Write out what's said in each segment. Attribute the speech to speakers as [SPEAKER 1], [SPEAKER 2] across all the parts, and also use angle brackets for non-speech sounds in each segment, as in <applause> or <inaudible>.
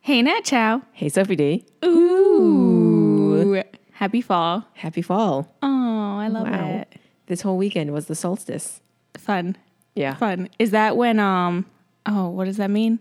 [SPEAKER 1] Hey, Nat Chow.
[SPEAKER 2] Hey, Sophie D.
[SPEAKER 1] Ooh. Happy fall.
[SPEAKER 2] Happy fall.
[SPEAKER 1] Oh, I love it.
[SPEAKER 2] This whole weekend was the solstice.
[SPEAKER 1] Fun.
[SPEAKER 2] Yeah.
[SPEAKER 1] Fun. Is that when, um, oh, what does that mean?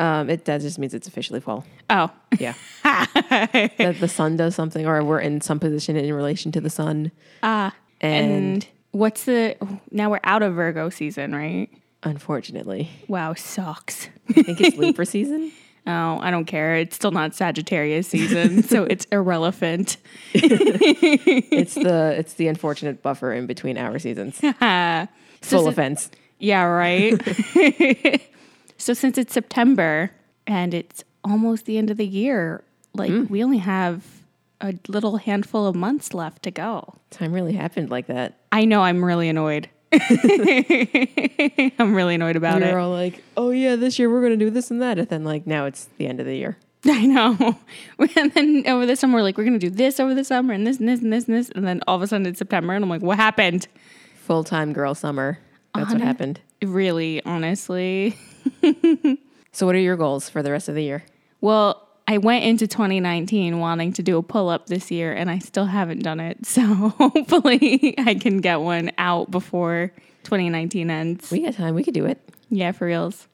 [SPEAKER 2] Um, it does just means it's officially
[SPEAKER 1] <laughs>
[SPEAKER 2] fall.
[SPEAKER 1] Oh,
[SPEAKER 2] Yeah. that the sun does something or we're in some position in relation to the sun.
[SPEAKER 1] ah.
[SPEAKER 2] And,
[SPEAKER 1] and what's the, now we're out of Virgo season, right?
[SPEAKER 2] unfortunately,
[SPEAKER 1] Wow, sucks.
[SPEAKER 2] I think it's Libra
[SPEAKER 1] <laughs>
[SPEAKER 2] season.
[SPEAKER 1] Oh, I don't care. It's still not Sagittarius season, <laughs> so it's irrelevant. <laughs>
[SPEAKER 2] It's the it's the unfortunate buffer in between our seasons. Full offense.
[SPEAKER 1] Yeah, right. <laughs> so since it's September and it's almost the end of the year, like we only have a little handful of months left to go.
[SPEAKER 2] Time really happened like that.
[SPEAKER 1] I know I'm really annoyed. <laughs> I'm really annoyed about
[SPEAKER 2] We
[SPEAKER 1] it.
[SPEAKER 2] were all like, oh yeah, this year we're gonna do this and that, and then like now it's the end of the year.
[SPEAKER 1] <laughs> I know. <laughs> And then over the summer, we're like, we're going to do this over the summer and this and this and this and this. And then all of a sudden it's September. And I'm like, what happened?
[SPEAKER 2] Full time girl summer. That's what happened.
[SPEAKER 1] Really, honestly.
[SPEAKER 2] So what are your goals for the rest of the year?
[SPEAKER 1] Well, I went into 2019 wanting to do a pull up this year and I still haven't done it. <laughs> So hopefully I can get one out before 2019 ends.
[SPEAKER 2] We got time, we could do it.
[SPEAKER 1] Yeah, for reals.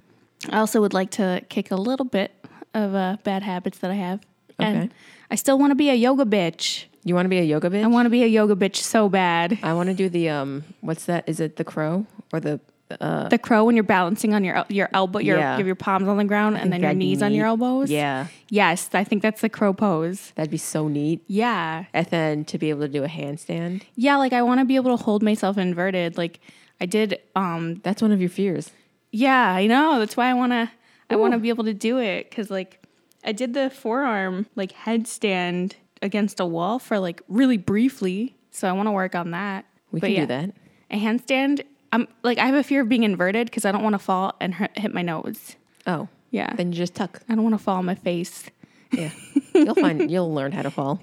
[SPEAKER 1] I also would like to kick a little bit of uh, bad habits that I have. And
[SPEAKER 2] Okay.
[SPEAKER 1] I still want to be a yoga bitch.
[SPEAKER 2] You wanna be a yoga bitch?
[SPEAKER 1] I want to be a yoga bitch so bad.
[SPEAKER 2] I want to do the um. What's that? Is it the crow or the?
[SPEAKER 1] the crow when you're balancing on your el- your elbow, your
[SPEAKER 2] Uh. Yeah.
[SPEAKER 1] your palms on the ground, and then your
[SPEAKER 2] that'd be
[SPEAKER 1] knees on your
[SPEAKER 2] neat.
[SPEAKER 1] elbows.
[SPEAKER 2] Yeah,
[SPEAKER 1] Yes, I think that's the crow pose.
[SPEAKER 2] that'd be so neat.
[SPEAKER 1] Yeah.
[SPEAKER 2] And then to be able to do a handstand.
[SPEAKER 1] yeah like i want to be able to hold myself inverted like i did um
[SPEAKER 2] That's one of your fears.
[SPEAKER 1] yeah i know that's why i want to i want to be able to do it because like i did the forearm like headstand against a wall for like really briefly so i want to work on that
[SPEAKER 2] We
[SPEAKER 1] But
[SPEAKER 2] can
[SPEAKER 1] yeah,
[SPEAKER 2] do that.
[SPEAKER 1] a handstand i'm like i have a fear of being inverted because i don't want to fall and hurt, hit my nose
[SPEAKER 2] Oh,
[SPEAKER 1] yeah
[SPEAKER 2] then you just <laughs> tuck.
[SPEAKER 1] i don't want to fall on my face <laughs>
[SPEAKER 2] Yeah, you'll find you'll learn how to fall.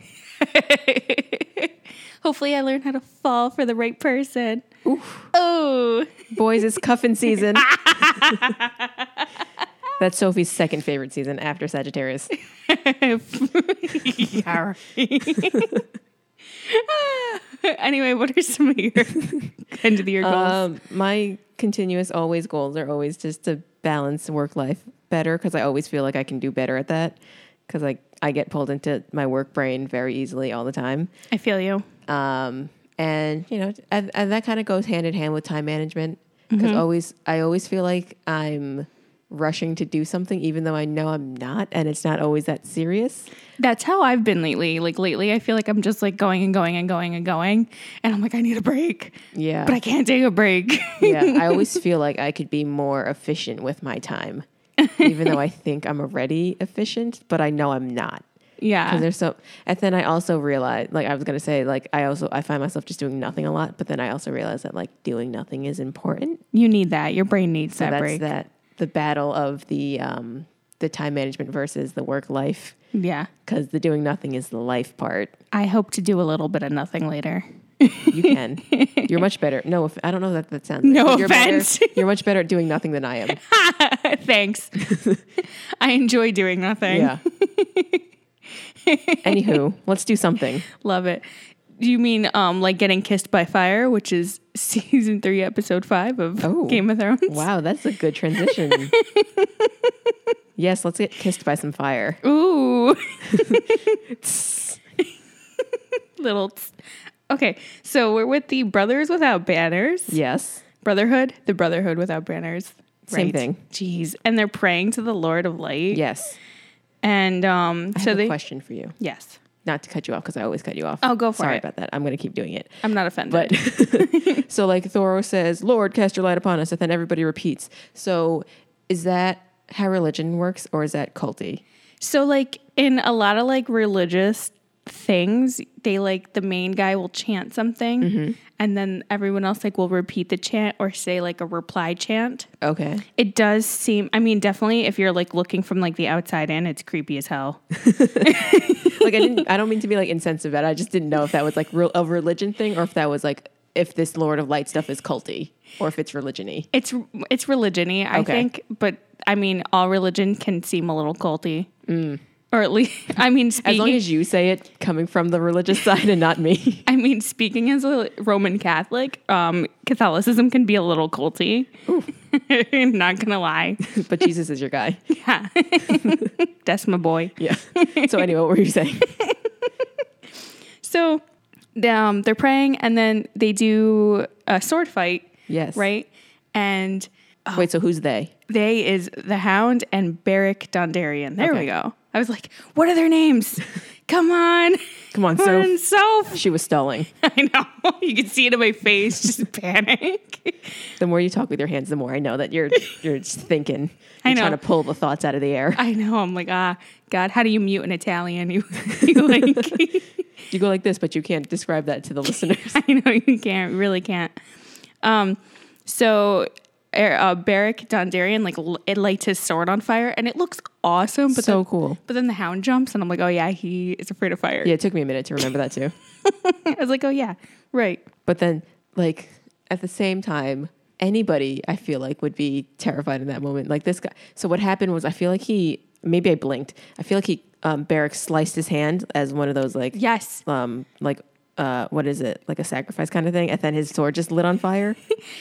[SPEAKER 1] hopefully i learn how to fall for the right person oh
[SPEAKER 2] Boys, it's cuffing <laughs> season. That's Sophie's second favorite season after Sagittarius.
[SPEAKER 1] Yar. <laughs> anyway, what are some of your end of the year goals?
[SPEAKER 2] Um, my continuous always goals are always just to balance work life better because I always feel like I can do better at that because like I get pulled into my work brain very easily all the time.
[SPEAKER 1] I feel you.
[SPEAKER 2] Um, and you know, and, and that kind of goes hand in hand with time management because always I always feel like I'm rushing to do something even though I know I'm not, and it's not always that serious.
[SPEAKER 1] That's how I've been lately. Like lately, I feel like I'm just like going and going and going and going, and I'm like, I need a break,
[SPEAKER 2] Yeah,
[SPEAKER 1] but I can't take a break. <laughs>
[SPEAKER 2] yeah, I always feel like I could be more efficient with my time, even though I think I'm already efficient, but I know I'm not. Because
[SPEAKER 1] yeah,
[SPEAKER 2] there's so, and then I also realized, like I was gonna say, like I also I find myself just doing nothing a lot, but then I also realize that like doing nothing is important.
[SPEAKER 1] you need that. Your brain needs
[SPEAKER 2] So
[SPEAKER 1] that
[SPEAKER 2] that's
[SPEAKER 1] break.
[SPEAKER 2] that the battle of the um the time management versus the work life.
[SPEAKER 1] Yeah,
[SPEAKER 2] Because the doing nothing is the life part.
[SPEAKER 1] I hope to do a little bit of nothing later. <laughs>
[SPEAKER 2] You can. you're much better. No, if, I don't know that that sounds.
[SPEAKER 1] No
[SPEAKER 2] but you're better-
[SPEAKER 1] offense.
[SPEAKER 2] you're much better at doing nothing than I am. <laughs>
[SPEAKER 1] Thanks. I enjoy doing nothing.
[SPEAKER 2] Yeah. Anywho, let's do something.
[SPEAKER 1] Love it. You mean um like getting kissed by fire, which is <laughs> season three, episode five of
[SPEAKER 2] Oh.
[SPEAKER 1] Game of Thrones?
[SPEAKER 2] Wow, that's a good transition. <laughs> yes, let's get kissed by some fire.
[SPEAKER 1] Ooh. <laughs> Little. tss. Okay, so we're with the Brothers Without Banners.
[SPEAKER 2] Yes.
[SPEAKER 1] Brotherhood, the Brotherhood Without Banners.
[SPEAKER 2] Same thing.
[SPEAKER 1] Jeez. And they're praying to the Lord of Light.
[SPEAKER 2] Yes.
[SPEAKER 1] And um,
[SPEAKER 2] I
[SPEAKER 1] so
[SPEAKER 2] have
[SPEAKER 1] they.
[SPEAKER 2] a question for you.
[SPEAKER 1] Yes.
[SPEAKER 2] Not to cut you off because I always cut you off.
[SPEAKER 1] Oh, go for
[SPEAKER 2] Sorry
[SPEAKER 1] it.
[SPEAKER 2] about that. I'm going to keep doing it.
[SPEAKER 1] I'm not offended.
[SPEAKER 2] <laughs> So, like Thoreau says, Lord, cast your light upon us, and then everybody repeats. So, is that how religion works, or is that culty?
[SPEAKER 1] So like in a lot of like religious things, they like the main guy will chant something
[SPEAKER 2] Mm-hmm.
[SPEAKER 1] and then everyone else like will repeat the chant or say like a reply chant.
[SPEAKER 2] Okay.
[SPEAKER 1] It does seem I mean definitely if you're like looking from like the outside in, it's creepy as
[SPEAKER 2] <laughs>
[SPEAKER 1] hell.
[SPEAKER 2] Like, I, didn't, I don't mean to be like insensitive, but I just didn't know if that was like real, a religion thing, or if that was like if this Lord of Light stuff is culty, or if it's religion-y.
[SPEAKER 1] It's it's religiony, I
[SPEAKER 2] Okay.
[SPEAKER 1] think, but I mean all religion can seem a little culty. Or at least, <laughs> I mean, speaking,
[SPEAKER 2] Mm. As long as you say it coming from the religious <laughs> side and not me. <laughs>
[SPEAKER 1] I mean, speaking as a Roman Catholic, um, Catholicism can be a little culty. <laughs> Not gonna lie.
[SPEAKER 2] but Jesus is your guy.
[SPEAKER 1] Yeah. <laughs> That's my boy.
[SPEAKER 2] Yeah. So anyway, what were you saying?
[SPEAKER 1] So um, they're praying and then they do a sword fight,
[SPEAKER 2] Yes.
[SPEAKER 1] <laughs> right? And
[SPEAKER 2] Oh. Wait, so who's they?
[SPEAKER 1] they is the Hound and Beric Dondarrion. There we
[SPEAKER 2] Okay.
[SPEAKER 1] go. I was like, what are their <laughs> names? Come on.
[SPEAKER 2] Come on,
[SPEAKER 1] Come on,
[SPEAKER 2] so
[SPEAKER 1] Soph.
[SPEAKER 2] she was stalling.
[SPEAKER 1] <laughs> I know. You can see it in my face, <laughs> just panic.
[SPEAKER 2] The more you talk with your hands, the more I know that you're you're just thinking.
[SPEAKER 1] I
[SPEAKER 2] You're trying
[SPEAKER 1] know.
[SPEAKER 2] to pull the thoughts out of the air.
[SPEAKER 1] I know. I'm like, ah, God, how do you mute an Italian? You, <laughs> you like, <laughs>
[SPEAKER 2] You go like this, but you can't describe that to the listeners.
[SPEAKER 1] I know you can't, really can't. Um, so er, uh, Beric Dondarrion like l- it lights his sword on fire, and it looks awesome. But
[SPEAKER 2] so
[SPEAKER 1] then,
[SPEAKER 2] cool.
[SPEAKER 1] But then the hound jumps, and I'm like, oh yeah, he is afraid of fire.
[SPEAKER 2] Yeah, it took me a minute to remember that too.
[SPEAKER 1] <laughs> I was like, oh yeah, right.
[SPEAKER 2] But then, like at the same time, anybody I feel like would be terrified in that moment. Like this guy. So what happened was I feel like he maybe I blinked. I feel like he um, Barrick sliced his hand as one of those like
[SPEAKER 1] Yes,
[SPEAKER 2] um like uh what is it like a sacrifice kind of thing, and then his sword just lit on fire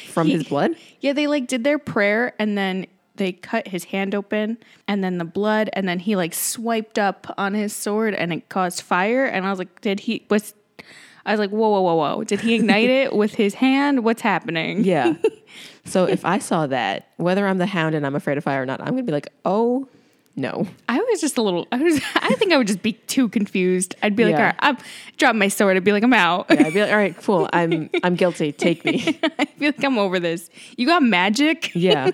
[SPEAKER 2] from his blood.
[SPEAKER 1] yeah. They like did their prayer, and then they cut his hand open, and then the blood, and then he like swiped up on his sword, and it caused fire. And I was like, did he was. I was like, whoa, whoa, whoa, whoa. Did he
[SPEAKER 2] <laughs>
[SPEAKER 1] ignite it with his hand? What's happening?
[SPEAKER 2] Yeah. <laughs> so if I saw that, whether I'm the hound and I'm afraid of fire or not, I'm gonna be like, oh no.
[SPEAKER 1] I was just a little. I was. <laughs> I think I would just be too confused. I'd be like,
[SPEAKER 2] Yeah.
[SPEAKER 1] all right, I'm drop my sword. I'd be like, I'm out.
[SPEAKER 2] Yeah, I'd be like, all right, cool. I'm I'm guilty. Take
[SPEAKER 1] <laughs>
[SPEAKER 2] me.
[SPEAKER 1] I'd be like, I'm over this. You got magic?
[SPEAKER 2] Yeah.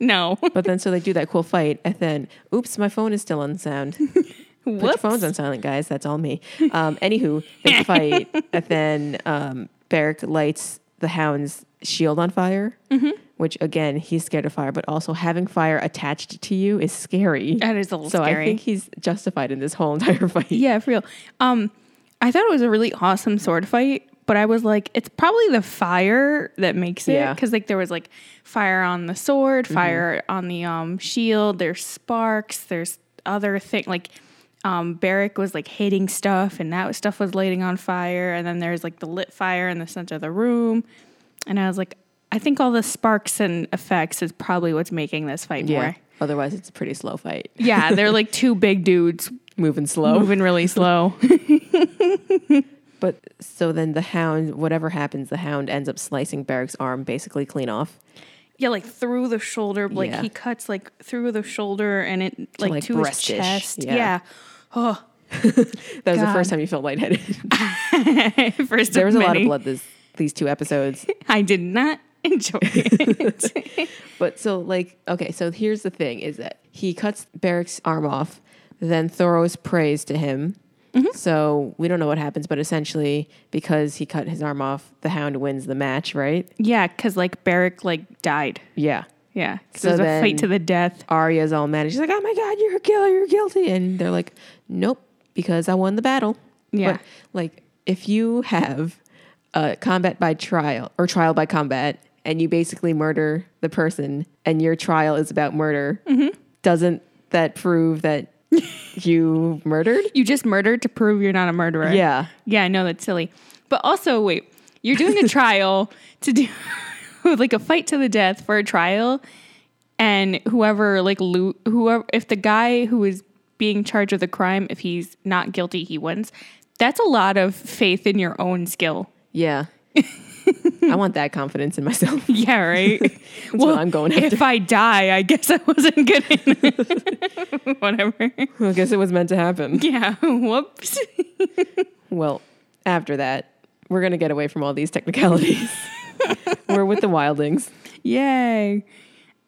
[SPEAKER 1] No.
[SPEAKER 2] But then so they do that cool fight, and then oops, my phone is still on sound. Put your
[SPEAKER 1] Whoops.
[SPEAKER 2] phones on silent, guys. That's all me. Um, anywho, they
[SPEAKER 1] <laughs>
[SPEAKER 2] fight, and then um, Beric lights the hound's shield on fire,
[SPEAKER 1] Mm-hmm.
[SPEAKER 2] which again, he's scared of fire, but also having fire attached to you is scary.
[SPEAKER 1] That is a little
[SPEAKER 2] so
[SPEAKER 1] scary.
[SPEAKER 2] I think he's justified in this whole entire <laughs> fight.
[SPEAKER 1] Yeah, for real. Um, I thought it was a really awesome sword fight, but I was like, it's probably the fire that makes it
[SPEAKER 2] Yeah. Mm-hmm.
[SPEAKER 1] because like there was like fire on the sword, fire on the um shield. There's sparks. There's other thing like. Um, Barrick was like hitting stuff, and that stuff was lighting on fire. And then there's like the lit fire in the center of the room. And I was like, I think all the sparks and effects is probably what's making this fight
[SPEAKER 2] Yeah.
[SPEAKER 1] more.
[SPEAKER 2] Otherwise, it's a pretty slow fight.
[SPEAKER 1] Yeah, they're like two big dudes
[SPEAKER 2] <laughs> Moving slow.
[SPEAKER 1] moving really slow.
[SPEAKER 2] But so then the hound, whatever happens, the hound ends up slicing Beric's arm basically clean off.
[SPEAKER 1] Yeah, like through the shoulder. Like
[SPEAKER 2] Yeah.
[SPEAKER 1] he cuts like through the shoulder and it like,
[SPEAKER 2] like,
[SPEAKER 1] to his
[SPEAKER 2] breast-ish.
[SPEAKER 1] chest.
[SPEAKER 2] Yeah.
[SPEAKER 1] Yeah.
[SPEAKER 2] That was
[SPEAKER 1] God.
[SPEAKER 2] the first time you felt lightheaded.
[SPEAKER 1] <laughs>
[SPEAKER 2] <laughs>
[SPEAKER 1] First
[SPEAKER 2] there
[SPEAKER 1] of
[SPEAKER 2] was a lot of
[SPEAKER 1] many.
[SPEAKER 2] blood this these two <laughs> episodes.
[SPEAKER 1] I did not <laughs> enjoy
[SPEAKER 2] <laughs>
[SPEAKER 1] it.
[SPEAKER 2] But so like okay, so here's the thing is that he cuts Beric's arm off, then throws praise to him. Mm-hmm. So we don't know what happens, but essentially because he cut his arm off, the hound wins the match, right?
[SPEAKER 1] yeah, because like Barrick like died.
[SPEAKER 2] Yeah.
[SPEAKER 1] Yeah. 'Cause
[SPEAKER 2] So
[SPEAKER 1] it was a
[SPEAKER 2] then-
[SPEAKER 1] fight to the death.
[SPEAKER 2] Arya's all mad. and She's like, "Oh my god, you're a killer. You're guilty." And they're like, "Nope, because I won the battle."
[SPEAKER 1] Yeah.
[SPEAKER 2] like, if you have uh, combat by trial or trial by combat, and you basically murder the person, and your trial is about murder, doesn't that prove that you murdered?
[SPEAKER 1] You just murdered to prove you're not a murderer.
[SPEAKER 2] Yeah.
[SPEAKER 1] Yeah, I know that's silly. But also, wait, you're
[SPEAKER 2] <laughs>
[SPEAKER 1] doing a trial to do <laughs> like a fight to the death for a trial, and whoever like lo- whoever if the guy who is being charged with the crime, if he's not guilty, he wins. That's a lot of faith in your own skill. <laughs>
[SPEAKER 2] Yeah. I want that confidence in myself. <laughs>
[SPEAKER 1] Yeah, right.
[SPEAKER 2] what I'm going after.
[SPEAKER 1] If I die, I guess I wasn't good. <laughs> enough. <laughs> Whatever.
[SPEAKER 2] I guess it was meant to happen.
[SPEAKER 1] Yeah. <laughs> Whoops.
[SPEAKER 2] Well, after that, we're going to get away from all these technicalities. we're with the wildings.
[SPEAKER 1] Yay.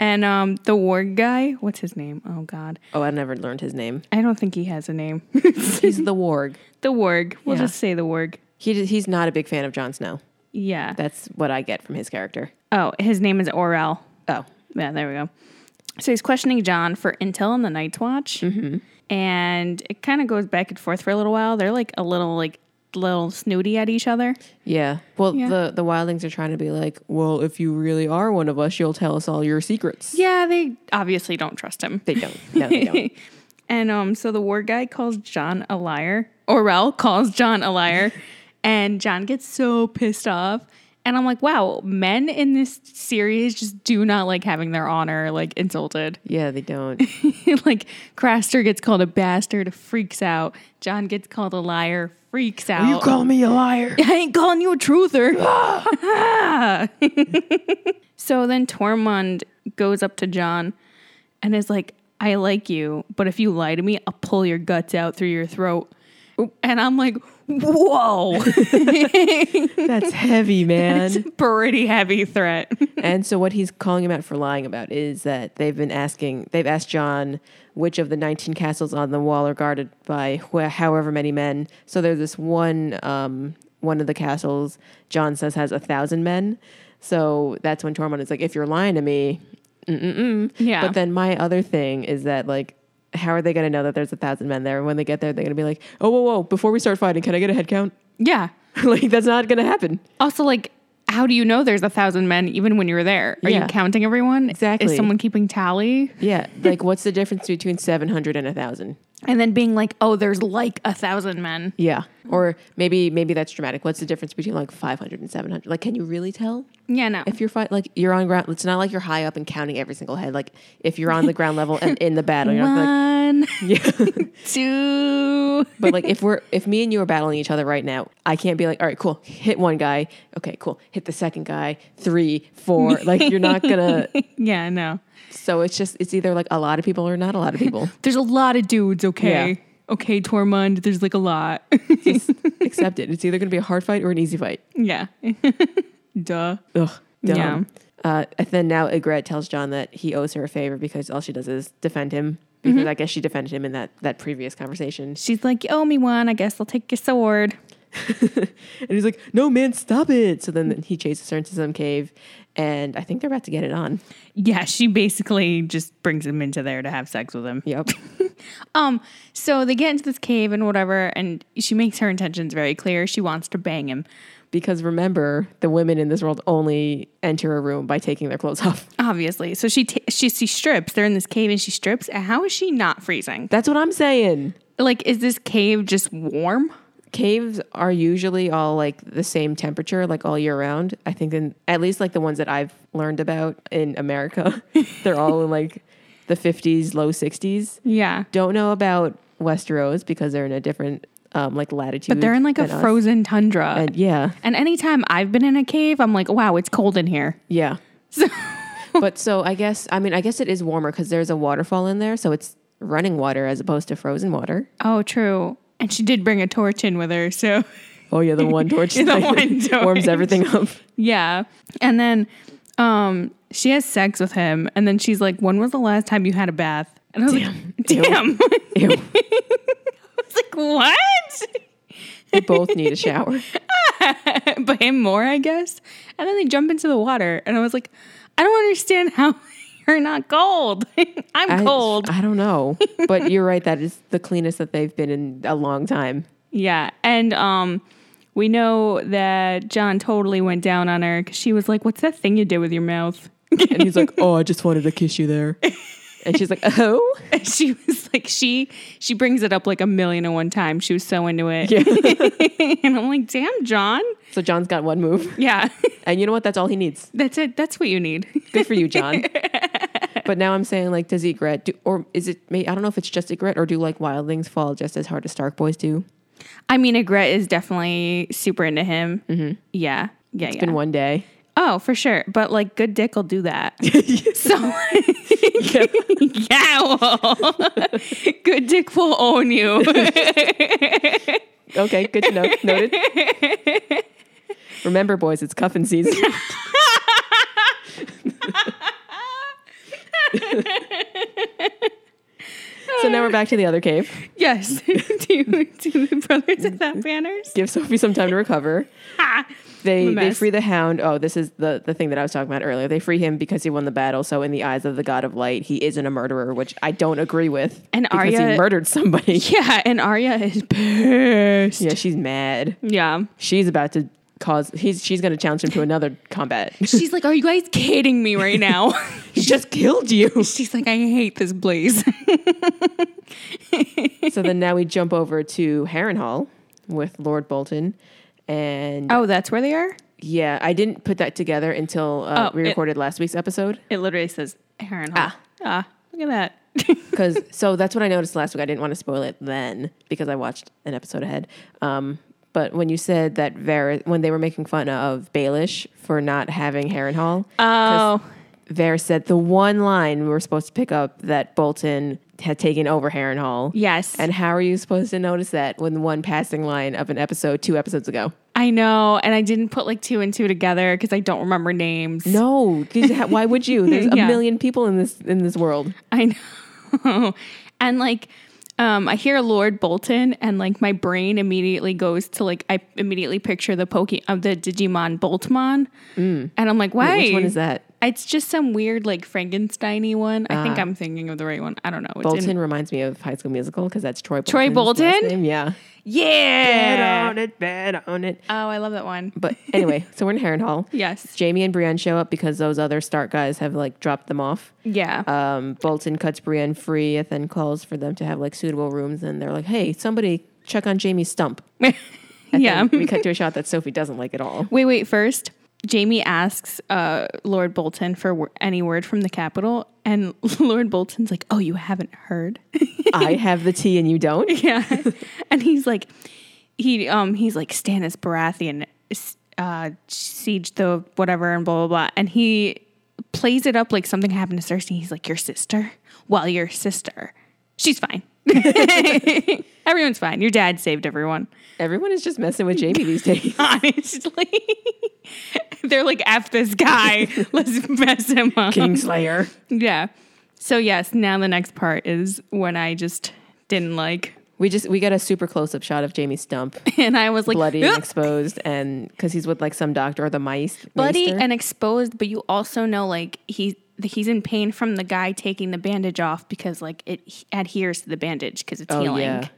[SPEAKER 1] And um, the ward guy, what's his name? Oh God,
[SPEAKER 2] Oh, I never learned his name.
[SPEAKER 1] I don't think he has a name. <laughs>
[SPEAKER 2] He's the warg.
[SPEAKER 1] The Warg. We'll
[SPEAKER 2] Yeah.
[SPEAKER 1] just say the Warg.
[SPEAKER 2] He just, he's not a big fan of Jon Snow.
[SPEAKER 1] Yeah.
[SPEAKER 2] That's what I get from his character.
[SPEAKER 1] oh, his name is Orel.
[SPEAKER 2] Oh,
[SPEAKER 1] Yeah, there we go. So he's questioning John for intel on the Night's Watch, and it kind of goes back and forth for a little while. They're like a little like little snooty at each other.
[SPEAKER 2] yeah. Well,
[SPEAKER 1] Yeah.
[SPEAKER 2] the the wildlings are trying to be like, well, if you really are one of us, you'll tell us all your secrets.
[SPEAKER 1] Yeah, they obviously don't trust him.
[SPEAKER 2] <laughs> They don't. No, they don't.
[SPEAKER 1] <laughs> And um, so the war guy calls John a liar. Orel calls John a
[SPEAKER 2] <laughs>
[SPEAKER 1] liar. and John gets so pissed off. And I'm like, wow, men in this series just do not like having their honor like insulted. <laughs>
[SPEAKER 2] Yeah, they don't.
[SPEAKER 1] like Craster gets called a bastard, freaks out. John gets called a liar, freaks out.
[SPEAKER 2] me a liar?
[SPEAKER 1] I ain't calling you a truther. <laughs> so then Tormund goes up to John and is like, I like you, but if you lie to me, I'll pull your guts out through your throat. And I'm like, <laughs> whoa,
[SPEAKER 2] <laughs> That's heavy, man.
[SPEAKER 1] pretty heavy threat.
[SPEAKER 2] and so what he's calling him out for lying about is that they've been asking, they've asked John which of the 19 castles on the wall are guarded by wh- however many men. So there's this one, um, one of the castles John says has a thousand men. So that's when Tormund is like, if you're lying to me,
[SPEAKER 1] yeah.
[SPEAKER 2] But then my other thing is that like, how are they going to know that there's a thousand men there? And when they get there, they're going to be like, oh, whoa, whoa! Before we start fighting, can I get a head count? <laughs>
[SPEAKER 1] yeah.
[SPEAKER 2] like that's not going to happen.
[SPEAKER 1] Also, like, how do you know there's a thousand men even when you're there? Are
[SPEAKER 2] Yeah.
[SPEAKER 1] you counting everyone?
[SPEAKER 2] Exactly.
[SPEAKER 1] Is someone keeping tally?
[SPEAKER 2] Yeah. Like, what's the difference between seven hundred and a thousand?
[SPEAKER 1] And then being like, oh, there's like a thousand men.
[SPEAKER 2] Yeah. Or maybe maybe that's dramatic. What's the difference between like five hundred and seven hundred? Like, can you really tell
[SPEAKER 1] Yeah, no.
[SPEAKER 2] if you're fi- like you're on ground? It's not like you're high up and counting every single head. Like if you're on the ground level and in the battle, you're not like.
[SPEAKER 1] One,
[SPEAKER 2] Yeah. <laughs>
[SPEAKER 1] two.
[SPEAKER 2] But like if we're if me and you are battling each other right now, I can't be like, all right, cool, hit one guy, okay, cool, hit the second guy, three, four. Like you're not gonna.
[SPEAKER 1] Yeah, no.
[SPEAKER 2] So it's just it's either like a lot of people or not a lot of people.
[SPEAKER 1] There's a lot of dudes, okay?
[SPEAKER 2] Yeah.
[SPEAKER 1] Okay, Tormund, there's like a lot. <laughs>
[SPEAKER 2] Just accept it. It's either gonna be a hard fight or an easy fight.
[SPEAKER 1] yeah. <laughs> Duh.
[SPEAKER 2] Ugh. Dumb.
[SPEAKER 1] Yeah.
[SPEAKER 2] Uh, and then now Egret tells John that he owes her a favor because all she does is defend him. Because I guess she defended him in that that previous conversation.
[SPEAKER 1] She's like, you owe me one. I guess I'll take your sword.
[SPEAKER 2] And he's like, "No, man, stop it!" So then he chases her into some cave, and I think they're about to get it on.
[SPEAKER 1] Yeah, she basically just brings him into there to have sex with him.
[SPEAKER 2] Yep.
[SPEAKER 1] Um, so they get into this cave and whatever, and she makes her intentions very clear. She wants to bang him.
[SPEAKER 2] Because remember, the women in this world only enter a room by taking their clothes off.
[SPEAKER 1] Obviously. So she, t- she she strips. They're in this cave and she strips. And how is she not freezing?
[SPEAKER 2] That's what I'm saying.
[SPEAKER 1] Like, is this cave just warm?
[SPEAKER 2] Caves are usually all like the same temperature, like all year round. I think, in at least like the ones that I've learned about in America, <laughs> they're all in like the 50s, low 60s.
[SPEAKER 1] Yeah.
[SPEAKER 2] Don't know about Westeros because they're in a different um, like latitude.
[SPEAKER 1] But they're in like a
[SPEAKER 2] than us.
[SPEAKER 1] frozen tundra. And,
[SPEAKER 2] Yeah,
[SPEAKER 1] anytime I've been in a cave, I'm like, wow, it's cold in here. <laughs>
[SPEAKER 2] yeah. <laughs> but so I guess I mean I guess it is warmer because there's a waterfall in there, so it's running water as opposed to
[SPEAKER 1] <laughs>
[SPEAKER 2] frozen water.
[SPEAKER 1] Oh, true. And she did bring a torch in with her. So, <laughs>
[SPEAKER 2] Oh yeah, the one torch.
[SPEAKER 1] The
[SPEAKER 2] <laughs> that
[SPEAKER 1] one torch.
[SPEAKER 2] warms everything up. <laughs>
[SPEAKER 1] yeah. And then um, she has sex with him. And then she's like, when was the last time you had a bath? And I was like,
[SPEAKER 2] Ew.
[SPEAKER 1] damn. <laughs> I
[SPEAKER 2] Ew.
[SPEAKER 1] was like, what? <laughs>
[SPEAKER 2] They both need a shower.
[SPEAKER 1] but him more, I guess. And then they jump into the water. And I was like, I don't understand how <laughs> you're not cold. <laughs> I'm
[SPEAKER 2] I-
[SPEAKER 1] cold.
[SPEAKER 2] I, don't know, but you're right. That is the cleanest that they've been in a long time.
[SPEAKER 1] Yeah, and um, we know that John totally went down on her because she was like, "What's that thing you did with your mouth?" <laughs>
[SPEAKER 2] And he's like, "Oh, I just wanted to kiss you there," and she's like, "Oh."
[SPEAKER 1] And she was like, "She she brings it up like a million and one times. She was so into it." <laughs> and I'm like, "Damn, John.
[SPEAKER 2] So John's got one move,
[SPEAKER 1] Yeah, <laughs>
[SPEAKER 2] and you know what? That's all he needs.
[SPEAKER 1] that's it. That's what you need."
[SPEAKER 2] Good for you, John. But now I'm saying, like, does Egret do, or is it? may- I don't know if it's just Egret, or do like wildlings fall just as hard as Stark boys do?
[SPEAKER 1] I mean, Agret is definitely super into him. Mm-hmm. Yeah, yeah, yeah.
[SPEAKER 2] Been one day.
[SPEAKER 1] oh, for sure. But like, good dick will do that. so. <laughs> Yeah, well, <laughs> good dick will own you.
[SPEAKER 2] Okay, good to know. Noted. Remember, boys, it's cuffing season. <laughs> so now we're back to the other cave.
[SPEAKER 1] <laughs> Yes, <laughs> to, to the brothers without banners.
[SPEAKER 2] Give Sophie some time to recover.
[SPEAKER 1] Ah.
[SPEAKER 2] They they
[SPEAKER 1] mess.
[SPEAKER 2] free the hound. Oh, this is the, the thing that I was talking about earlier. They free him because he won the battle. So in the eyes of the god of light, he isn't a murderer, which I don't agree with.
[SPEAKER 1] And
[SPEAKER 2] because he
[SPEAKER 1] Arya- <laughs>
[SPEAKER 2] murdered somebody. <laughs>
[SPEAKER 1] Yeah, and Arya is pissed.
[SPEAKER 2] yeah, she's mad.
[SPEAKER 1] Yeah,
[SPEAKER 2] She's about to cause he's she's going to challenge him to another
[SPEAKER 1] <laughs>
[SPEAKER 2] combat.
[SPEAKER 1] She's like, Are you guys kidding me right now?
[SPEAKER 2] he just killed you.
[SPEAKER 1] <laughs> She's like, I hate this place.
[SPEAKER 2] so then now we jump over to Harrenhal with Lord Bolton,
[SPEAKER 1] <laughs>
[SPEAKER 2] and
[SPEAKER 1] oh, that's where they are?
[SPEAKER 2] yeah, I didn't put that together until uh,
[SPEAKER 1] Oh,
[SPEAKER 2] we
[SPEAKER 1] it-
[SPEAKER 2] recorded last week's episode.
[SPEAKER 1] It literally says Aaron Hall.
[SPEAKER 2] Ah.
[SPEAKER 1] Ah. look at that. <laughs>
[SPEAKER 2] Because so that's what I noticed last week. I didn't want to spoil it then because I watched an episode ahead. Um, but when you said that Varys, when they were making fun of Baelish for not having Harrenhal,
[SPEAKER 1] oh.
[SPEAKER 2] Varys said the one line we were supposed to pick up that Bolton had taken over Harrenhal.
[SPEAKER 1] Yes.
[SPEAKER 2] And how are you supposed to notice that when one passing line of an episode two episodes ago?
[SPEAKER 1] I know. And I didn't put like two and two together because I don't remember names.
[SPEAKER 2] No, 'cause ha- why would you?
[SPEAKER 1] <laughs>
[SPEAKER 2] There's a
[SPEAKER 1] Yeah.
[SPEAKER 2] million people in this in this world.
[SPEAKER 1] <laughs> I know. and like, um, I hear Lord Bolton, and like my brain immediately goes to like I immediately picture the Poke of the Digimon Boltmon, and I'm like, why?
[SPEAKER 2] Mm. Which one is that?
[SPEAKER 1] It's just some weird like Frankensteiny one. I think I'm thinking of the right one. I don't know. It's
[SPEAKER 2] Ah. Bolton
[SPEAKER 1] In,
[SPEAKER 2] reminds me of High School Musical because that's Troy.
[SPEAKER 1] Troy
[SPEAKER 2] Bolton's last
[SPEAKER 1] Bolton?
[SPEAKER 2] name. Yeah. Bad
[SPEAKER 1] yeah.
[SPEAKER 2] on it, bad on it.
[SPEAKER 1] Oh, I love that one.
[SPEAKER 2] Eh. But anyway, so we're in <laughs> Harrenhal.
[SPEAKER 1] Yes.
[SPEAKER 2] Jamie and Brienne show up because those other Stark guys have like dropped them off.
[SPEAKER 1] Yeah.
[SPEAKER 2] Um, Bolton cuts Brienne free and then calls for them to have like suitable rooms. And they're like, hey, somebody check on Jamie's <laughs> stump. And
[SPEAKER 1] yeah.
[SPEAKER 2] then we cut to a shot that Sophie doesn't like at <laughs> all.
[SPEAKER 1] Wait, wait. First, Jamie asks uh, Lord Bolton for w- any word from the capital, and <laughs> Lord Bolton's like, "Oh, you haven't heard." <laughs>
[SPEAKER 2] I have the tea and you don't.
[SPEAKER 1] yeah, and he's like, he um, he's like Stannis Baratheon s- uh, siege the whatever and blah blah blah, and he plays it up like something happened to Cersei. He's like, "Your sister? Well, your sister, she's fine. <laughs> Everyone's fine. Your dad saved everyone." <laughs>
[SPEAKER 2] Everyone is just messing with Jamie these days.
[SPEAKER 1] honestly. <laughs> They're like, F this guy. <laughs> Let's mess him up.
[SPEAKER 2] <laughs> Kingslayer.
[SPEAKER 1] <laughs> Yeah. So, yes, now the next part is when I just didn't like. <laughs>
[SPEAKER 2] We just we got a super close up shot of Jamie's stump,
[SPEAKER 1] And I was like,
[SPEAKER 2] bloody
[SPEAKER 1] "Ugh."
[SPEAKER 2] <laughs> and exposed, and because he's with like some doctor or the mice.
[SPEAKER 1] bloody
[SPEAKER 2] maester.
[SPEAKER 1] and exposed, but you also know like he he's in pain from the guy taking the bandage off because like it h- adheres to the bandage because it's
[SPEAKER 2] Oh,
[SPEAKER 1] healing.
[SPEAKER 2] yeah.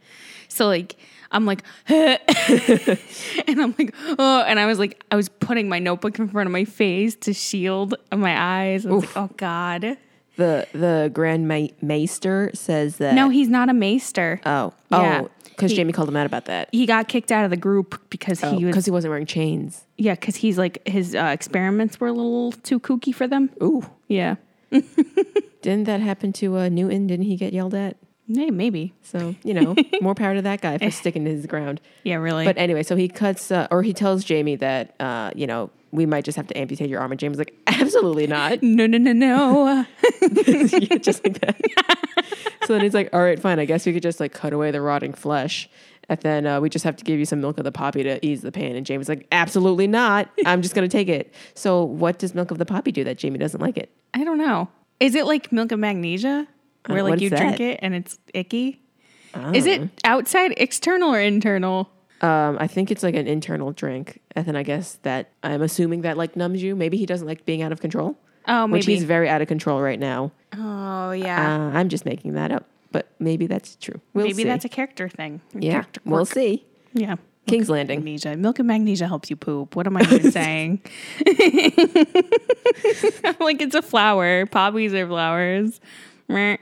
[SPEAKER 1] So like I'm like <laughs> and I'm like oh and I was like I was putting my notebook in front of my face to shield my eyes. I was like oh god.
[SPEAKER 2] the the grand ma- maester says that
[SPEAKER 1] No, he's not a maester.
[SPEAKER 2] Oh,
[SPEAKER 1] Yeah.
[SPEAKER 2] oh, because
[SPEAKER 1] He-
[SPEAKER 2] Jamie called him out about that
[SPEAKER 1] he got kicked out of the group because he
[SPEAKER 2] because
[SPEAKER 1] was
[SPEAKER 2] he wasn't wearing chains.
[SPEAKER 1] yeah because he's like his uh, experiments were a little too kooky for them.
[SPEAKER 2] Ooh,
[SPEAKER 1] Yeah.
[SPEAKER 2] didn't that happen to uh, Newton? Didn't he get yelled at?
[SPEAKER 1] Hey, maybe.
[SPEAKER 2] So
[SPEAKER 1] <laughs>
[SPEAKER 2] you know, more power to that guy for sticking to his ground.
[SPEAKER 1] Yeah, really.
[SPEAKER 2] But anyway, so he cuts, uh, or he tells Jamie that uh, you know we might just have to amputate your arm, and Jamie's like, absolutely not,
[SPEAKER 1] no, no, no,
[SPEAKER 2] <laughs>
[SPEAKER 1] no.
[SPEAKER 2] Yeah, just like that. <laughs> so then he's like, all right, fine, I guess we could just like cut away the rotting flesh. And then uh, we just have to give you some milk of the poppy to ease the pain. And Jamie's like, absolutely not. I'm just going to take it. So, what does milk of the poppy do that Jamie doesn't like it?
[SPEAKER 1] I don't know. Is it like milk of magnesia,
[SPEAKER 2] Uh,
[SPEAKER 1] where
[SPEAKER 2] what
[SPEAKER 1] like
[SPEAKER 2] is
[SPEAKER 1] you drink
[SPEAKER 2] that? Oh.
[SPEAKER 1] it and it's icky? Is it outside, external, or internal?
[SPEAKER 2] Um, I think it's like an internal drink. And then I guess that I'm assuming that like numbs you. Maybe he doesn't like being out of control,
[SPEAKER 1] Oh,
[SPEAKER 2] which he's
[SPEAKER 1] maybe.
[SPEAKER 2] very out of control right now.
[SPEAKER 1] Oh,
[SPEAKER 2] Uh,
[SPEAKER 1] yeah.
[SPEAKER 2] I'm just making that up, but maybe that's true. We'll
[SPEAKER 1] maybe
[SPEAKER 2] see.
[SPEAKER 1] that's a character thing. A
[SPEAKER 2] yeah.
[SPEAKER 1] character
[SPEAKER 2] We'll
[SPEAKER 1] quirk.
[SPEAKER 2] see.
[SPEAKER 1] Yeah.
[SPEAKER 2] King's Landing.
[SPEAKER 1] Magnesia. Milk of magnesia helps you poop. What am I
[SPEAKER 2] <laughs>
[SPEAKER 1] even saying? <laughs> I'm like, it's a flower. Poppies are flowers. Meh.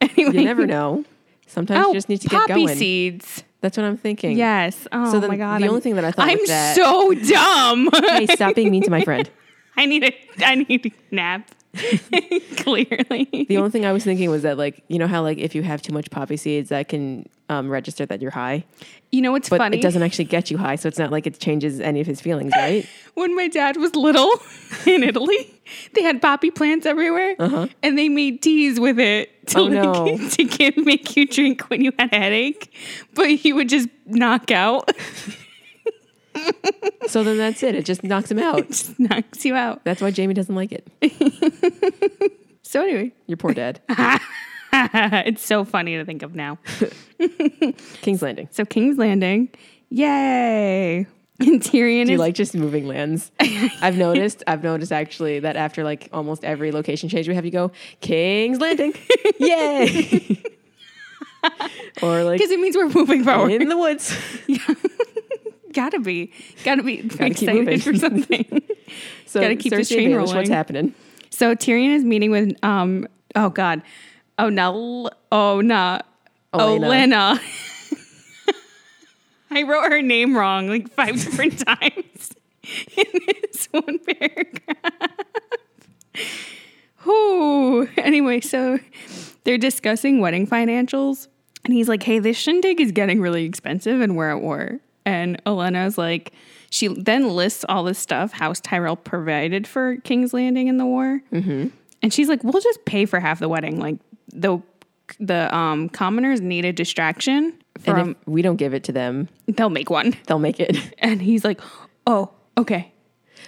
[SPEAKER 1] Anyway. <laughs>
[SPEAKER 2] You never know. Sometimes
[SPEAKER 1] oh,
[SPEAKER 2] you just need to get
[SPEAKER 1] poppy
[SPEAKER 2] going.
[SPEAKER 1] seeds.
[SPEAKER 2] That's what I'm thinking.
[SPEAKER 1] Yes. Oh
[SPEAKER 2] So then
[SPEAKER 1] my god.
[SPEAKER 2] the
[SPEAKER 1] I'm-
[SPEAKER 2] only thing that I thought
[SPEAKER 1] I'm
[SPEAKER 2] was that-
[SPEAKER 1] so <laughs>
[SPEAKER 2] <laughs>
[SPEAKER 1] dumb.
[SPEAKER 2] Hey, stop being mean to my
[SPEAKER 1] <laughs>
[SPEAKER 2] friend.
[SPEAKER 1] I need a I need a nap. <laughs> Clearly.
[SPEAKER 2] The only thing I was thinking was that, like, you know how, like, if you have too much poppy seeds, that can um, register that you're high,
[SPEAKER 1] You know what's
[SPEAKER 2] but
[SPEAKER 1] funny?
[SPEAKER 2] it doesn't actually get you high, so it's not like it changes any of his feelings,
[SPEAKER 1] <laughs>
[SPEAKER 2] right?
[SPEAKER 1] When my dad was little <laughs> in Italy, they had poppy plants everywhere, and they made teas with it <laughs> to
[SPEAKER 2] Uh-huh. Oh,
[SPEAKER 1] like,
[SPEAKER 2] no.
[SPEAKER 1] to give, make you drink when you had a headache, but you would just knock out. <laughs>
[SPEAKER 2] so then that's it. It just knocks him out.
[SPEAKER 1] just knocks you out.
[SPEAKER 2] That's why Jamie doesn't like it.
[SPEAKER 1] So anyway, <laughs>
[SPEAKER 2] Your poor dad.
[SPEAKER 1] it's so funny to think of now.
[SPEAKER 2] King's Landing.
[SPEAKER 1] So King's Landing, yay! <laughs> And Tyrion
[SPEAKER 2] Do you
[SPEAKER 1] is <laughs>
[SPEAKER 2] like just moving lands? I've noticed. I've noticed actually that after like almost every location change we have, you go
[SPEAKER 1] <laughs>
[SPEAKER 2] King's Landing, yay, <laughs> or like
[SPEAKER 1] <laughs> because it means we're moving forward.
[SPEAKER 2] in the woods.
[SPEAKER 1] <laughs> gotta be, gotta be
[SPEAKER 2] keep moving.
[SPEAKER 1] excited for
[SPEAKER 2] <laughs>
[SPEAKER 1] something.
[SPEAKER 2] So
[SPEAKER 1] Gotta keep this
[SPEAKER 2] Cersei
[SPEAKER 1] chain
[SPEAKER 2] Baelish, What's
[SPEAKER 1] rolling.
[SPEAKER 2] happening?
[SPEAKER 1] so Tyrion is meeting with um. Oh God. Oh no. Oh no. Oh,
[SPEAKER 2] Olenna.
[SPEAKER 1] Olenna. <laughs> I wrote her name wrong like five <laughs> different times <laughs> in this one paragraph. Whew. <laughs> Anyway, so they're discussing wedding financials, and he's like, "Hey, this shindig is getting really expensive, and we're at war." And Elena's like, she then lists all this stuff House Tyrell provided for King's Landing in the war, mm-hmm. and she's like, "We'll just pay for half the wedding. Like the the um, commoners need a distraction
[SPEAKER 2] And
[SPEAKER 1] from.
[SPEAKER 2] if we don't give it to them,
[SPEAKER 1] they'll make one." <laughs>
[SPEAKER 2] they'll make it. <laughs>
[SPEAKER 1] And he's like, "Oh, okay."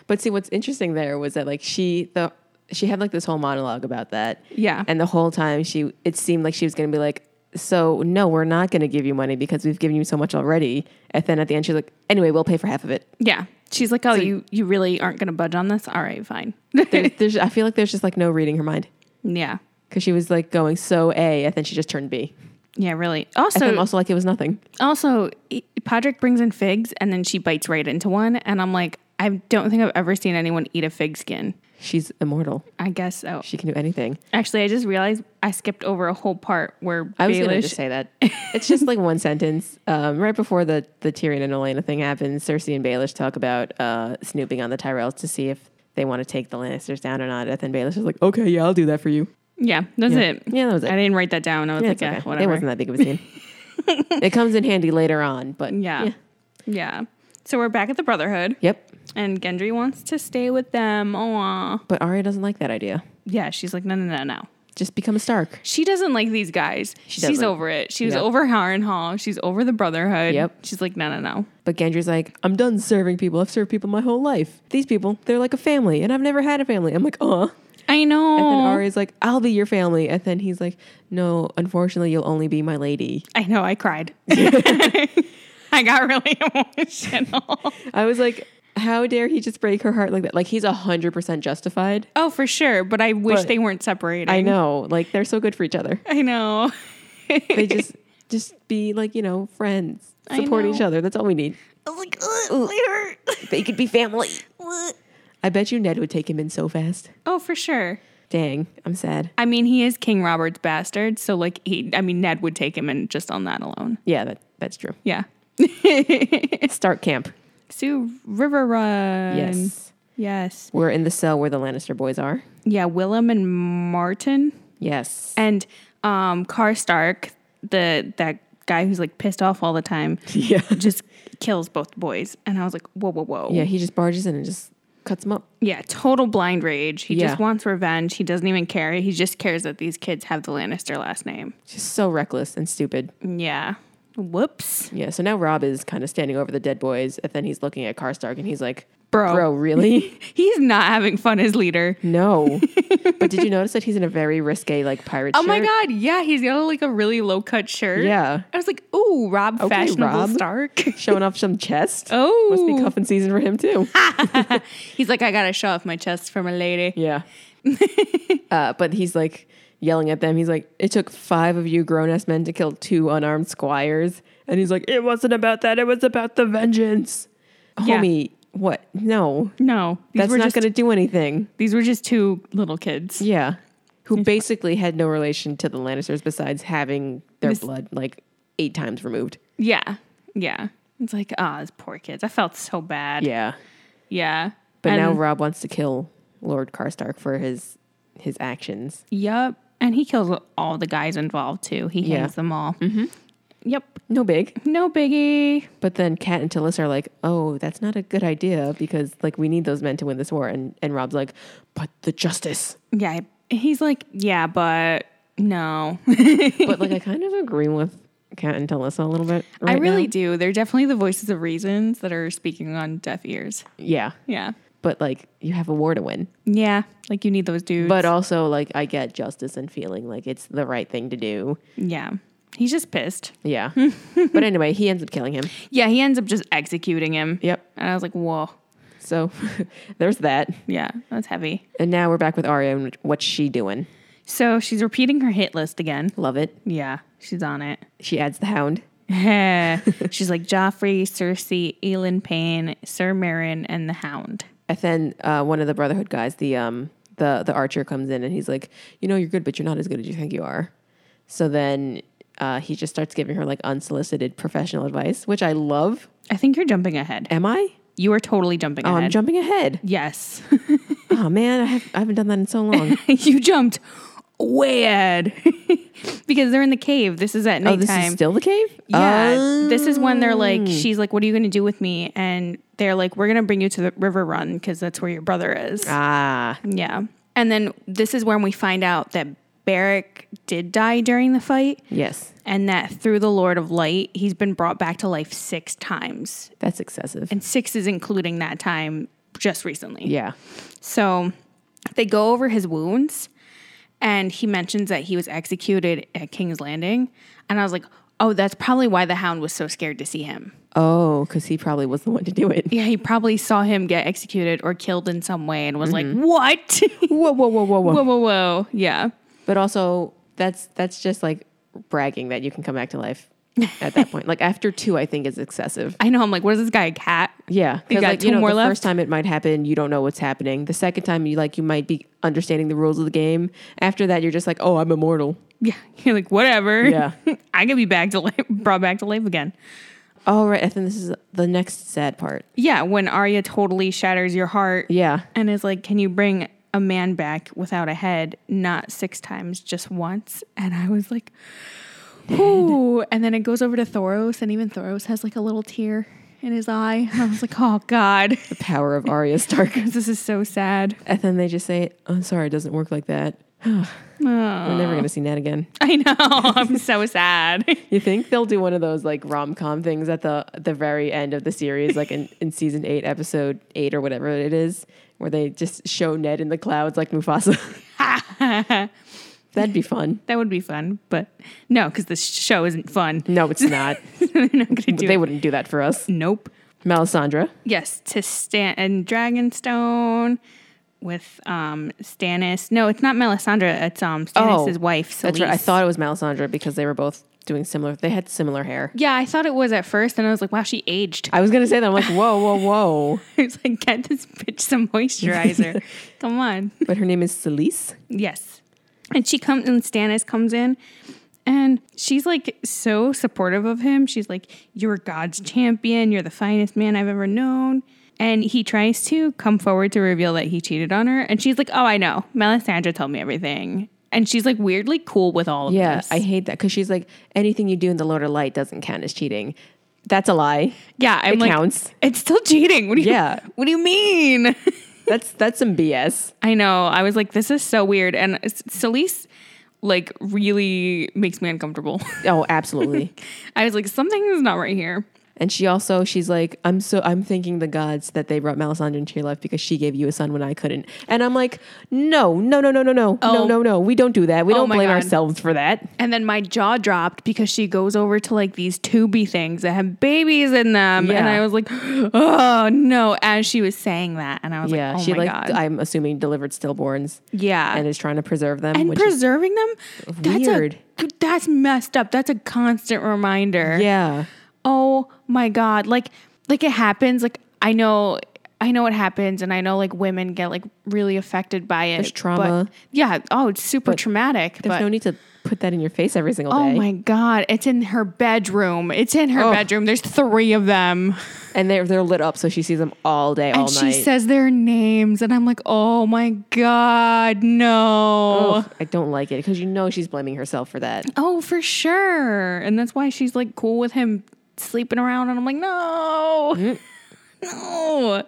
[SPEAKER 2] But see, what's interesting there was that like she the she had like this whole monologue about that.
[SPEAKER 1] Yeah.
[SPEAKER 2] And the whole time she it seemed like she was gonna be like, so no, we're not gonna give you money because we've given you so much already. And then at the end she's like, anyway, we'll pay for half of it.
[SPEAKER 1] Yeah. She's like, "Oh, you you really aren't going to budge on this? All right, fine." <laughs>
[SPEAKER 2] There's, there's I feel like there's just like no reading her mind
[SPEAKER 1] yeah.
[SPEAKER 2] because she was like going so A and then she just turned B.
[SPEAKER 1] Yeah, really.
[SPEAKER 2] And then
[SPEAKER 1] Also,
[SPEAKER 2] also like it was nothing.
[SPEAKER 1] also, i- Padraig brings in figs, and then she bites right into one, and I'm like, I don't think I've ever seen anyone eat a fig skin.
[SPEAKER 2] She's immortal.
[SPEAKER 1] I guess so.
[SPEAKER 2] She can do anything.
[SPEAKER 1] Actually, I just realized I skipped over a whole part where
[SPEAKER 2] I was going to
[SPEAKER 1] Baelish-
[SPEAKER 2] just
[SPEAKER 1] <laughs>
[SPEAKER 2] say that. It's just like one sentence. Um, right before the, the Tyrion and Elena thing happens, Cersei and Baelish talk about uh, snooping on the Tyrells to see if they want to take the Lannisters down or not. And then Baelish is like, okay, yeah, I'll do that for you.
[SPEAKER 1] yeah, that's it.
[SPEAKER 2] Yeah, that was it.
[SPEAKER 1] I didn't write that down. I was
[SPEAKER 2] Yeah,
[SPEAKER 1] like,
[SPEAKER 2] it's
[SPEAKER 1] eh,
[SPEAKER 2] okay. It
[SPEAKER 1] whatever.
[SPEAKER 2] wasn't that big of
[SPEAKER 1] <laughs>
[SPEAKER 2] a scene. it comes in handy later on, but
[SPEAKER 1] yeah. yeah, So we're back at the Brotherhood,
[SPEAKER 2] Yep.
[SPEAKER 1] and Gendry wants to stay with them. Aw.
[SPEAKER 2] But Arya doesn't like that idea.
[SPEAKER 1] yeah. She's like, no, no, no, no.
[SPEAKER 2] Just become a Stark.
[SPEAKER 1] She doesn't like these guys. She's
[SPEAKER 2] doesn't.
[SPEAKER 1] over it. She was
[SPEAKER 2] Yep.
[SPEAKER 1] over Harrenhal. She's over the Brotherhood.
[SPEAKER 2] Yep.
[SPEAKER 1] She's like, no, no, no.
[SPEAKER 2] But Gendry's like, I'm done serving people. I've served people my whole life. These people, they're like a family, and I've never had a family. I'm like, uh.
[SPEAKER 1] I know.
[SPEAKER 2] And then Arya's like, I'll be your family. And then he's like, No, unfortunately, you'll only be my lady.
[SPEAKER 1] I know, I <laughs> cried. I got really emotional.
[SPEAKER 2] I was like, How dare he just break her heart like that? Like, he's 100% justified.
[SPEAKER 1] Oh, for sure, but I wish
[SPEAKER 2] But-
[SPEAKER 1] they weren't separating.
[SPEAKER 2] I know. Like, they're so good for each other.
[SPEAKER 1] I know. <laughs>
[SPEAKER 2] They just, just be like, you know, friends,
[SPEAKER 1] I
[SPEAKER 2] support
[SPEAKER 1] know.
[SPEAKER 2] each other. That's all we need.
[SPEAKER 1] I was like, ugh, it hurt. <laughs>
[SPEAKER 2] They could be family. I bet you Ned would take him in so fast.
[SPEAKER 1] Oh, for sure.
[SPEAKER 2] Dang, I'm sad.
[SPEAKER 1] I mean, he is King Robert's bastard, so like he I mean Ned would take him in just on that alone.
[SPEAKER 2] Yeah, that, that's true.
[SPEAKER 1] Yeah.
[SPEAKER 2] Stark Camp.
[SPEAKER 1] Sue River Run.
[SPEAKER 2] Yes.
[SPEAKER 1] Yes.
[SPEAKER 2] We're in the cell where the Lannister boys are.
[SPEAKER 1] Yeah, Willem and Martin.
[SPEAKER 2] Yes.
[SPEAKER 1] And um Car Stark, the that guy who's like pissed off all the <laughs> time,
[SPEAKER 2] Yeah.
[SPEAKER 1] just kills both boys. And I was like, whoa, whoa, whoa.
[SPEAKER 2] Yeah, he just barges in and just cuts him up.
[SPEAKER 1] Yeah, total blind rage. He just
[SPEAKER 2] Yeah.
[SPEAKER 1] wants revenge. He doesn't even care. He just cares that these kids have the Lannister last name.
[SPEAKER 2] Just so reckless and stupid.
[SPEAKER 1] Yeah. Whoops.
[SPEAKER 2] Yeah, so now Rob is kind of standing over the dead boys, and then he's looking at Karstark and he's like,
[SPEAKER 1] Bro. <laughs>
[SPEAKER 2] Bro, really?
[SPEAKER 1] He's not having fun as leader.
[SPEAKER 2] no. but did you notice that he's in a very risque, like, pirate
[SPEAKER 1] Oh my
[SPEAKER 2] shirt?
[SPEAKER 1] god, yeah, he's got like a really low cut shirt.
[SPEAKER 2] Yeah.
[SPEAKER 1] I was like, ooh, Rob Fashionable
[SPEAKER 2] Rob. <laughs>
[SPEAKER 1] Stark.
[SPEAKER 2] Showing off some chest.
[SPEAKER 1] Oh.
[SPEAKER 2] Must be cuffing season for
[SPEAKER 1] <laughs>
[SPEAKER 2] him, too.
[SPEAKER 1] He's like, I gotta show off my chest for my lady.
[SPEAKER 2] yeah. uh, but he's like yelling at them. He's like, It took five of you grown ass men to kill two unarmed squires. And he's like, It wasn't about that. It was about the vengeance.
[SPEAKER 1] Yeah.
[SPEAKER 2] Homie, what? No.
[SPEAKER 1] No. These
[SPEAKER 2] That's
[SPEAKER 1] were
[SPEAKER 2] not
[SPEAKER 1] just
[SPEAKER 2] going to do anything.
[SPEAKER 1] these were just two little kids.
[SPEAKER 2] Yeah. Who basically had no relation to the Lannisters besides having their blood like eight times removed.
[SPEAKER 1] Yeah. Yeah. It's like, ah, these poor kids. I felt so bad.
[SPEAKER 2] Yeah.
[SPEAKER 1] Yeah.
[SPEAKER 2] But
[SPEAKER 1] And-
[SPEAKER 2] now Rob wants to kill Lord Karstark for his his actions.
[SPEAKER 1] Yep. And he kills all the guys involved too. He
[SPEAKER 2] Yeah.
[SPEAKER 1] hangs them all. Yep.
[SPEAKER 2] No big.
[SPEAKER 1] No biggie.
[SPEAKER 2] But then Kat and Tillis are like, oh, that's not a good idea because like we need those men to win this war. And and Rob's like, but the justice.
[SPEAKER 1] Yeah. He's like, yeah, but no. <laughs>
[SPEAKER 2] but like I kind of <laughs> agree with Kat and Tillis a little bit.
[SPEAKER 1] I
[SPEAKER 2] right
[SPEAKER 1] really
[SPEAKER 2] now.
[SPEAKER 1] do. They're definitely the voices of reasons that are speaking on deaf ears.
[SPEAKER 2] Yeah.
[SPEAKER 1] Yeah.
[SPEAKER 2] But like you have a war to win.
[SPEAKER 1] Yeah. Like you need those dudes.
[SPEAKER 2] But also like I get justice and feeling like it's the right thing to do.
[SPEAKER 1] yeah. He's just pissed.
[SPEAKER 2] <laughs> Yeah. but anyway, he ends up killing him.
[SPEAKER 1] Yeah. He ends up just executing him.
[SPEAKER 2] Yep.
[SPEAKER 1] And I was like, whoa.
[SPEAKER 2] So <laughs> there's that.
[SPEAKER 1] Yeah. That's heavy.
[SPEAKER 2] And now we're back with Arya and what's she doing?
[SPEAKER 1] So she's repeating her hit list again.
[SPEAKER 2] Love it.
[SPEAKER 1] Yeah. She's on it.
[SPEAKER 2] She adds the hound.
[SPEAKER 1] <laughs> She's like Joffrey, Cersei, Elin Payne, Sir Marin, and the Hound.
[SPEAKER 2] And then uh, one of the Brotherhood guys, the um, the the archer comes in and he's like, you know, you're good, but you're not as good as you think you are. So then uh, he just starts giving her like unsolicited professional advice, which I love.
[SPEAKER 1] I think you're jumping ahead.
[SPEAKER 2] Am I?
[SPEAKER 1] You are totally jumping
[SPEAKER 2] Oh,
[SPEAKER 1] ahead.
[SPEAKER 2] I'm jumping <laughs> ahead.
[SPEAKER 1] yes. <laughs>
[SPEAKER 2] oh man, I, have, I haven't done that in so <laughs> long.
[SPEAKER 1] you jumped way ahead <laughs> because they're in the cave. This is at
[SPEAKER 2] oh, this
[SPEAKER 1] nighttime.
[SPEAKER 2] is still the cave.
[SPEAKER 1] yeah,
[SPEAKER 2] Oh.
[SPEAKER 1] this is when they're like, she's like, "What are you going to do with me?" And they're like, "We're going to bring you to the river run because that's where your brother is."
[SPEAKER 2] ah,
[SPEAKER 1] Yeah, and then this is when we find out that Barrick did die during the fight,
[SPEAKER 2] yes,
[SPEAKER 1] and that through the Lord of Light, he's been brought back to life six times,
[SPEAKER 2] that's excessive.
[SPEAKER 1] and six is including that time just recently.
[SPEAKER 2] yeah.
[SPEAKER 1] So they go over his wounds, and he mentions that he was executed at King's Landing. And I was like, oh, that's probably why the hound was so scared to see him.
[SPEAKER 2] Oh, because he probably was the one to do it.
[SPEAKER 1] Yeah, he probably saw him get executed or killed in some way and was
[SPEAKER 2] Mm-hmm.
[SPEAKER 1] like,
[SPEAKER 2] <laughs>
[SPEAKER 1] what? <laughs>
[SPEAKER 2] <laughs> Whoa, whoa, whoa, whoa,
[SPEAKER 1] whoa, whoa, whoa. Yeah.
[SPEAKER 2] But also, that's that's just like bragging that you can come back to life at that point. Like after two, I think is excessive.
[SPEAKER 1] I know. I'm like, what is this guy, a cat?
[SPEAKER 2] <laughs>
[SPEAKER 1] <laughs>
[SPEAKER 2] Yeah,
[SPEAKER 1] You
[SPEAKER 2] because
[SPEAKER 1] got
[SPEAKER 2] like you
[SPEAKER 1] two
[SPEAKER 2] know,
[SPEAKER 1] more
[SPEAKER 2] the
[SPEAKER 1] left?
[SPEAKER 2] first time it might happen, you don't know what's happening. The second time, you like you might be understanding the rules of the game. After that, you're just like, oh, I'm immortal.
[SPEAKER 1] Yeah. You're like, whatever.
[SPEAKER 2] Yeah.
[SPEAKER 1] <laughs> I could be back to life, brought back to life again.
[SPEAKER 2] Oh right, I think this is the next sad part.
[SPEAKER 1] Yeah, when Arya totally shatters your heart
[SPEAKER 2] Yeah,
[SPEAKER 1] and is like, "Can you bring a man back without a head, not six times, just once?" And I was like, "Ooh!" And then it goes over to Thoros, and even Thoros has like a little tear in his eye. And I was like, "Oh God,
[SPEAKER 2] the power of Arya Stark.
[SPEAKER 1] this is so sad."
[SPEAKER 2] <laughs> and then they just say, I'm sorry, it doesn't work like that. <sighs> We're never gonna see Nat again.
[SPEAKER 1] I know, I'm so sad.
[SPEAKER 2] You think they'll do one of those like rom com things at the the very end of the series, like in, in season eight, episode eight or whatever it is, where they just show Ned in the clouds like Mufasa. <laughs> That'd be fun.
[SPEAKER 1] that would be fun, but no, because this show isn't fun. <laughs>
[SPEAKER 2] No, it's not.
[SPEAKER 1] They're not gonna do
[SPEAKER 2] they
[SPEAKER 1] it.
[SPEAKER 2] wouldn't do that for us.
[SPEAKER 1] Nope.
[SPEAKER 2] Melisandre.
[SPEAKER 1] Yes, to Stan and Dragonstone with um Stannis. No, it's not Melisandre. It's um Stannis' wife. Selyse.
[SPEAKER 2] Oh, That's right. I thought it was Melisandre because they were both doing similar. They had similar hair.
[SPEAKER 1] Yeah, I thought it was at first, and I was like, "Wow, she aged." <laughs>
[SPEAKER 2] I was gonna say that. I'm like, whoa, whoa, whoa.
[SPEAKER 1] I was like, "Get this bitch
[SPEAKER 2] <laughs>
[SPEAKER 1] some moisturizer." Come on.
[SPEAKER 2] But her name is Celise.
[SPEAKER 1] Yes, and she comes, and Stannis comes in, and she's like so supportive of him. She's like, "You're God's champion. You're the finest man I've ever known." And he tries to come forward to reveal that he cheated on her, and she's like, "Oh, I know. Melisandre told me everything." And she's like weirdly cool with all of
[SPEAKER 2] Yeah,
[SPEAKER 1] this.
[SPEAKER 2] I hate that because she's like, anything you do in the Lord of Light doesn't count as cheating. That's a lie.
[SPEAKER 1] yeah, I'm
[SPEAKER 2] it
[SPEAKER 1] like,
[SPEAKER 2] counts.
[SPEAKER 1] it's still cheating. What do you?
[SPEAKER 2] Yeah.
[SPEAKER 1] What do you mean? <laughs>
[SPEAKER 2] That's that's some BS.
[SPEAKER 1] I know. I was like, this is so weird. And S- Celise, like, really makes me uncomfortable. <laughs>
[SPEAKER 2] Oh, absolutely. <laughs>
[SPEAKER 1] I was like, something is not right here.
[SPEAKER 2] and she also she's like, I'm so I'm thanking the gods that they brought Melisandre into your life because she gave you a son when I couldn't. And I'm like, no, no, no, no, no, no,
[SPEAKER 1] Oh.
[SPEAKER 2] no, no, no. We don't do that. We don't
[SPEAKER 1] my
[SPEAKER 2] blame
[SPEAKER 1] God.
[SPEAKER 2] ourselves for that.
[SPEAKER 1] And then my jaw dropped because she goes over to like these tubey things that have babies in them. And
[SPEAKER 2] Yeah.
[SPEAKER 1] I was like, <gasps> oh no, as she was saying that. And I was
[SPEAKER 2] Yeah,
[SPEAKER 1] like, oh
[SPEAKER 2] she
[SPEAKER 1] my
[SPEAKER 2] like
[SPEAKER 1] God.
[SPEAKER 2] I'm assuming delivered stillborns
[SPEAKER 1] yeah.
[SPEAKER 2] and is trying to preserve them.
[SPEAKER 1] and
[SPEAKER 2] which is,
[SPEAKER 1] preserving them? That's a-
[SPEAKER 2] Weird.
[SPEAKER 1] that's messed up. That's a constant reminder.
[SPEAKER 2] yeah,
[SPEAKER 1] oh my god like like it happens like i know i know it happens and i know like women get like really affected by it
[SPEAKER 2] There's trauma.
[SPEAKER 1] but- yeah oh it's super traumatic
[SPEAKER 2] there's
[SPEAKER 1] but
[SPEAKER 2] no need to put that in your face every single
[SPEAKER 1] oh
[SPEAKER 2] day. Oh.
[SPEAKER 1] my god it's in her bedroom it's in her bedroom there's three of them
[SPEAKER 2] and they're they're lit up, so she sees them all day, all
[SPEAKER 1] and
[SPEAKER 2] night.
[SPEAKER 1] she says their names and i'm like oh my god no
[SPEAKER 2] Ugh, I don't like it because you know she's blaming herself for that.
[SPEAKER 1] oh for sure and that's why she's like cool with him sleeping around and i'm like no
[SPEAKER 2] Mm.
[SPEAKER 1] <laughs> no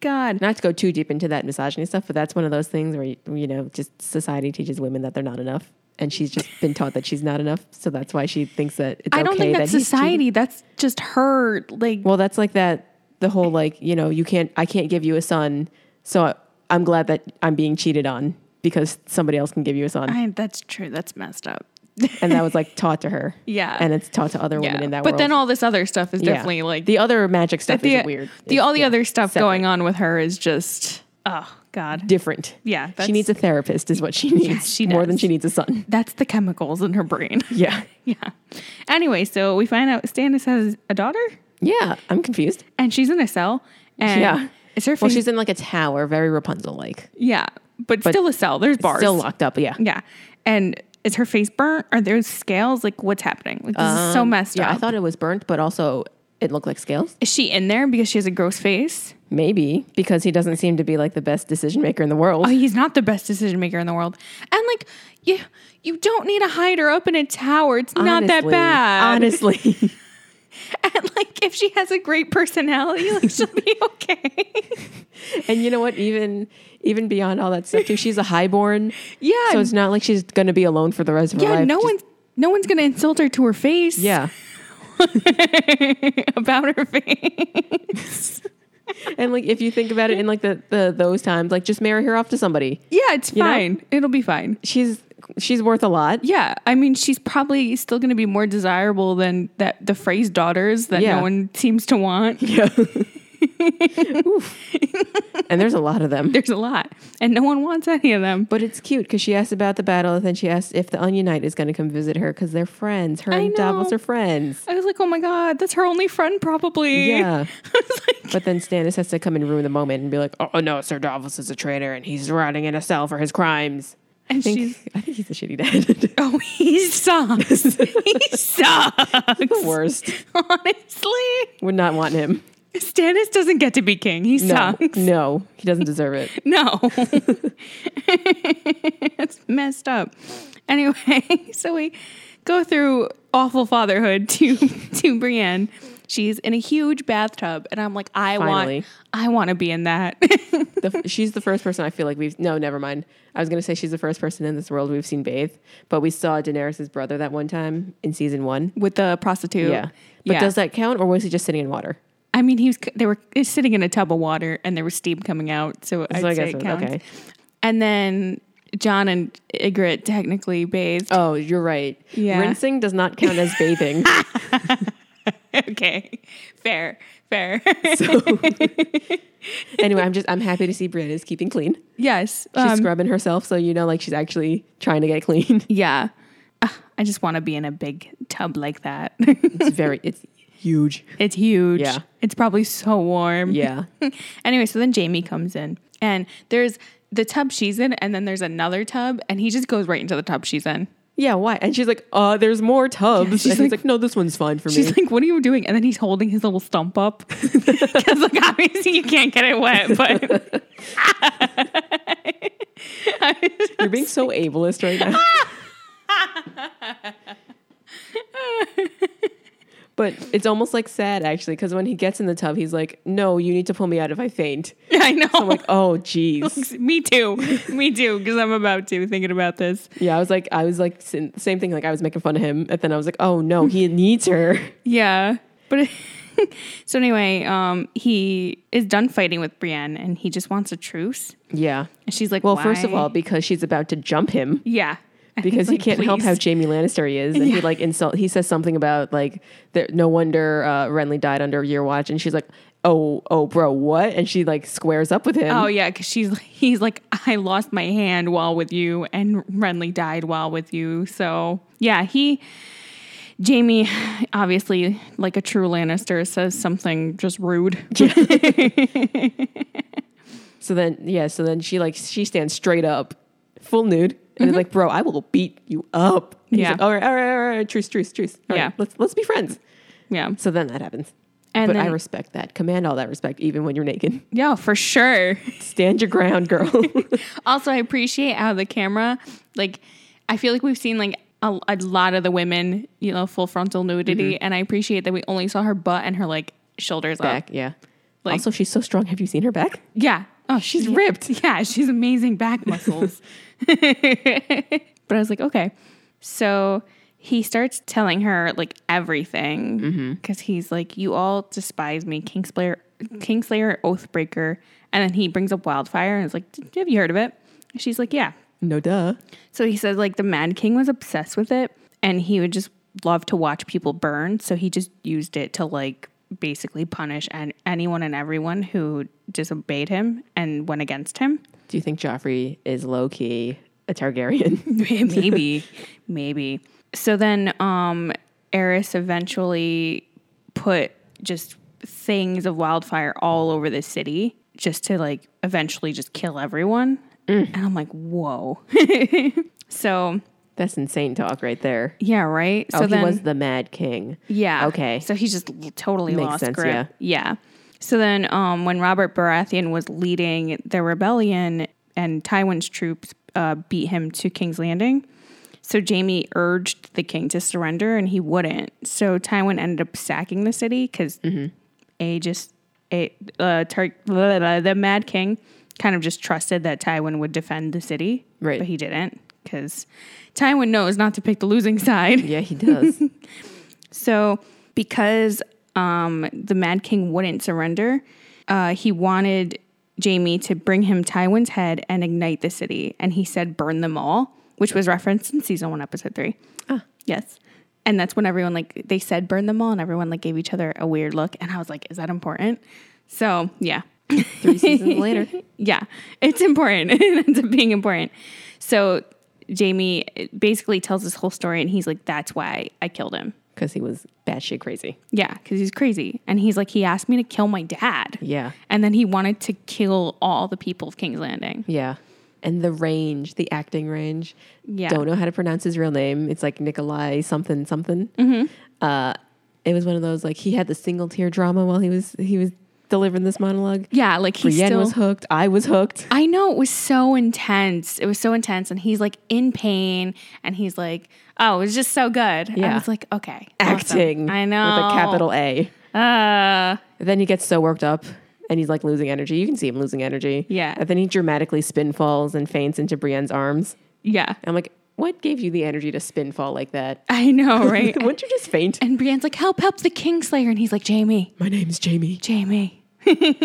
[SPEAKER 1] god
[SPEAKER 2] Not to go too deep into that misogyny stuff, but that's one of those things where you, you know, just society teaches women that they're not enough, and she's just been taught that she's not enough, so that's why she thinks that it's
[SPEAKER 1] I don't
[SPEAKER 2] okay
[SPEAKER 1] think that's
[SPEAKER 2] that he's cheating.
[SPEAKER 1] society. That's just her. Like,
[SPEAKER 2] Well, that's like that the whole like you know you can't I can't give you a son, so I, I'm glad that I'm being cheated on because somebody else can give you a son,
[SPEAKER 1] I, that's true. That's messed up.
[SPEAKER 2] and that was like taught to her.
[SPEAKER 1] <laughs> Yeah.
[SPEAKER 2] and it's taught to other women in that
[SPEAKER 1] but
[SPEAKER 2] world.
[SPEAKER 1] then all this other stuff is
[SPEAKER 2] Yeah.
[SPEAKER 1] definitely like
[SPEAKER 2] the other magic stuff
[SPEAKER 1] the
[SPEAKER 2] is weird.
[SPEAKER 1] the
[SPEAKER 2] It's-
[SPEAKER 1] all the other stuff
[SPEAKER 2] separate.
[SPEAKER 1] going on with her is just Oh God.
[SPEAKER 2] Different.
[SPEAKER 1] Yeah,
[SPEAKER 2] she
[SPEAKER 1] that's-
[SPEAKER 2] needs a therapist, is
[SPEAKER 1] <laughs>
[SPEAKER 2] what she needs.
[SPEAKER 1] she
[SPEAKER 2] more than
[SPEAKER 1] does.
[SPEAKER 2] she needs a son. <laughs>
[SPEAKER 1] That's the chemicals in her brain.
[SPEAKER 2] Yeah.
[SPEAKER 1] <laughs> yeah. Anyway, so we find out Stannis has a daughter,
[SPEAKER 2] Yeah. I'm confused.
[SPEAKER 1] and she's in a cell. And
[SPEAKER 2] Yeah.
[SPEAKER 1] It's her face.
[SPEAKER 2] Well, she's in like a tower, very Rapunzel like.
[SPEAKER 1] yeah, but, still a cell. There's bars.
[SPEAKER 2] Still locked up. Yeah.
[SPEAKER 1] Yeah. And is her face burnt? Are there scales? Like, what's happening? Like, this is so messed
[SPEAKER 2] Um, Yeah.
[SPEAKER 1] up.
[SPEAKER 2] I thought it was burnt, but also it looked like scales.
[SPEAKER 1] is she in there because she has a gross face?
[SPEAKER 2] Maybe because he doesn't seem to be like the best decision maker in the world.
[SPEAKER 1] Oh, he's not the best decision maker in the world. And like, you, you don't need to hide her up in a tower. It's not that
[SPEAKER 2] Honestly.
[SPEAKER 1] bad.
[SPEAKER 2] <laughs> Honestly.
[SPEAKER 1] <laughs> And like, if she has a great personality, <laughs> like, she'll be okay.
[SPEAKER 2] and you know what? Even even beyond all that stuff too, she's a highborn.
[SPEAKER 1] yeah.
[SPEAKER 2] So it's not like she's gonna be alone for the rest of her
[SPEAKER 1] yeah.
[SPEAKER 2] life.
[SPEAKER 1] no
[SPEAKER 2] Just-
[SPEAKER 1] one's no one's gonna insult her to her face.
[SPEAKER 2] Yeah.
[SPEAKER 1] <laughs> about her face.
[SPEAKER 2] And like if you think about it in like the, the those times, like just marry her off to somebody.
[SPEAKER 1] Yeah, it's
[SPEAKER 2] know?
[SPEAKER 1] fine. It'll be fine.
[SPEAKER 2] She's she's worth a lot.
[SPEAKER 1] Yeah, I mean, she's probably still going to be more desirable than that the phrase "daughters" that
[SPEAKER 2] Yeah.
[SPEAKER 1] no one seems to want. <laughs>
[SPEAKER 2] And there's a lot of them.
[SPEAKER 1] There's a lot, and no one wants any of them.
[SPEAKER 2] But it's cute because she asks about the battle, and then she asks if the Onion Knight is going to come visit her because they're friends. Her
[SPEAKER 1] I
[SPEAKER 2] and Davos
[SPEAKER 1] know.
[SPEAKER 2] are friends.
[SPEAKER 1] I was like, "Oh my god, that's her only friend, probably."
[SPEAKER 2] Yeah.
[SPEAKER 1] <laughs> I was like,
[SPEAKER 2] But then Stannis has to come and ruin the moment and be like, "Oh no, Sir Davos is a traitor, and he's rotting in a cell for his crimes." I
[SPEAKER 1] and
[SPEAKER 2] think
[SPEAKER 1] she's,
[SPEAKER 2] <laughs> I think he's a shitty <laughs> dad.
[SPEAKER 1] oh, he sucks.
[SPEAKER 2] <laughs>
[SPEAKER 1] he sucks.
[SPEAKER 2] Worst.
[SPEAKER 1] Honestly,
[SPEAKER 2] Would not want him.
[SPEAKER 1] Stannis doesn't get to be king. He
[SPEAKER 2] No,
[SPEAKER 1] sucks.
[SPEAKER 2] no, he doesn't deserve it.
[SPEAKER 1] No. <laughs> it's messed up. Anyway, <laughs> so we go through awful fatherhood to <laughs> to Brienne. She's in a huge bathtub and I'm like I
[SPEAKER 2] Finally.
[SPEAKER 1] want I want to be in that. <laughs>
[SPEAKER 2] the, she's the first person I feel like we've no, never mind. I was gonna say she's the first person in this world we've seen bathe, but we saw Daenerys's brother that one time in season one.
[SPEAKER 1] with the prostitute.
[SPEAKER 2] Yeah, but
[SPEAKER 1] yeah.
[SPEAKER 2] does that count, or was he just sitting in water?
[SPEAKER 1] I mean, he was c- they were he was sitting in a tub of water and there was steam coming out, so I'd
[SPEAKER 2] I
[SPEAKER 1] say
[SPEAKER 2] guess
[SPEAKER 1] it
[SPEAKER 2] it-
[SPEAKER 1] counts.
[SPEAKER 2] okay.
[SPEAKER 1] And then John and Ygritte technically bathed.
[SPEAKER 2] Oh, you're right.
[SPEAKER 1] Yeah.
[SPEAKER 2] rinsing does not count as <laughs> bathing.
[SPEAKER 1] <laughs> Okay. Fair. Fair.
[SPEAKER 2] anyway, I'm just I'm happy to see Brienne is keeping clean. She's
[SPEAKER 1] <laughs> yes. um,
[SPEAKER 2] scrubbing herself, so you know, like she's actually trying to get clean.
[SPEAKER 1] Yeah. Ugh, I just want to be in a big tub like
[SPEAKER 2] <laughs>
[SPEAKER 1] that.
[SPEAKER 2] It's very, it's huge.
[SPEAKER 1] it's huge.
[SPEAKER 2] Yeah.
[SPEAKER 1] It's probably so warm.
[SPEAKER 2] Yeah,
[SPEAKER 1] <laughs> anyway, so then Jamie comes in and there's the tub she's in and then there's another tub and he just goes right into the tub she's in.
[SPEAKER 2] yeah. Why? And she's like, uh, there's more tubs.
[SPEAKER 1] she's
[SPEAKER 2] and he's
[SPEAKER 1] like-
[SPEAKER 2] like, no, this one's fine for me.
[SPEAKER 1] She's like, "What are you doing?" And then he's holding his little stump up <laughs> because, like, obviously you can't get it wet. But <laughs>
[SPEAKER 2] You're being so <laughs> ableist right now. but it's almost like sad actually, because when he gets in the tub, he's like, "No, you need to pull me out if I faint."
[SPEAKER 1] I know,
[SPEAKER 2] I'm <laughs> like, "Oh, jeez."
[SPEAKER 1] <laughs> me too, me too, because I'm about to thinking about this.
[SPEAKER 2] Yeah, I was like, I was like, sin- same thing. Like I was making fun of him, and then I was like, "Oh no, he needs her."
[SPEAKER 1] Yeah. But <laughs> so anyway, um, he is done fighting with Brienne and he just wants a truce.
[SPEAKER 2] Yeah.
[SPEAKER 1] And she's like,
[SPEAKER 2] Well, first of
[SPEAKER 1] "Why?"
[SPEAKER 2] all, because she's about to
[SPEAKER 1] <laughs>
[SPEAKER 2] jump him.
[SPEAKER 1] yeah. And
[SPEAKER 2] Because
[SPEAKER 1] he's
[SPEAKER 2] he
[SPEAKER 1] like,
[SPEAKER 2] can't help how
[SPEAKER 1] "Please."
[SPEAKER 2] Jamie Lannister he is, and he
[SPEAKER 1] Yeah.
[SPEAKER 2] like insult. He says something about like that. No wonder uh, Renly died under your watch, and she's like, "Oh, oh, bro, what?" And she like squares up with him.
[SPEAKER 1] Oh yeah, because she's like- he's like, I lost my hand while with you, and Renly died while with you. So yeah, he Jamie obviously like a true Lannister says something just
[SPEAKER 2] <laughs>
[SPEAKER 1] rude.
[SPEAKER 2] So then, yeah, so then she like she stands straight up, full nude, and is like, "Bro, I will beat you up." And he's
[SPEAKER 1] Mm-hmm. Yeah.
[SPEAKER 2] like, all right, all right, all right, all right, truce, truce, truce. All
[SPEAKER 1] Yeah.
[SPEAKER 2] right, let's let's be friends.
[SPEAKER 1] Yeah.
[SPEAKER 2] So then that happens.
[SPEAKER 1] And
[SPEAKER 2] but
[SPEAKER 1] then-
[SPEAKER 2] I respect that. Command all that respect, even when you're naked. <laughs>
[SPEAKER 1] Yeah, for sure.
[SPEAKER 2] Stand your ground, girl. <laughs>
[SPEAKER 1] Also, I appreciate how the camera, like, I feel like we've seen like a, a lot of the women, you know, full frontal nudity,
[SPEAKER 2] Mm-hmm.
[SPEAKER 1] and I appreciate that we only saw her butt and her like shoulders
[SPEAKER 2] back,
[SPEAKER 1] up.
[SPEAKER 2] yeah.
[SPEAKER 1] Like-
[SPEAKER 2] also, she's so strong. Have you seen her back?
[SPEAKER 1] Yeah. Oh, she's ripped. <laughs> Yeah, she's amazing back muscles. but I was like, okay. So he starts telling her like everything because he's like, you all despise me, Kingslayer, Kingslayer, Oathbreaker, and then he brings up Wildfire and is like, "Did- have you heard of it? And she's like, yeah.
[SPEAKER 2] No, duh.
[SPEAKER 1] So he says like the Mad King was obsessed with it and he would just love to watch people burn. So he just used it to like basically punish an- anyone and everyone who disobeyed him and went against him. <laughs>
[SPEAKER 2] Do you think Joffrey is low key a Targaryen? <laughs>
[SPEAKER 1] maybe, maybe. So then, um, Eris eventually put just things of wildfire all over the city, just to like eventually just kill everyone.
[SPEAKER 2] Mm.
[SPEAKER 1] And I'm like, whoa. <laughs> so
[SPEAKER 2] That's insane talk right there.
[SPEAKER 1] yeah, right. So
[SPEAKER 2] oh,
[SPEAKER 1] then
[SPEAKER 2] he was the Mad King.
[SPEAKER 1] Yeah.
[SPEAKER 2] Okay.
[SPEAKER 1] So he's just l- totally
[SPEAKER 2] Makes
[SPEAKER 1] lost
[SPEAKER 2] sense,
[SPEAKER 1] grip. Yeah. So then, um, when Robert Baratheon was leading the rebellion and Tywin's troops uh, beat him to King's Landing, so Jamie urged the king to surrender and he wouldn't. So Tywin ended up sacking the city because
[SPEAKER 2] Mm-hmm.
[SPEAKER 1] A just a uh, Tar- blah, blah, blah, the Mad King kind of just trusted that Tywin would defend the city,
[SPEAKER 2] Right.
[SPEAKER 1] But he didn't because Tywin knows not to pick the losing side.
[SPEAKER 2] Yeah, he does.
[SPEAKER 1] So, because um, the Mad King wouldn't surrender, uh, he wanted Jamie to bring him Tywin's head and ignite the city. And he said, burn them all, which was referenced in season one, episode three. Ah. Yes. And that's when everyone, like, they said, burn them all. And everyone, like, gave each other a weird look. And I was like, is that important? So, yeah. <laughs>
[SPEAKER 2] Three seasons later.
[SPEAKER 1] Yeah, it's important. <laughs> it ends up being important. So, Jamie basically tells this whole story, and he's like, that's why I killed him.
[SPEAKER 2] Because he was batshit crazy.
[SPEAKER 1] Yeah, because he's crazy. And he's like, he asked me to kill my dad.
[SPEAKER 2] Yeah.
[SPEAKER 1] And then he wanted to kill all the people of King's Landing.
[SPEAKER 2] Yeah. And the range, the acting range.
[SPEAKER 1] Yeah.
[SPEAKER 2] Don't know how to pronounce his real name. It's like Nikolai something something. Mm-hmm. Uh, it was one of those like he had the single tear drama while he was he was delivering this monologue.
[SPEAKER 1] Yeah, like he
[SPEAKER 2] Brienne
[SPEAKER 1] still.
[SPEAKER 2] was hooked. I was hooked.
[SPEAKER 1] I know it was so intense. It was so intense. And he's like in pain. And he's like, oh, it was just so good. I
[SPEAKER 2] Yeah.
[SPEAKER 1] was like, okay. awesome.
[SPEAKER 2] Acting.
[SPEAKER 1] I know.
[SPEAKER 2] With a capital A.
[SPEAKER 1] Uh,
[SPEAKER 2] Then he gets so worked up and he's like losing energy. You can see him losing energy.
[SPEAKER 1] Yeah.
[SPEAKER 2] And then he dramatically spin falls and faints into Brienne's arms.
[SPEAKER 1] yeah. <laughs>
[SPEAKER 2] I'm like, what gave you the energy to spin fall like that?
[SPEAKER 1] I know, right?
[SPEAKER 2] <laughs> Wouldn't you just faint?
[SPEAKER 1] and Brienne's like, help, help the Kingslayer. And he's like, Jamie,
[SPEAKER 2] My name's Jamie.
[SPEAKER 1] Jamie. <laughs> and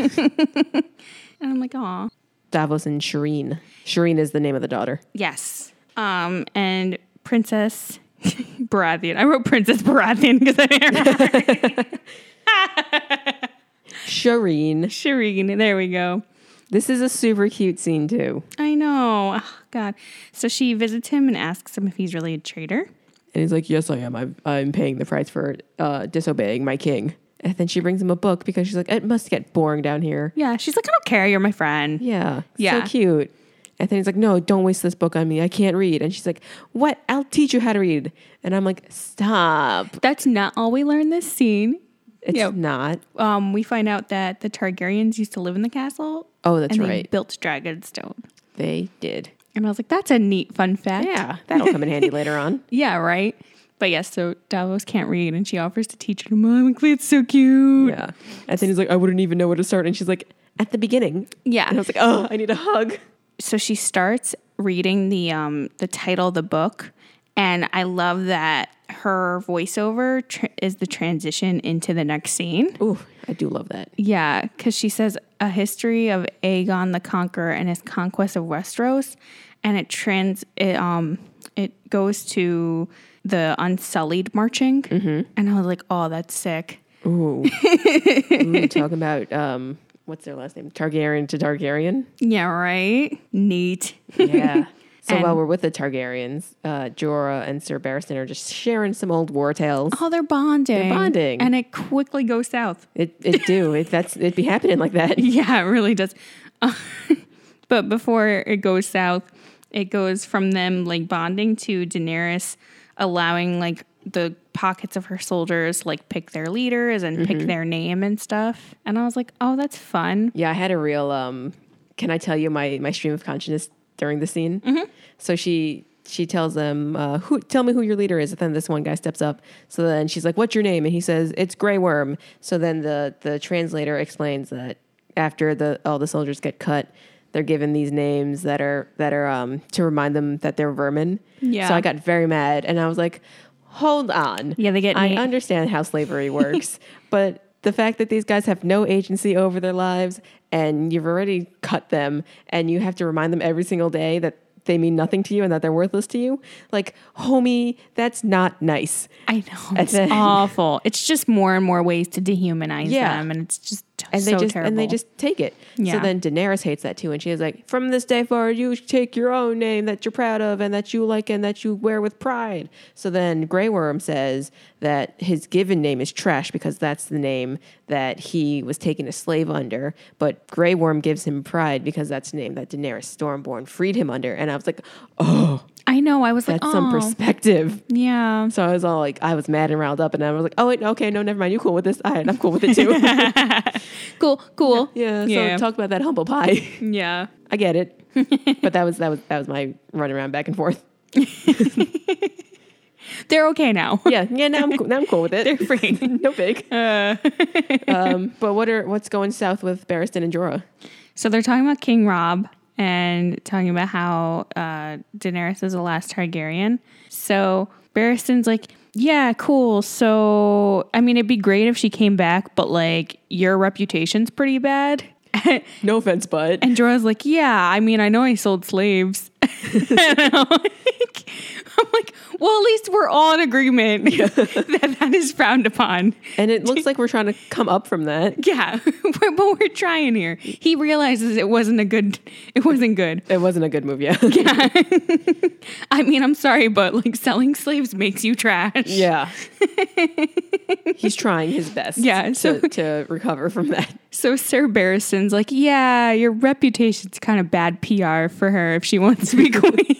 [SPEAKER 1] I'm like, aw.
[SPEAKER 2] Davos and Shireen. Shireen is the name of the daughter.
[SPEAKER 1] Yes. Um, and Princess <laughs> Baratheon. I wrote Princess Baratheon because I didn't
[SPEAKER 2] <laughs>
[SPEAKER 1] remember
[SPEAKER 2] Shireen.
[SPEAKER 1] Shireen. There we go.
[SPEAKER 2] This is a super cute scene too.
[SPEAKER 1] I know. Oh, God. So she visits him and asks him if he's really a traitor.
[SPEAKER 2] And he's like, "Yes, I am. I'm, I'm paying the price for uh, disobeying my king." And then she brings him a book because she's like, "It must get boring down here."
[SPEAKER 1] Yeah. She's like, I don't care. You're my friend.
[SPEAKER 2] Yeah,
[SPEAKER 1] Yeah.
[SPEAKER 2] so cute. And then he's like, "No, don't waste this book on me. I can't read." And she's like, "What? I'll teach you how to read." And I'm like, "Stop!
[SPEAKER 1] That's not all we learn this scene.
[SPEAKER 2] It's
[SPEAKER 1] Yeah.
[SPEAKER 2] not."
[SPEAKER 1] Um, we find out that the Targaryens used to live in the castle.
[SPEAKER 2] Oh, that's
[SPEAKER 1] and they
[SPEAKER 2] right.
[SPEAKER 1] built Dragonstone.
[SPEAKER 2] They did.
[SPEAKER 1] And I was like, that's a neat fun fact.
[SPEAKER 2] Yeah, that'll come in handy later <laughs> on.
[SPEAKER 1] Yeah, right. But yes, so Davos can't read and she offers to teach him. I'm like, it's so cute.
[SPEAKER 2] Yeah. And then he's like, I wouldn't even know where to start. And she's like, at the beginning.
[SPEAKER 1] Yeah.
[SPEAKER 2] And I was like, oh, I need a hug.
[SPEAKER 1] so she starts reading the um the title of the book and i love that her voiceover tr is the transition into the next scene
[SPEAKER 2] Ooh, I do love that.
[SPEAKER 1] yeah because she says a history of aegon the conqueror and his conquest of westeros and it trans it um it goes to the unsullied marching and i was like oh that's sick
[SPEAKER 2] Ooh. Ooh, talking about um, what's their last name? Targaryen to Targaryen.
[SPEAKER 1] yeah right neat
[SPEAKER 2] Yeah. <laughs> So
[SPEAKER 1] And-
[SPEAKER 2] while we're with the Targaryens, uh, Jorah and Sir Barristan are just sharing some old war tales.
[SPEAKER 1] oh they're bonding
[SPEAKER 2] bonding.
[SPEAKER 1] and it quickly goes south
[SPEAKER 2] It it do it that's it be happening like that.
[SPEAKER 1] Yeah, it really does. <laughs> Uh, but before it goes south, it goes from them like bonding to Daenerys allowing like the pockets of her soldiers like pick their leaders and
[SPEAKER 2] Mm-hmm.
[SPEAKER 1] pick their name and stuff. And I was like, "Oh, that's fun."
[SPEAKER 2] Yeah, I had a real. Um, can I tell you my my stream of consciousness during the scene? So she she tells them, uh, "Who? Tell me who your leader is." And then this one guy steps up. So then she's like, "What's your name?" And he says, "It's Grey Worm." So then the the translator explains that after the all the soldiers get cut, they're given these names that are that are um to remind them that they're vermin.
[SPEAKER 1] Yeah.
[SPEAKER 2] So I got very mad, and I was like, "Hold on."
[SPEAKER 1] Yeah, they get
[SPEAKER 2] I
[SPEAKER 1] na-
[SPEAKER 2] understand how
[SPEAKER 1] <laughs>
[SPEAKER 2] slavery works, but the fact that these guys have no agency over their lives and you've already cut them and you have to remind them every single day that they mean nothing to you and that they're worthless to you. Like, homie, that's not nice.
[SPEAKER 1] I know.
[SPEAKER 2] And
[SPEAKER 1] It's
[SPEAKER 2] <laughs> then-
[SPEAKER 1] awful. It's just more and more ways to dehumanize
[SPEAKER 2] Yeah.
[SPEAKER 1] them, and it's just t-
[SPEAKER 2] And
[SPEAKER 1] so
[SPEAKER 2] they just
[SPEAKER 1] terrible.
[SPEAKER 2] and they just take it.
[SPEAKER 1] Yeah.
[SPEAKER 2] So then Daenerys hates that too, and she is like, "From this day forward, you take your own name that you're proud of and that you like and that you wear with pride." So then Grey Worm says that his given name is trash because that's the name that he was taken a slave under, but Grey Worm gives him pride because that's the name that Daenerys Stormborn freed him under. And I was like, "Oh,
[SPEAKER 1] I know. I was like,
[SPEAKER 2] that's some
[SPEAKER 1] "Oh,
[SPEAKER 2] perspective." <laughs>
[SPEAKER 1] yeah.
[SPEAKER 2] So I was all like, I was mad and riled up, and I was like, oh wait, okay, no, never mind. You cool with this? All right, I'm cool with it too.
[SPEAKER 1] <laughs> Cool. Cool.
[SPEAKER 2] yeah. So
[SPEAKER 1] Yeah.
[SPEAKER 2] talk about that humble pie. <laughs>
[SPEAKER 1] yeah.
[SPEAKER 2] I get <laughs> it, but that was that was that was my run around back and forth.
[SPEAKER 1] They're okay now. <laughs>
[SPEAKER 2] Yeah, yeah. Now I'm cool, now I'm cool with it.
[SPEAKER 1] They're free.
[SPEAKER 2] <laughs> no big.
[SPEAKER 1] Uh,
[SPEAKER 2] Um, but what are what's going south with Barristan and Jorah?
[SPEAKER 1] so they're talking about King Rob and talking about how uh, Daenerys is the last Targaryen. So Barristan's like, yeah, cool. So I mean, it'd be great if she came back, but like your reputation's pretty bad.
[SPEAKER 2] No offense, but
[SPEAKER 1] And Jorah's like, yeah, I mean, I know I sold slaves. <laughs> And I'm, like, I'm like, well, at least we're all in agreement <laughs> that that is frowned upon.
[SPEAKER 2] and it looks like we're trying to come up from that.
[SPEAKER 1] Yeah, <laughs> but but we're trying here. He realizes it wasn't a good, it wasn't good.
[SPEAKER 2] It wasn't a good <laughs> move, yeah.
[SPEAKER 1] <laughs> I mean, I'm sorry, but like selling slaves makes you trash.
[SPEAKER 2] yeah. He's trying his best.
[SPEAKER 1] Yeah, so-
[SPEAKER 2] to, to recover from that.
[SPEAKER 1] So Sir Barristan's like, yeah, your reputation's kind of bad PR for her if she wants
[SPEAKER 2] <laughs>
[SPEAKER 1] to be queen.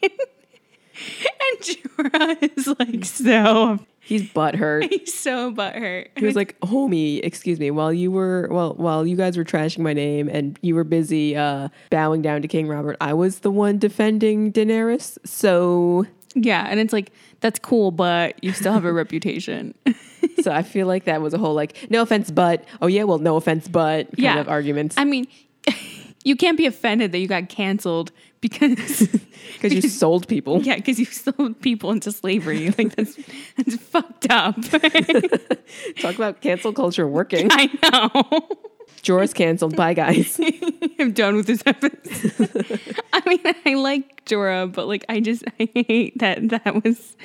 [SPEAKER 1] <laughs> and Jorah is like, so
[SPEAKER 2] <laughs> He's butthurt.
[SPEAKER 1] he's so butthurt.
[SPEAKER 2] He was like, "Homie, excuse me. While you were, well, while you guys were trashing my name and you were busy uh, bowing down to King Robert, I was the one defending Daenerys. So,
[SPEAKER 1] Yeah, and it's like that's cool, but you still have a reputation. <laughs>
[SPEAKER 2] so I feel like that was a whole like, no offense, but oh yeah, well, no offense, but kind
[SPEAKER 1] Yeah.
[SPEAKER 2] of arguments
[SPEAKER 1] I mean, <laughs> you can't be offended that you got canceled
[SPEAKER 2] <laughs>
[SPEAKER 1] because
[SPEAKER 2] because you sold
[SPEAKER 1] <laughs>
[SPEAKER 2] people.
[SPEAKER 1] yeah, because you sold people into slavery. Like that's that's fucked up.
[SPEAKER 2] <laughs> Talk about cancel culture working.
[SPEAKER 1] <laughs> I know. <laughs>
[SPEAKER 2] Jorah's canceled. Bye, guys.
[SPEAKER 1] I'm done with this episode. <laughs> I mean, I like Jorah, but like I just I hate that that was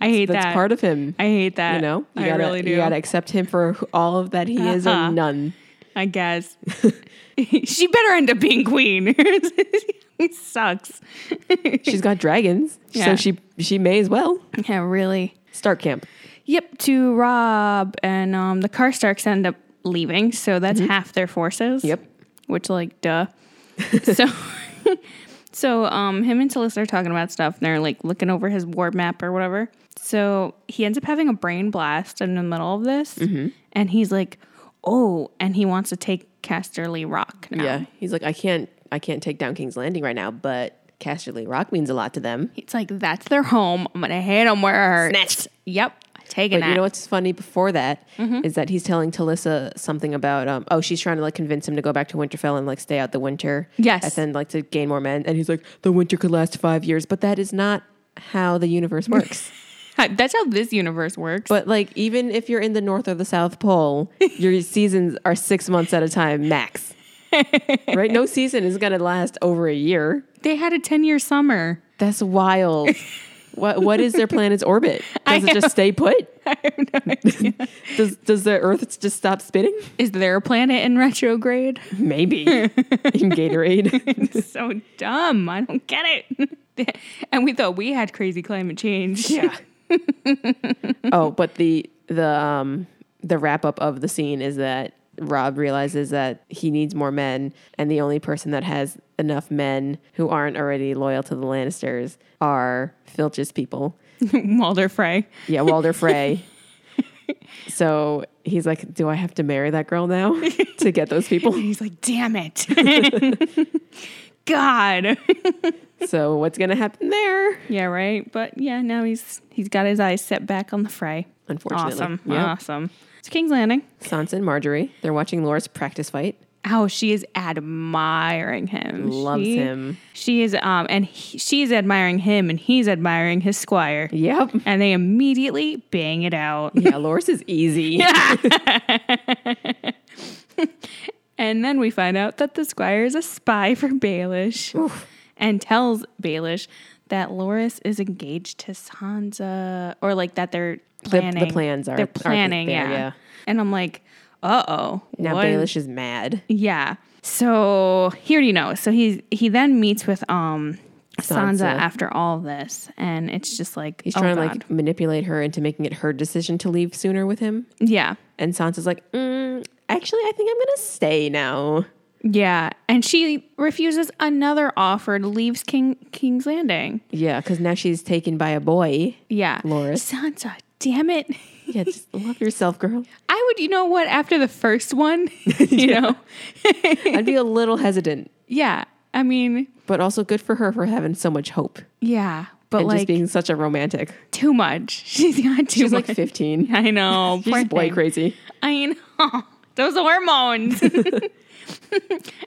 [SPEAKER 1] I hate
[SPEAKER 2] That's
[SPEAKER 1] that
[SPEAKER 2] part of him.
[SPEAKER 1] I hate that.
[SPEAKER 2] You know, you
[SPEAKER 1] I
[SPEAKER 2] gotta,
[SPEAKER 1] really do.
[SPEAKER 2] you gotta accept him for who- all of that he is
[SPEAKER 1] Uh-huh. <laughs>
[SPEAKER 2] or none.
[SPEAKER 1] I
[SPEAKER 2] <laughs>
[SPEAKER 1] guess. <laughs> she better end up being queen. <laughs> it sucks. <laughs>
[SPEAKER 2] She's got dragons,
[SPEAKER 1] Yeah.
[SPEAKER 2] so she she may as well
[SPEAKER 1] Yeah, really.
[SPEAKER 2] start camp.
[SPEAKER 1] Yep, to Rob and um, the Karstarks end up leaving, so that's half their forces.
[SPEAKER 2] Mm-hmm. Yep.
[SPEAKER 1] Which, like,
[SPEAKER 2] <laughs>
[SPEAKER 1] duh. so, <laughs> so um, him and Talissa are talking about stuff, and they're like looking over his war map or whatever. So he ends up having a brain blast in the middle of this,
[SPEAKER 2] Mm-hmm.
[SPEAKER 1] and he's like, "Oh!" and he wants to take Casterly Rock now.
[SPEAKER 2] Yeah, he's like, I can't, I can't take down King's Landing right now, but Casterly Rock means a lot to them.
[SPEAKER 1] It's like that's their home. I'm gonna hit them where it hurts.
[SPEAKER 2] Snatched.
[SPEAKER 1] Yep, taking
[SPEAKER 2] But
[SPEAKER 1] that.
[SPEAKER 2] you know what's funny? Before that is
[SPEAKER 1] Mm-hmm.
[SPEAKER 2] that he's telling Talissa something about, um, oh, she's trying to like convince him to go back to Winterfell and like stay out the winter.
[SPEAKER 1] Yes.
[SPEAKER 2] and then like to gain more men. And he's like, the winter could last five years, but that is not how the
[SPEAKER 1] <laughs>
[SPEAKER 2] universe works.
[SPEAKER 1] <laughs> that's how this universe works.
[SPEAKER 2] but like, even if you're in the North or the
[SPEAKER 1] <laughs>
[SPEAKER 2] South Pole, your seasons are six months at a time max. right? No season is gonna last over a year.
[SPEAKER 1] they had a 10 year summer.
[SPEAKER 2] That's wild. what what is their planet's orbit? Does
[SPEAKER 1] I
[SPEAKER 2] it just stay put? <laughs> does does the Earth just stop spinning?
[SPEAKER 1] Is there a planet in retrograde? <laughs>
[SPEAKER 2] Maybe in Gatorade.
[SPEAKER 1] it's so dumb. I don't get it. <laughs> and we thought we had crazy climate change.
[SPEAKER 2] yeah. <laughs> oh, but the the um the wrap up of the scene is that Rob realizes that he needs more men, and the only person that has enough men who aren't already loyal to the Lannisters are Filch's people.
[SPEAKER 1] <laughs> Mulder Frey.
[SPEAKER 2] Yeah, Walder Frey. so he's like, Do I have to marry that girl now <laughs> to get those people?
[SPEAKER 1] And he's like, damn
[SPEAKER 2] <laughs>
[SPEAKER 1] it. God.
[SPEAKER 2] So what's gonna happen there?
[SPEAKER 1] yeah, right. But yeah, now he's he's got his eyes set back on the Frey.
[SPEAKER 2] Unfortunately.
[SPEAKER 1] Awesome.
[SPEAKER 2] Yeah.
[SPEAKER 1] Awesome. So King's Landing.
[SPEAKER 2] Sansa and Marjorie. They're watching Loras practice fight.
[SPEAKER 1] Oh, she is admiring him.
[SPEAKER 2] Loves
[SPEAKER 1] She-
[SPEAKER 2] him.
[SPEAKER 1] She is um and he, she's admiring him and he's admiring his squire.
[SPEAKER 2] Yep.
[SPEAKER 1] And they immediately bang it out.
[SPEAKER 2] Yeah, Loras is
[SPEAKER 1] <laughs>
[SPEAKER 2] easy.
[SPEAKER 1] And then we find out that the squire is a spy for Baelish. and tells Baelish that Loris is engaged to Sansa, or like that they're
[SPEAKER 2] the
[SPEAKER 1] planning.
[SPEAKER 2] plans aren't-
[SPEAKER 1] they're
[SPEAKER 2] aren't
[SPEAKER 1] planning,
[SPEAKER 2] there,
[SPEAKER 1] yeah.
[SPEAKER 2] yeah.
[SPEAKER 1] And I'm like, uh oh,
[SPEAKER 2] Now Baelish is mad.
[SPEAKER 1] yeah. So he already knows. So he's he then meets with um Sansa,
[SPEAKER 2] Sansa.
[SPEAKER 1] after all this, and it's just like
[SPEAKER 2] He's
[SPEAKER 1] oh,
[SPEAKER 2] trying to
[SPEAKER 1] God.
[SPEAKER 2] like manipulate her into making it her decision to leave sooner with him.
[SPEAKER 1] yeah,
[SPEAKER 2] And Sansa's like, mm, actually, I think I'm gonna stay now.
[SPEAKER 1] yeah, and she refuses another offer, leaves King King's Landing.
[SPEAKER 2] Yeah, because now she's taken by a boy.
[SPEAKER 1] Yeah,
[SPEAKER 2] Loras.
[SPEAKER 1] Sansa, damn it.
[SPEAKER 2] Yeah, just love yourself, girl.
[SPEAKER 1] I would, you know what? After the first one, <laughs>
[SPEAKER 2] <laughs>
[SPEAKER 1] you know, <laughs>
[SPEAKER 2] I'd be a little hesitant,
[SPEAKER 1] yeah. I mean,
[SPEAKER 2] but also good for her for having so much hope
[SPEAKER 1] yeah, but
[SPEAKER 2] and
[SPEAKER 1] like
[SPEAKER 2] just being such a <laughs> romantic.
[SPEAKER 1] too much. <laughs> She's got too
[SPEAKER 2] She's <laughs>
[SPEAKER 1] much.
[SPEAKER 2] like
[SPEAKER 1] <laughs>
[SPEAKER 2] 15.
[SPEAKER 1] I know.
[SPEAKER 2] <laughs> She's
[SPEAKER 1] poor
[SPEAKER 2] boy
[SPEAKER 1] thing.
[SPEAKER 2] crazy.
[SPEAKER 1] I know. <laughs> Those
[SPEAKER 2] <laughs>
[SPEAKER 1] hormones. <laughs>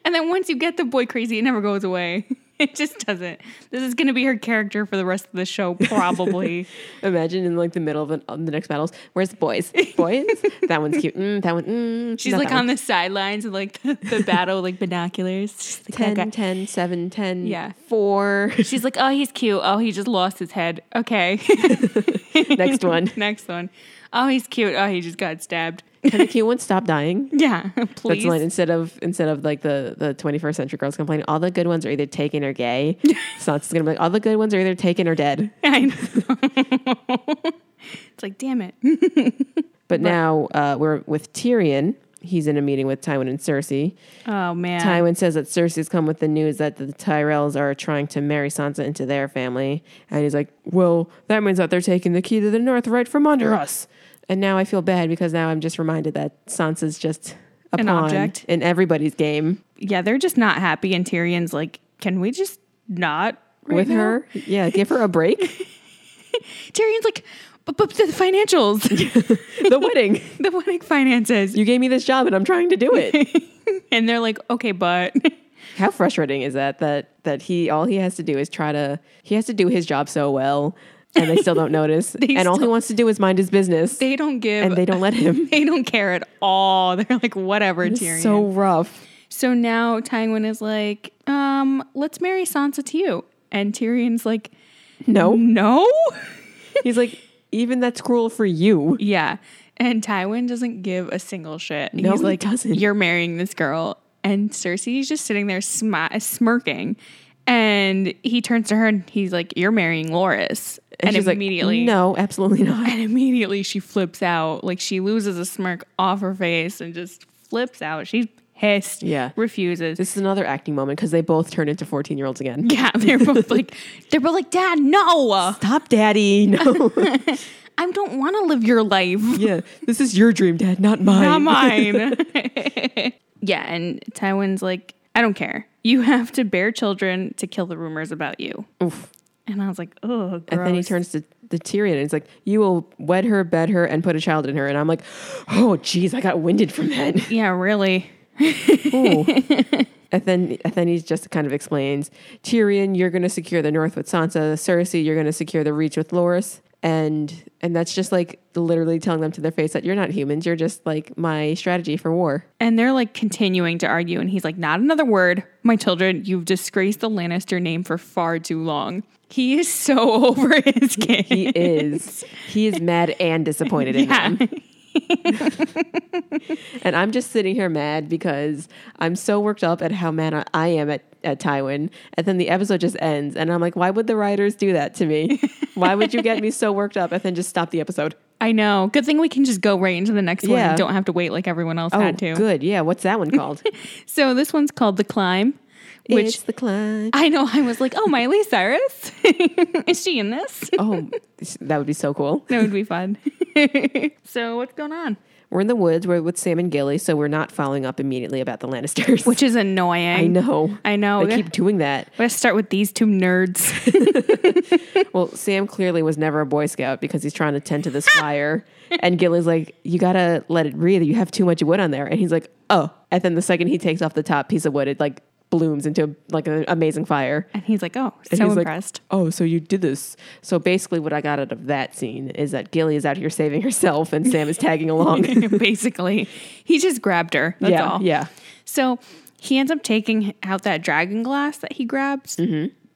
[SPEAKER 1] and then once you get the boy crazy, it never goes away. <laughs> It just doesn't. This is going to be her character for the rest of the show,
[SPEAKER 2] <laughs>
[SPEAKER 1] probably.
[SPEAKER 2] Imagine in like the middle of an, of the next battles. Where's the boys? <laughs> Boys? that one's cute. Mm, that one. Mm,
[SPEAKER 1] She's
[SPEAKER 2] not
[SPEAKER 1] like
[SPEAKER 2] that
[SPEAKER 1] on the sidelines of like <laughs> the, the battle, with, like binoculars. She's like,
[SPEAKER 2] one.
[SPEAKER 1] that
[SPEAKER 2] 10,
[SPEAKER 1] guy.
[SPEAKER 2] 10, 7, 10,
[SPEAKER 1] Yeah.
[SPEAKER 2] 4.
[SPEAKER 1] She's like, oh, he's cute. Oh, he just lost his head. Okay.
[SPEAKER 2] <laughs> next one.
[SPEAKER 1] <laughs> Next one. Oh, he's cute. Oh, he just got stabbed.
[SPEAKER 2] <laughs>
[SPEAKER 1] <laughs>
[SPEAKER 2] Can the cute ones stop dying?
[SPEAKER 1] Yeah, <laughs>
[SPEAKER 2] That's
[SPEAKER 1] please.
[SPEAKER 2] the line. Instead of instead of like the, the 21st century girls complaining, all the good ones are either taken or
[SPEAKER 1] <laughs>
[SPEAKER 2] gay. Sansa's gonna be like, all the good ones are either taken or dead.
[SPEAKER 1] I know. <laughs> it's like, damn it.
[SPEAKER 2] But now uh, we're with Tyrion. He's in a meeting with Tywin and Cersei.
[SPEAKER 1] Oh, man.
[SPEAKER 2] Tywin says that Cersei's come with the news that the Tyrells are trying to marry Sansa into their family. And he's like, Well, that means that they're taking the key to the north right from under us. And now I feel bad because now I'm just reminded that Sansa's just a
[SPEAKER 1] An
[SPEAKER 2] pawn
[SPEAKER 1] object.
[SPEAKER 2] in everybody's game
[SPEAKER 1] yeah, they're just not happy. And Tyrion's like, can we just not right
[SPEAKER 2] with
[SPEAKER 1] now?"
[SPEAKER 2] her. Yeah, give her
[SPEAKER 1] <laughs>
[SPEAKER 2] a break.
[SPEAKER 1] Tyrion's like, but, but the financials,
[SPEAKER 2] <laughs>
[SPEAKER 1] <laughs>
[SPEAKER 2] the wedding.
[SPEAKER 1] the wedding finances. <laughs>
[SPEAKER 2] You gave me this job and I'm trying to do it.
[SPEAKER 1] And they're like, okay, but <laughs>
[SPEAKER 2] How frustrating is that that that he all he has to do is try to he has to do his job so well and they still don't <laughs> notice. and all he
[SPEAKER 1] still-
[SPEAKER 2] wants to do is mind his business.
[SPEAKER 1] they don't give.
[SPEAKER 2] and they don't let him.
[SPEAKER 1] <laughs> they don't care at all. They're like, whatever, Tyrion.
[SPEAKER 2] So
[SPEAKER 1] So,
[SPEAKER 2] rough.
[SPEAKER 1] so now Tywin is like, um, let's marry Sansa to you. And Tyrion's like,
[SPEAKER 2] No.
[SPEAKER 1] no.
[SPEAKER 2] He's like, even that's cruel for you.
[SPEAKER 1] yeah. And Tywin doesn't give a single shit.
[SPEAKER 2] No,
[SPEAKER 1] He's
[SPEAKER 2] he
[SPEAKER 1] like,
[SPEAKER 2] doesn't.
[SPEAKER 1] you're marrying this girl. And Cersei's just sitting there smi- smirking. And he turns to her and he's like, you're marrying Loris. And,
[SPEAKER 2] she's like,
[SPEAKER 1] immediately.
[SPEAKER 2] No, absolutely not.
[SPEAKER 1] <laughs> And immediately she flips out. Like she loses a smirk off her face and just flips out. She's pissed.
[SPEAKER 2] Yeah.
[SPEAKER 1] Refuses.
[SPEAKER 2] This is another acting moment because they both turn into 14 year olds
[SPEAKER 1] <laughs>
[SPEAKER 2] again.
[SPEAKER 1] yeah, they're both like, they're both like, Dad, no,
[SPEAKER 2] Stop, daddy. <laughs>
[SPEAKER 1] <laughs>
[SPEAKER 2] No.
[SPEAKER 1] I don't want to live your life.
[SPEAKER 2] yeah. This is your dream, dad, <laughs> not mine.
[SPEAKER 1] Not mine. <laughs> yeah, and Tywin's like, I don't care. You have to bear children to kill the rumors about you.
[SPEAKER 2] Oof.
[SPEAKER 1] And I was like, oh, gross.
[SPEAKER 2] <laughs> And then he turns to, to Tyrion and he's like, You will wed her, bed her, and put a child in her. And I'm like, Oh, geez, I got winded from that.
[SPEAKER 1] yeah, really.
[SPEAKER 2] Ooh. And then, and then he just kind of explains Tyrion, you're going to secure the north with Sansa. Cersei, you're going to secure the reach with Loris. And and that's just like literally telling them to their face that you're not humans. You're just like my strategy for war.
[SPEAKER 1] And they're like continuing to argue. And he's like, not another word. My children, you've disgraced the Lannister name for far too long. He is so <laughs> over his kid. <laughs>
[SPEAKER 2] He is he is mad and disappointed in
[SPEAKER 1] yeah.
[SPEAKER 2] them. And I'm just sitting here mad because I'm so worked up at how mad I am at, at Tywin. And then the episode just ends. And I'm like, why would the writers do that to me?
[SPEAKER 1] <laughs>
[SPEAKER 2] Why would you get me so worked up and then just stop the episode?
[SPEAKER 1] <laughs> I know. Good thing we can just go right into the next one
[SPEAKER 2] Yeah. Oh,
[SPEAKER 1] and don't have to wait like everyone else had to.
[SPEAKER 2] good. Yeah. What's that one called?
[SPEAKER 1] So this one's called The Climb, which
[SPEAKER 2] it's the climb.
[SPEAKER 1] I know. I was like, oh, Miley Cyrus? <laughs> Is she in this?
[SPEAKER 2] Oh, this- that would be so cool.
[SPEAKER 1] That would be fun. <laughs> so, what's going on?
[SPEAKER 2] We're in the woods. We're with Sam and Gilly, so we're not following up immediately about the Lannisters.
[SPEAKER 1] Which is annoying.
[SPEAKER 2] <laughs> I know.
[SPEAKER 1] I know.
[SPEAKER 2] They
[SPEAKER 1] Keep-
[SPEAKER 2] keep doing that.
[SPEAKER 1] Let's start with these two nerds.
[SPEAKER 2] <laughs> Well, Sam clearly was never a Boy Scout because he's trying to tend to
[SPEAKER 1] Ah!
[SPEAKER 2] this fire. and Gilly's like, You gotta let it breathe. You have too much wood on there. And he's like, Oh. And then the second he takes off the top piece of wood, it like blooms into like an amazing fire.
[SPEAKER 1] and he's like, oh,
[SPEAKER 2] And
[SPEAKER 1] so
[SPEAKER 2] he's like,
[SPEAKER 1] impressed.
[SPEAKER 2] oh, so you did this. So basically, what I got out of that scene is that Gilly is out here saving herself, and Sam is tagging along.
[SPEAKER 1] <laughs> Basically, he just grabbed her. That's
[SPEAKER 2] yeah,
[SPEAKER 1] all.
[SPEAKER 2] yeah. Mm-hmm.
[SPEAKER 1] So he ends up taking out that dragon glass that he grabs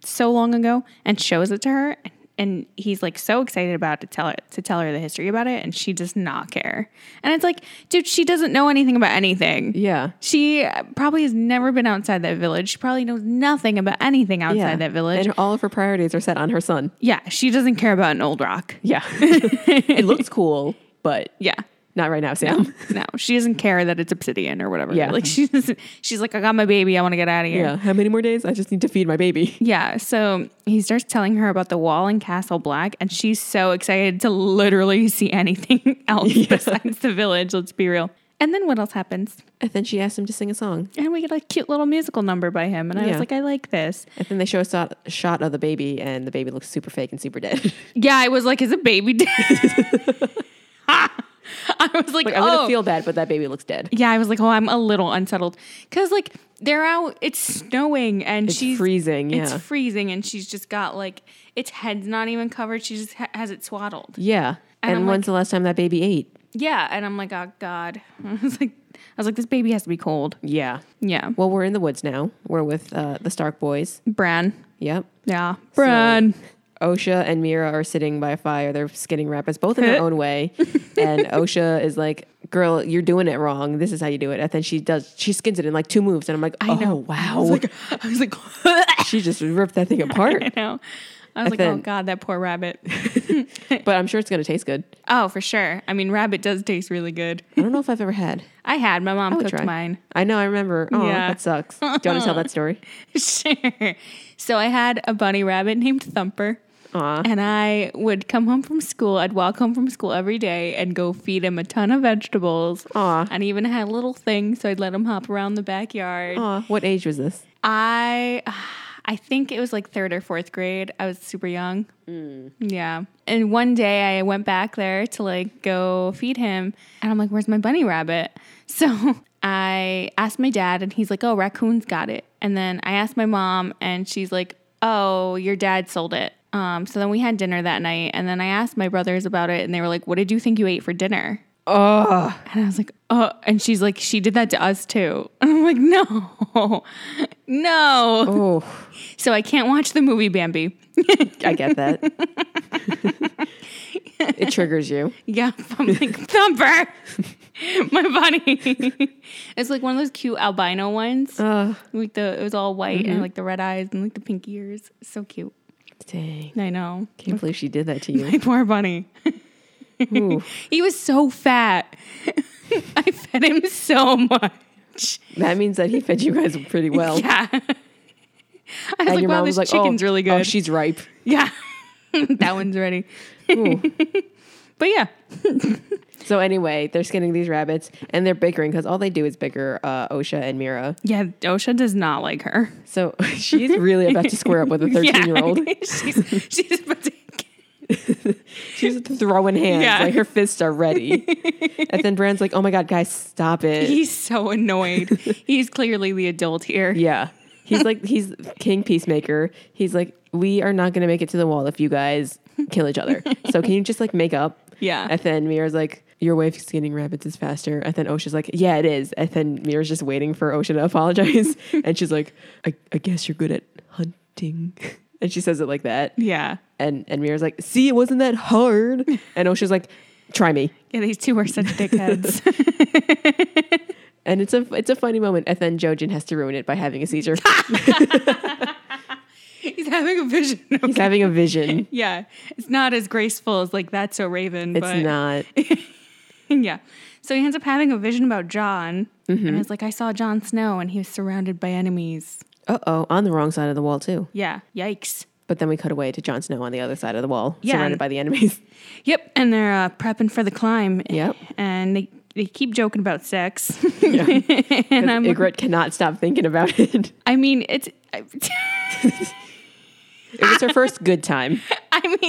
[SPEAKER 1] so long ago and shows it to her and he's like so excited about to tell it to tell her the history about it and she does not care. And it's like, dude, she doesn't know anything about anything.
[SPEAKER 2] Yeah.
[SPEAKER 1] She probably has never been outside that village. She probably knows nothing about anything outside
[SPEAKER 2] Yeah.
[SPEAKER 1] that village.
[SPEAKER 2] And all of her priorities are set on her son.
[SPEAKER 1] yeah, she doesn't care about an old rock.
[SPEAKER 2] <laughs> Yeah. it looks cool, but
[SPEAKER 1] Yeah.
[SPEAKER 2] not right now, Sam.
[SPEAKER 1] No, she doesn't care that it's obsidian or whatever.
[SPEAKER 2] Yeah.
[SPEAKER 1] Like <laughs> she doesn't, she's like, I got my baby. I want to get out of here.
[SPEAKER 2] Yeah. How many more days? I just need to feed my baby.
[SPEAKER 1] Yeah, so he starts telling her about the wall in Castle Black, and she's so excited to literally see anything <laughs> else besides the village, let's be real. And then what else happens?
[SPEAKER 2] <laughs> And then she asked him to sing a song.
[SPEAKER 1] And we get a cute little musical number by him, and I
[SPEAKER 2] Yeah.
[SPEAKER 1] was like, I like this.
[SPEAKER 2] And then they show us a shot of the baby, and the baby looks super fake and super dead. <laughs>
[SPEAKER 1] Yeah, I was like, is a baby dead? <laughs> I was like,
[SPEAKER 2] like, I'm
[SPEAKER 1] oh.
[SPEAKER 2] gonna feel bad, but that baby looks dead.
[SPEAKER 1] yeah, I was like, oh, I'm a little unsettled because like they're out, it's snowing, and
[SPEAKER 2] It's
[SPEAKER 1] she's
[SPEAKER 2] freezing. Yeah.
[SPEAKER 1] It's freezing, and she's just got like its head's not even covered. She just ha- has it swaddled.
[SPEAKER 2] yeah.
[SPEAKER 1] And
[SPEAKER 2] And,
[SPEAKER 1] I'm
[SPEAKER 2] when's
[SPEAKER 1] like-
[SPEAKER 2] the last time that baby ate?
[SPEAKER 1] Yeah, and I'm like, oh god. <laughs> I was like, I was like, this baby has to be cold.
[SPEAKER 2] Yeah.
[SPEAKER 1] Yeah,
[SPEAKER 2] Well, we're in the woods now. We're with uh, the Stark boys.
[SPEAKER 1] Bran.
[SPEAKER 2] Yep.
[SPEAKER 1] Yeah, Bran.
[SPEAKER 2] Osha and Mira are sitting by a fire. They're skinning rabbits, both in <laughs> their own way. And Osha is like, "Girl, you're doing it wrong. This is how you do it." And then she does. She skins it in like two moves, and I'm like, "Oh wow!"
[SPEAKER 1] I was like, <laughs> I
[SPEAKER 2] <laughs> she just ripped that thing <laughs> apart.
[SPEAKER 1] know. I was like, oh
[SPEAKER 2] then-
[SPEAKER 1] god, that poor rabbit. <laughs>
[SPEAKER 2] But I'm sure it's gonna taste good.
[SPEAKER 1] oh, for sure. I mean, rabbit does taste really good.
[SPEAKER 2] I don't know if I've ever had.
[SPEAKER 1] I had my mom
[SPEAKER 2] I would
[SPEAKER 1] cooked
[SPEAKER 2] try.
[SPEAKER 1] mine.
[SPEAKER 2] I know. I remember. Oh,
[SPEAKER 1] Yeah.
[SPEAKER 2] that sucks. Do you want to tell that story?
[SPEAKER 1] <laughs> sure. So I had a bunny rabbit named Thumper.
[SPEAKER 2] Aw.
[SPEAKER 1] And I would come home from school. I'd walk home from school every day and go feed him a ton of vegetables.
[SPEAKER 2] Aw.
[SPEAKER 1] And even had a little thing, so I'd let him hop around the backyard.
[SPEAKER 2] <laughs> Aw, what age was this?
[SPEAKER 1] I <sighs> I think it was like third or fourth grade. I was super young. Yeah. And one day I went back there to like go feed him and I'm like, where's my bunny rabbit? <laughs> So I asked my dad and he's like, Oh, raccoons got it. And then I asked my mom and she's like, Oh, your dad sold it. Um, so then we had dinner that night and then I asked my brothers about it and they were like, What did you think you ate for dinner?
[SPEAKER 2] <laughs> Oh,
[SPEAKER 1] And I was like, oh, and she's like, she did that to us too. <laughs> And I'm like, no, <laughs> no.
[SPEAKER 2] oh,
[SPEAKER 1] So I can't watch the movie Bambi. <laughs>
[SPEAKER 2] I get <laughs> that. it triggers you.
[SPEAKER 1] Yeah, I'm
[SPEAKER 2] <laughs>
[SPEAKER 1] like, Thumper, <laughs> my bunny. <laughs> it's like one of those cute albino ones.
[SPEAKER 2] Uh,
[SPEAKER 1] Like the, it was all white
[SPEAKER 2] Mm-hmm.
[SPEAKER 1] and like the red eyes and like the pink ears. So cute.
[SPEAKER 2] dang!
[SPEAKER 1] I know. <laughs>
[SPEAKER 2] Can't believe she did that to <laughs> you.
[SPEAKER 1] My poor bunny.
[SPEAKER 2] Ooh.
[SPEAKER 1] He was so fat. <laughs> I fed him so much.
[SPEAKER 2] That means that he fed you guys pretty well.
[SPEAKER 1] Yeah. <laughs> I was
[SPEAKER 2] And
[SPEAKER 1] like,
[SPEAKER 2] your
[SPEAKER 1] wow,
[SPEAKER 2] mom
[SPEAKER 1] this
[SPEAKER 2] was like,
[SPEAKER 1] chicken's
[SPEAKER 2] oh,
[SPEAKER 1] really good.
[SPEAKER 2] Oh, she's ripe.
[SPEAKER 1] <laughs> Yeah. that one's ready.
[SPEAKER 2] Ooh.
[SPEAKER 1] But yeah.
[SPEAKER 2] so anyway, they're skinning these rabbits and they're bickering because all they do is bicker uh, Osha and Mira.
[SPEAKER 1] Yeah, Osha does not like her. <laughs>
[SPEAKER 2] So <laughs> she's really about to square up with a 13 year old.
[SPEAKER 1] <laughs> she's she's about to-
[SPEAKER 2] She's throwing hands.
[SPEAKER 1] Yeah.
[SPEAKER 2] Like her fists are
[SPEAKER 1] <laughs>
[SPEAKER 2] ready. and then Brand's like, oh my God, guys, stop it.
[SPEAKER 1] he's so
[SPEAKER 2] <laughs>
[SPEAKER 1] annoyed. He's clearly the adult here.
[SPEAKER 2] yeah. He's
[SPEAKER 1] <laughs>
[SPEAKER 2] like, he's King Peacemaker. He's like, we are not going to make it to the wall if you guys kill each other. So can you just like make up?
[SPEAKER 1] Yeah.
[SPEAKER 2] And then Mira's like, your way of skinning rabbits is faster. And then Osha's like, yeah, it is. And then Mira's just waiting for Osha to
[SPEAKER 1] <laughs>
[SPEAKER 2] apologize. and she's like, I, I guess you're good at hunting. <laughs> And she says it like that.
[SPEAKER 1] Yeah.
[SPEAKER 2] And, and Mira's like, see, it wasn't that hard. And Osha's like, try me.
[SPEAKER 1] Yeah, these two are such
[SPEAKER 2] <laughs>
[SPEAKER 1] dickheads.
[SPEAKER 2] And it's a it's a funny moment. And then Jojen has to ruin it by having
[SPEAKER 1] <laughs>
[SPEAKER 2] a seizure.
[SPEAKER 1] he's having a vision. Of,
[SPEAKER 2] He's having a vision.
[SPEAKER 1] yeah. It's not as graceful as like that's so Raven,
[SPEAKER 2] It's
[SPEAKER 1] but
[SPEAKER 2] not.
[SPEAKER 1] <laughs> yeah. So he ends up having a vision about John.
[SPEAKER 2] Mm-hmm.
[SPEAKER 1] And it's like, I saw John Snow and he was surrounded by enemies.
[SPEAKER 2] Uh oh, on the wrong side of the wall too.
[SPEAKER 1] Yeah. Yikes.
[SPEAKER 2] But then we cut away to Jon Snow on the other side of the wall,
[SPEAKER 1] Yeah,
[SPEAKER 2] surrounded
[SPEAKER 1] and-
[SPEAKER 2] by the enemies.
[SPEAKER 1] Yep, and they're uh, prepping for the climb.
[SPEAKER 2] Yep.
[SPEAKER 1] and they, they keep joking about
[SPEAKER 2] <laughs>
[SPEAKER 1] sex.
[SPEAKER 2] And
[SPEAKER 1] <laughs> <laughs> and I'm,
[SPEAKER 2] <laughs> Ygritte cannot stop thinking
[SPEAKER 1] <laughs>
[SPEAKER 2] about it.
[SPEAKER 1] I mean, it's, I, <laughs>
[SPEAKER 2] It was her first good time. <laughs>
[SPEAKER 1] I mean, <laughs>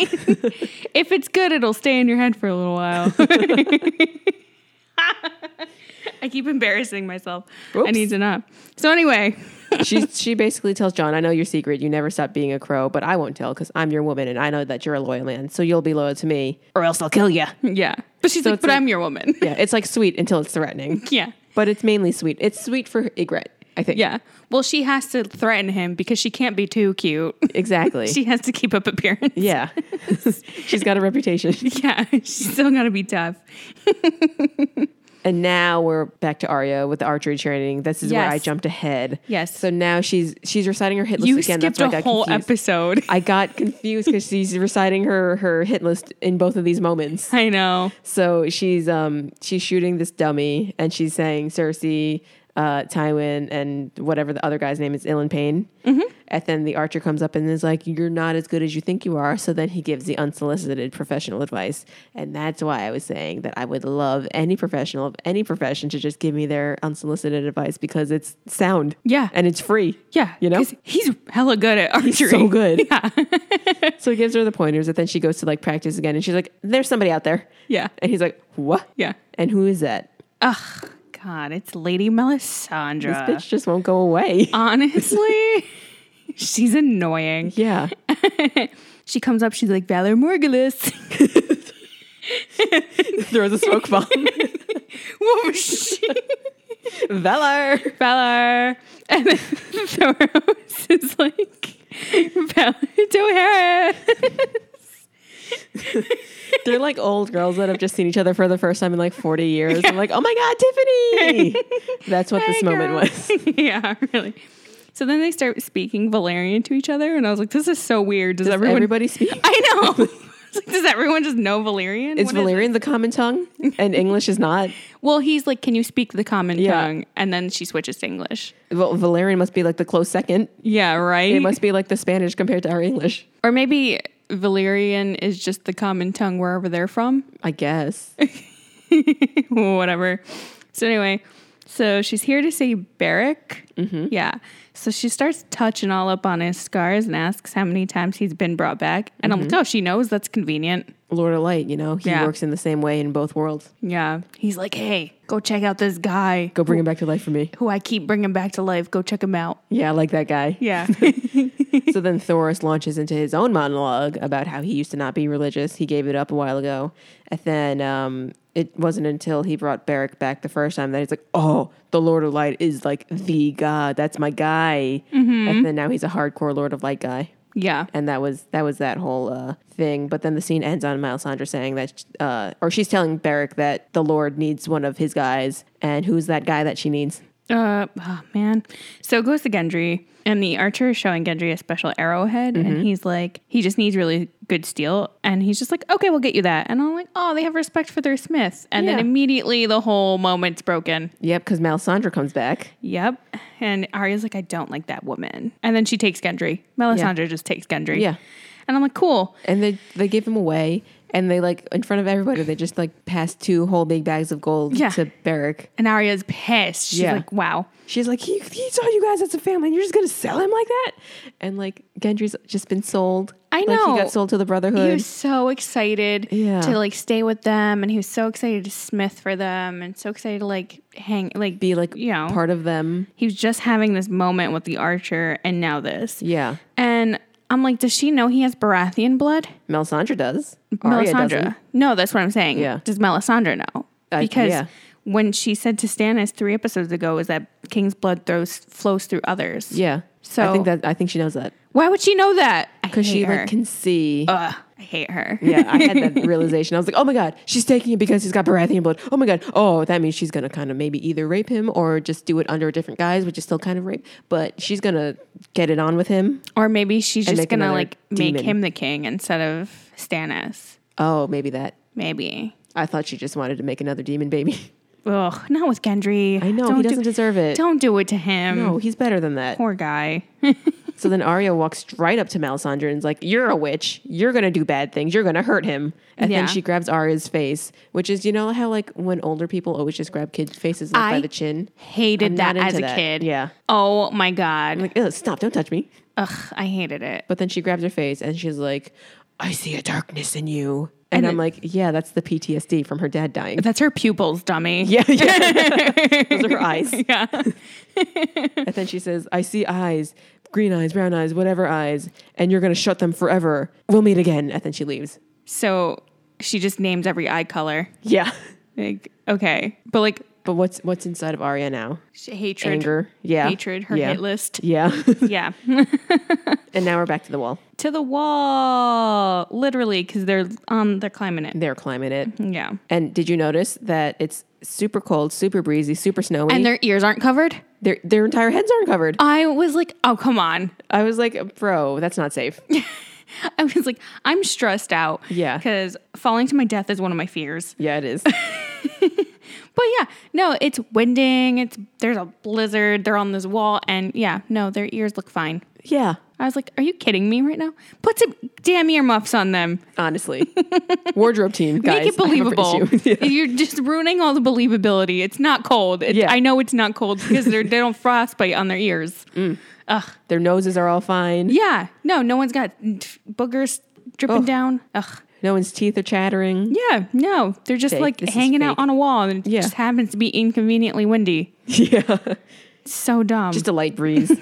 [SPEAKER 1] if it's good, it'll stay in your head for a little while. <laughs> I keep embarrassing myself. I
[SPEAKER 2] Oops.
[SPEAKER 1] need to not. So anyway, <laughs>
[SPEAKER 2] She she basically tells John, "I know your secret. You never stop being a crow, but I won't tell because I'm your woman and I know that you're a loyal man. So you'll be loyal to me, or else I'll kill you."
[SPEAKER 1] <laughs> yeah, but she's like,
[SPEAKER 2] it's
[SPEAKER 1] but
[SPEAKER 2] like- <laughs>
[SPEAKER 1] I'm your woman.
[SPEAKER 2] Yeah, it's like sweet until it's threatening,
[SPEAKER 1] yeah,
[SPEAKER 2] but it's mainly sweet. It's sweet for Ygritte. I think.
[SPEAKER 1] Yeah. Well, she has to threaten him because she can't be too cute. <laughs>
[SPEAKER 2] Exactly.
[SPEAKER 1] she has to keep up appearance. <laughs>
[SPEAKER 2] yeah. <laughs> She's got a reputation.
[SPEAKER 1] Yeah, she's still got to be tough.
[SPEAKER 2] And now we're back to Arya with the archery training. This is where
[SPEAKER 1] Yes.
[SPEAKER 2] I jumped ahead.
[SPEAKER 1] Yes.
[SPEAKER 2] So now she's she's reciting her hit list
[SPEAKER 1] you
[SPEAKER 2] again.
[SPEAKER 1] skipped
[SPEAKER 2] That's why
[SPEAKER 1] a
[SPEAKER 2] I got
[SPEAKER 1] whole
[SPEAKER 2] confused. <laughs>
[SPEAKER 1] episode.
[SPEAKER 2] I got confused because she's reciting her her hit list in both of these moments.
[SPEAKER 1] I know.
[SPEAKER 2] So she's um she's shooting this dummy and she's saying Cersei, uh, Tywin, and whatever the other guy's name is, Ilan Payne.
[SPEAKER 1] Mm-hmm.
[SPEAKER 2] And then the archer comes up and is like, "You're not as good as you think you are." So then he gives the unsolicited professional advice, and that's why I was saying that I would love any professional of any profession to just give me their unsolicited advice because it's sound,
[SPEAKER 1] Yeah.
[SPEAKER 2] and it's free,
[SPEAKER 1] Yeah,
[SPEAKER 2] You know,
[SPEAKER 1] 'cause he's hella good at archery.
[SPEAKER 2] so good.
[SPEAKER 1] <laughs> Yeah,
[SPEAKER 2] so he gives her the pointers, and then she goes to like practice again, and she's like, "There's somebody out there,"
[SPEAKER 1] yeah,
[SPEAKER 2] and he's like, "What?"
[SPEAKER 1] yeah.
[SPEAKER 2] And who is that?
[SPEAKER 1] Ugh, God, it's Lady
[SPEAKER 2] This
[SPEAKER 1] Melisandre.
[SPEAKER 2] bitch just won't go away.
[SPEAKER 1] <laughs>
[SPEAKER 2] <laughs>
[SPEAKER 1] Honestly, she's annoying. <laughs>
[SPEAKER 2] Yeah.
[SPEAKER 1] She comes up, she's like Valor
[SPEAKER 2] <laughs>
[SPEAKER 1] Morgulis.
[SPEAKER 2] Throws a smoke bomb.
[SPEAKER 1] what was she?
[SPEAKER 2] Velar.
[SPEAKER 1] Valor, and then <laughs> Thoros is like Valor Dohara.
[SPEAKER 2] <laughs> <laughs> They're like old girls that have just seen each other for the first time in like 40 years. I'm like, oh my God, Tiffany.
[SPEAKER 1] <laughs>
[SPEAKER 2] That's what this
[SPEAKER 1] Hey,
[SPEAKER 2] moment
[SPEAKER 1] girl.
[SPEAKER 2] was.
[SPEAKER 1] <laughs> yeah, really. So then they start speaking Valerian to each other, and I was like, "This is so weird." Does, everyone?
[SPEAKER 2] Everybody speak.
[SPEAKER 1] <laughs> I know. It's like, Does everyone just know Valerian?
[SPEAKER 2] Is
[SPEAKER 1] What
[SPEAKER 2] Valerian the common tongue and English is not?
[SPEAKER 1] well, he's like, "Can you speak the common
[SPEAKER 2] Yeah.
[SPEAKER 1] tongue?" And then she switches to English.
[SPEAKER 2] Val- Valerian must be like the close second.
[SPEAKER 1] Yeah, right.
[SPEAKER 2] It must be like the Spanish compared to our English,
[SPEAKER 1] or maybe Valerian is just the common tongue wherever they're from. <laughs>
[SPEAKER 2] I guess.
[SPEAKER 1] whatever. So anyway, so she's here to say Barrack. Mm-hmm. Yeah. So she starts touching all up on his scars and asks how many times he's been brought back. And I'm like, oh, she knows that's convenient.
[SPEAKER 2] Lord of Light, you know, he
[SPEAKER 1] Yeah.
[SPEAKER 2] works in the same way in both worlds.
[SPEAKER 1] Yeah. He's like, hey, go check out this guy
[SPEAKER 2] Go bring him back to life for me.
[SPEAKER 1] who I keep bringing back to life. Go check him out.
[SPEAKER 2] Yeah, I like that guy.
[SPEAKER 1] <laughs> Yeah.
[SPEAKER 2] so then Thoris launches into his own monologue about how he used to not be religious. He gave it up a while ago. And then um, it wasn't until he brought Beric back the first time that he's like, oh, the Lord of Light is like the God. That's my guy. And then now he's a hardcore Lord of Light guy.
[SPEAKER 1] yeah.
[SPEAKER 2] And that was that was that whole uh, thing. But then the scene ends on Melisandre saying that, uh, or she's telling Beric that the Lord needs one of his guys. And who's that guy that she needs?
[SPEAKER 1] Uh, oh, man. So it goes to Gendry, and the archer is showing Gendry a special arrowhead,
[SPEAKER 2] Mm-hmm.
[SPEAKER 1] and he's like, he just needs really good steel, and he's just like, okay, we'll get you that. And I'm like, oh, they have respect for their smiths. And
[SPEAKER 2] Yeah.
[SPEAKER 1] then immediately the whole moment's broken.
[SPEAKER 2] Yep, because Melisandre comes back.
[SPEAKER 1] Yep. And Arya's like, I don't like that woman. And then she takes Gendry. Melisandre just takes Gendry.
[SPEAKER 2] Yeah.
[SPEAKER 1] And I'm like, cool.
[SPEAKER 2] and they they give him away and they like in front of everybody they just like pass two whole big bags of gold
[SPEAKER 1] Yeah.
[SPEAKER 2] to Beric.
[SPEAKER 1] And Arya's pissed. She's
[SPEAKER 2] Yeah.
[SPEAKER 1] like, wow.
[SPEAKER 2] She's like, he, he saw you guys as a family, and you're just gonna sell him like that? And like Gendry's just been sold.
[SPEAKER 1] I
[SPEAKER 2] like, he
[SPEAKER 1] know.
[SPEAKER 2] got sold to the
[SPEAKER 1] He
[SPEAKER 2] Brotherhood.
[SPEAKER 1] was so excited
[SPEAKER 2] Yeah.
[SPEAKER 1] to like stay with them, and he was so excited to smith for them, and so excited to like hang, like
[SPEAKER 2] Be like
[SPEAKER 1] you know,
[SPEAKER 2] part of them.
[SPEAKER 1] he was just having this moment with the archer, and now this.
[SPEAKER 2] Yeah,
[SPEAKER 1] And I'm like, does she know he has Baratheon blood?
[SPEAKER 2] Melisandre does. Arya doesn't.
[SPEAKER 1] No, that's what I'm saying.
[SPEAKER 2] Yeah.
[SPEAKER 1] Does Melisandre know?
[SPEAKER 2] Uh,
[SPEAKER 1] Because
[SPEAKER 2] yeah.
[SPEAKER 1] when she said to Stannis three episodes ago, is that King's blood throws flows through others?
[SPEAKER 2] Yeah, I
[SPEAKER 1] So-
[SPEAKER 2] think that I think she knows that
[SPEAKER 1] Why would she know that?
[SPEAKER 2] because
[SPEAKER 1] Because
[SPEAKER 2] she
[SPEAKER 1] her.
[SPEAKER 2] like can see.
[SPEAKER 1] Ugh, I hate her.
[SPEAKER 2] yeah, I
[SPEAKER 1] <laughs>
[SPEAKER 2] had that realization. I was like, oh my God, she's taking it because he's got Baratheon blood. Oh my God. Oh, that means she's going to kind of maybe either rape him or just do it under a different guise, which is still kind of rape, but she's going to get it on with him.
[SPEAKER 1] Or maybe she's
[SPEAKER 2] make
[SPEAKER 1] just gonna
[SPEAKER 2] another
[SPEAKER 1] like
[SPEAKER 2] demon.
[SPEAKER 1] make him the king instead of Stannis.
[SPEAKER 2] Oh, maybe that.
[SPEAKER 1] Maybe.
[SPEAKER 2] I thought she just wanted to make another demon baby. <laughs>
[SPEAKER 1] Ugh, not with Gendry.
[SPEAKER 2] I know. he doesn't
[SPEAKER 1] do,
[SPEAKER 2] deserve it.
[SPEAKER 1] Don't do it to him.
[SPEAKER 2] No, Oh, he's better than that.
[SPEAKER 1] Poor guy.
[SPEAKER 2] So then Arya walks right up to Melisandre and is like, You're a witch. You're going to do bad things. You're going to hurt him. And
[SPEAKER 1] Yeah.
[SPEAKER 2] then she grabs Arya's face, which is, you know, how like when older people always just grab kids' faces like, by
[SPEAKER 1] I
[SPEAKER 2] the chin?
[SPEAKER 1] Hated
[SPEAKER 2] I'm not
[SPEAKER 1] that as
[SPEAKER 2] into
[SPEAKER 1] a
[SPEAKER 2] that.
[SPEAKER 1] kid.
[SPEAKER 2] Yeah.
[SPEAKER 1] Oh my god.
[SPEAKER 2] Like, Ew, stop. Don't touch me.
[SPEAKER 1] Ugh, I hated it.
[SPEAKER 2] But then she grabs her face and she's like, I see a darkness in you. And, I'm like, yeah, that's the PTSD from her dad dying.
[SPEAKER 1] That's her pupils, dummy.
[SPEAKER 2] Yeah, yeah.
[SPEAKER 1] <laughs>
[SPEAKER 2] Those are her eyes.
[SPEAKER 1] Yeah.
[SPEAKER 2] <laughs> And then she says, I see eyes, green eyes, brown eyes, whatever eyes, and you're going to shut them forever. We'll meet again. And then she leaves.
[SPEAKER 1] So she just names every eye color.
[SPEAKER 2] Yeah.
[SPEAKER 1] Like, okay. But like
[SPEAKER 2] But what's what's inside of Arya now?
[SPEAKER 1] Sh- Hatred.
[SPEAKER 2] Anger. Yeah.
[SPEAKER 1] Hatred. Her
[SPEAKER 2] yeah.
[SPEAKER 1] hit
[SPEAKER 2] <laughs>
[SPEAKER 1] list.
[SPEAKER 2] Yeah.
[SPEAKER 1] Yeah.
[SPEAKER 2] and now we're back to the wall.
[SPEAKER 1] to the wall. Literally, because they're um they're climbing it.
[SPEAKER 2] They're climbing it.
[SPEAKER 1] Yeah.
[SPEAKER 2] And did you notice that it's super cold, super breezy, super snowy?
[SPEAKER 1] And their ears aren't covered.
[SPEAKER 2] their their entire heads aren't covered.
[SPEAKER 1] I was like, oh come on. <laughs>
[SPEAKER 2] I was like, bro, that's not safe.
[SPEAKER 1] I was like, I'm stressed out.
[SPEAKER 2] Yeah.
[SPEAKER 1] Because falling to my death is one of my fears.
[SPEAKER 2] yeah, it is.
[SPEAKER 1] But yeah, no, it's winding. It's there's a blizzard. They're on this wall, and yeah, no, their ears look fine.
[SPEAKER 2] yeah,
[SPEAKER 1] I was like, are you kidding me right now? Put some damn earmuffs on them.
[SPEAKER 2] honestly, <laughs> wardrobe team guys,
[SPEAKER 1] Make it
[SPEAKER 2] I have a
[SPEAKER 1] believable.
[SPEAKER 2] issue. yeah.
[SPEAKER 1] <laughs> You're just ruining all the believability. It's not cold. It,
[SPEAKER 2] Yeah.
[SPEAKER 1] I know it's not cold because they're, they don't frostbite on their ears.
[SPEAKER 2] <laughs> Their noses are all fine.
[SPEAKER 1] Yeah. No, no one's got boogers dripping down. Ugh.
[SPEAKER 2] No one's teeth are chattering.
[SPEAKER 1] Yeah. No, they're just
[SPEAKER 2] Fake.
[SPEAKER 1] like
[SPEAKER 2] This is
[SPEAKER 1] hanging out
[SPEAKER 2] fake.
[SPEAKER 1] on a wall and it
[SPEAKER 2] Yeah.
[SPEAKER 1] just happens to be inconveniently windy.
[SPEAKER 2] <laughs> Yeah,
[SPEAKER 1] So dumb.
[SPEAKER 2] just a light breeze.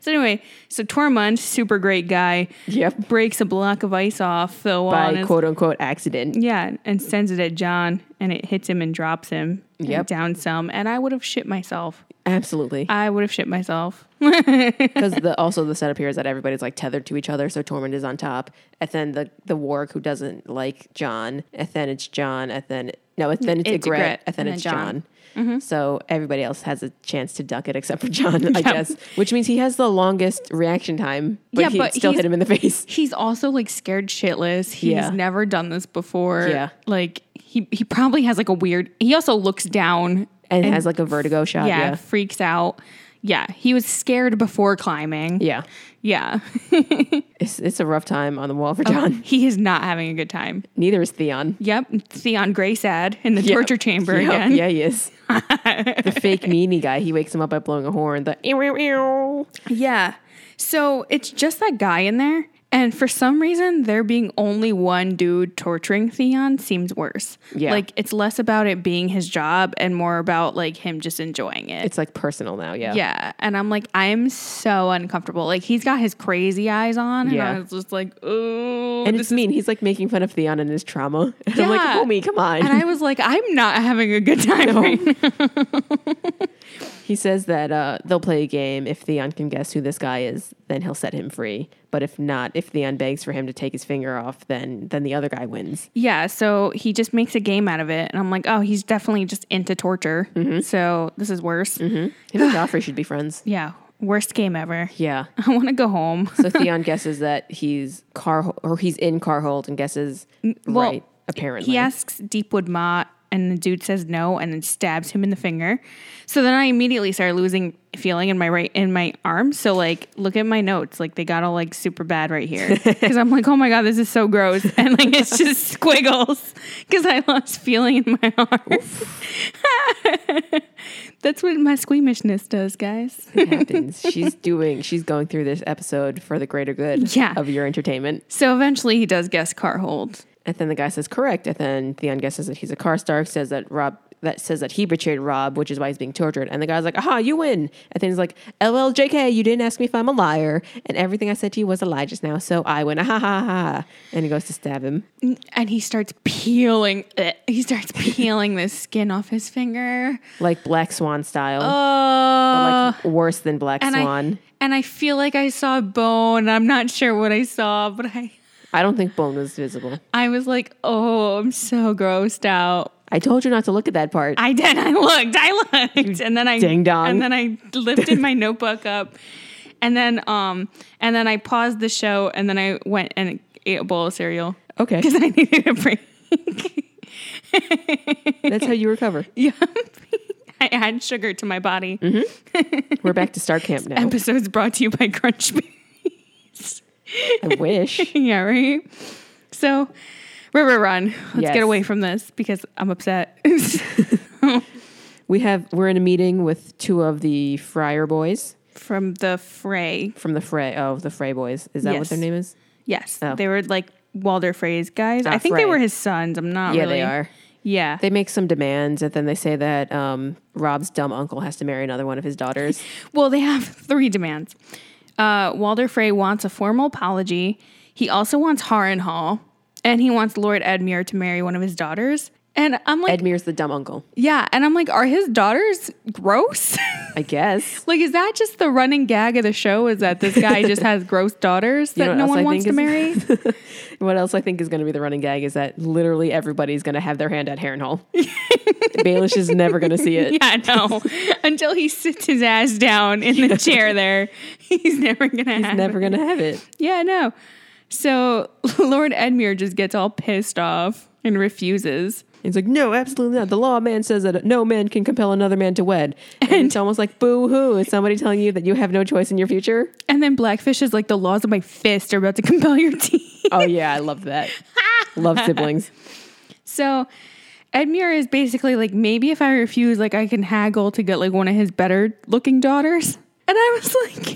[SPEAKER 1] so anyway, so Tormund, super great guy,
[SPEAKER 2] <laughs> yep,
[SPEAKER 1] breaks a block of ice off the wall. and
[SPEAKER 2] by
[SPEAKER 1] is-
[SPEAKER 2] quote unquote accident.
[SPEAKER 1] Yeah, and sends it at John, and it hits him and drops him and
[SPEAKER 2] Yep.
[SPEAKER 1] down some. And I would have shit myself.
[SPEAKER 2] <laughs> Absolutely,
[SPEAKER 1] I would have shit myself.
[SPEAKER 2] because the also the setup here is that everybody's like tethered to each other. So Tormund is on top, and then the the Warg who doesn't like John, and then it's John, and then no, and then it's,
[SPEAKER 1] It's
[SPEAKER 2] Ygritte,
[SPEAKER 1] Ygritte,
[SPEAKER 2] and then it's
[SPEAKER 1] Jon.
[SPEAKER 2] John. Mm-hmm. So everybody else has a chance to duck it <laughs> except for John, I guess, which means he has the longest reaction time. But
[SPEAKER 1] Yeah,
[SPEAKER 2] he
[SPEAKER 1] but
[SPEAKER 2] still hit
[SPEAKER 1] he's-
[SPEAKER 2] him in the face.
[SPEAKER 1] <laughs> He's also like scared shitless. He's
[SPEAKER 2] Yeah.
[SPEAKER 1] never done this before.
[SPEAKER 2] Yeah.
[SPEAKER 1] Like he he probably has like a weird he also looks down
[SPEAKER 2] And, has like a vertigo shot.
[SPEAKER 1] yeah,
[SPEAKER 2] Yeah.
[SPEAKER 1] freaks out. Yeah. He was scared before climbing.
[SPEAKER 2] Yeah.
[SPEAKER 1] Yeah.
[SPEAKER 2] It's, it's a rough time on the wall for
[SPEAKER 1] Oh.
[SPEAKER 2] John. <laughs>
[SPEAKER 1] <laughs> he is not having a good time.
[SPEAKER 2] Neither is Theon.
[SPEAKER 1] Yep. Theon Gray sad in the
[SPEAKER 2] Yep.
[SPEAKER 1] torture chamber
[SPEAKER 2] Yep.
[SPEAKER 1] again.
[SPEAKER 2] Yeah,
[SPEAKER 1] <laughs>
[SPEAKER 2] he is. the fake meanie guy. He wakes him up by blowing a horn. The ew, ew, ew.
[SPEAKER 1] Yeah. So it's just that guy in there. And for some reason, there being only one dude torturing Theon seems worse.
[SPEAKER 2] Yeah.
[SPEAKER 1] Like it's less about it being his job and more about like him just enjoying it.
[SPEAKER 2] It's like personal now. Yeah.
[SPEAKER 1] yeah. And I'm like, I'm so uncomfortable. Like he's got his crazy eyes on. And I
[SPEAKER 2] Yeah.
[SPEAKER 1] was just like, ooh.
[SPEAKER 2] And it's mean. He's like making fun of Theon and his trauma. <laughs> And I'm like,
[SPEAKER 1] Yeah.
[SPEAKER 2] homie, come on.
[SPEAKER 1] And I was like, I'm not having a good time. right now.
[SPEAKER 2] He says that uh, they'll play a game. If Theon can guess who this guy is, then he'll set him free. But if not, if Theon begs for him to take his finger off, then then the other guy wins.
[SPEAKER 1] <laughs> Yeah. So he just makes a game out of it. And I'm like, oh, he's definitely just into torture. So this is worse.
[SPEAKER 2] Him
[SPEAKER 1] <sighs>
[SPEAKER 2] and Joffrey should be friends.
[SPEAKER 1] Yeah. Worst game ever. <laughs>
[SPEAKER 2] Yeah.
[SPEAKER 1] I want to go home. <laughs>
[SPEAKER 2] So Theon guesses that he's Car or he's in Carhold and guesses
[SPEAKER 1] well,
[SPEAKER 2] right. Apparently,
[SPEAKER 1] He asks Deepwood Ma, and the dude says no, and then stabs him in the finger. So then I immediately started losing feeling in my right in my arm. So like, look at my notes. Like they got all like super bad right here because I'm like, oh my god, this is so gross, <laughs> and like it's just squiggles because I lost feeling in my arm. <laughs> That's what my squeamishness does, guys.
[SPEAKER 2] it happens. she's doing. She's going through this episode for the greater good.
[SPEAKER 1] Yeah.
[SPEAKER 2] of your entertainment.
[SPEAKER 1] So eventually, he does guess Carhold.
[SPEAKER 2] And then the guy says correct. And then Theon guesses that he's a Karstark, says that Rob that says that he betrayed Rob, which is why he's being tortured. And the guy's like, aha, you win. And then he's like, LLJK, you didn't ask me if I'm a liar. And everything I said to you was a lie just now, so I win. Ah, ha ha ha. And he goes to stab him.
[SPEAKER 1] and he starts peeling eh, he starts peeling the skin off his finger
[SPEAKER 2] Like Black Swan style.
[SPEAKER 1] oh
[SPEAKER 2] like worse than Black
[SPEAKER 1] and
[SPEAKER 2] Swan.
[SPEAKER 1] i and i feel like i saw a bone i'm not sure what i saw but i
[SPEAKER 2] I, don't think bone was visible.
[SPEAKER 1] i was like oh i'm so grossed out
[SPEAKER 2] I told you not to look at that part.
[SPEAKER 1] i <laughs> did i looked i looked and then i
[SPEAKER 2] ding dong.
[SPEAKER 1] and then i lifted my notebook up and then um and then i paused the show and then i went and ate a bowl of cereal <laughs>
[SPEAKER 2] okay.
[SPEAKER 1] because i needed a break <laughs>
[SPEAKER 2] That's how you recover.
[SPEAKER 1] yeah <laughs> i add sugar to my body
[SPEAKER 2] Mm-hmm. We're back to Star Camp
[SPEAKER 1] <laughs>
[SPEAKER 2] now.
[SPEAKER 1] episode's brought to you by Crunchbase.
[SPEAKER 2] I
[SPEAKER 1] <laughs>
[SPEAKER 2] wish.
[SPEAKER 1] yeah, right? So, River Run. Let's
[SPEAKER 2] Yes.
[SPEAKER 1] get away from this because I'm upset. <laughs>
[SPEAKER 2] We have we're in a meeting with two of the Friar boys.
[SPEAKER 1] from the fray.
[SPEAKER 2] from the Frey. Oh, the Frey boys. Is that what
[SPEAKER 1] Yes.
[SPEAKER 2] their name is?
[SPEAKER 1] Yes.
[SPEAKER 2] Oh. Ah,
[SPEAKER 1] They were like Walder Frey's guys. I think
[SPEAKER 2] Frey.
[SPEAKER 1] they were his sons. I'm not really. Yeah.
[SPEAKER 2] They make some demands, and then they say that um, Rob's dumb uncle has to marry another one of
[SPEAKER 1] <laughs>
[SPEAKER 2] his daughters.
[SPEAKER 1] Well, they have three demands. Uh, Walder Frey wants a formal apology. He also wants Harrenhal, and he wants Lord Edmure to marry one of his daughters. And I'm like,
[SPEAKER 2] Edmire's the dumb uncle,
[SPEAKER 1] yeah. And I'm like, are his daughters gross? <laughs>
[SPEAKER 2] I guess.
[SPEAKER 1] like, is that just the running gag of the show? Is that this guy
[SPEAKER 2] <laughs>
[SPEAKER 1] just has gross daughters
[SPEAKER 2] You
[SPEAKER 1] that
[SPEAKER 2] know what
[SPEAKER 1] no one wants
[SPEAKER 2] else I
[SPEAKER 1] to
[SPEAKER 2] think
[SPEAKER 1] marry?
[SPEAKER 2] is- what else I think is going to be the running gag is that literally everybody's going to have their hand
[SPEAKER 1] <laughs>
[SPEAKER 2] at Harrenhal. Baelish is never going to see it.
[SPEAKER 1] <laughs> yeah,
[SPEAKER 2] <laughs>
[SPEAKER 1] no. Until he sits his ass down in the chair there, <laughs> he's never gonna.
[SPEAKER 2] He's
[SPEAKER 1] have
[SPEAKER 2] never
[SPEAKER 1] it.
[SPEAKER 2] going to have it.
[SPEAKER 1] Yeah, no. So <laughs> Lord Edmure just gets all pissed off and refuses.
[SPEAKER 2] He's like, no, absolutely not. The law man says that no man can compel another man to wed. And, it's almost like, boo hoo. Is somebody telling you that you have no choice in your future?
[SPEAKER 1] And then Blackfish is like, the laws of my fist are about to <laughs> compel your teeth.
[SPEAKER 2] Oh, yeah. I love that. <laughs> love siblings.
[SPEAKER 1] So Edmure is basically like, maybe if I refuse, like I can haggle to get like one of his better looking daughters. And I was <laughs> like,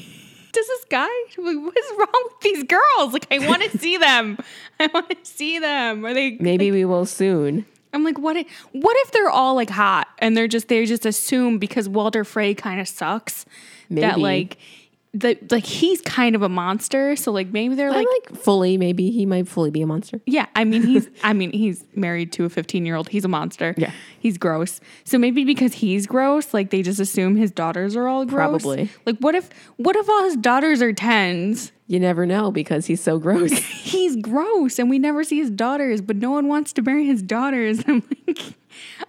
[SPEAKER 1] does this guy, like, what is wrong with these girls? Like, I want to see them. I want to see them. Are they,
[SPEAKER 2] Maybe we will soon.
[SPEAKER 1] I'm like, what if, what if they're all like hot and they're just, they just assume because Walter Frey kind of sucks that
[SPEAKER 2] Maybe.
[SPEAKER 1] like, that like he's kind of a monster. So like maybe they're like,
[SPEAKER 2] Like, like fully, maybe he might fully be a monster.
[SPEAKER 1] Yeah, I mean
[SPEAKER 2] <laughs>
[SPEAKER 1] he's I mean he's married to a 15-year-old. He's a monster.
[SPEAKER 2] Yeah.
[SPEAKER 1] He's gross. So maybe because he's gross, like they just assume his daughters are all gross.
[SPEAKER 2] Probably.
[SPEAKER 1] Like what if what if all his daughters are 10s?
[SPEAKER 2] You never know because he's so gross. <laughs>
[SPEAKER 1] He's gross and we never see his daughters, but no one wants to marry his daughters. <laughs> I'm like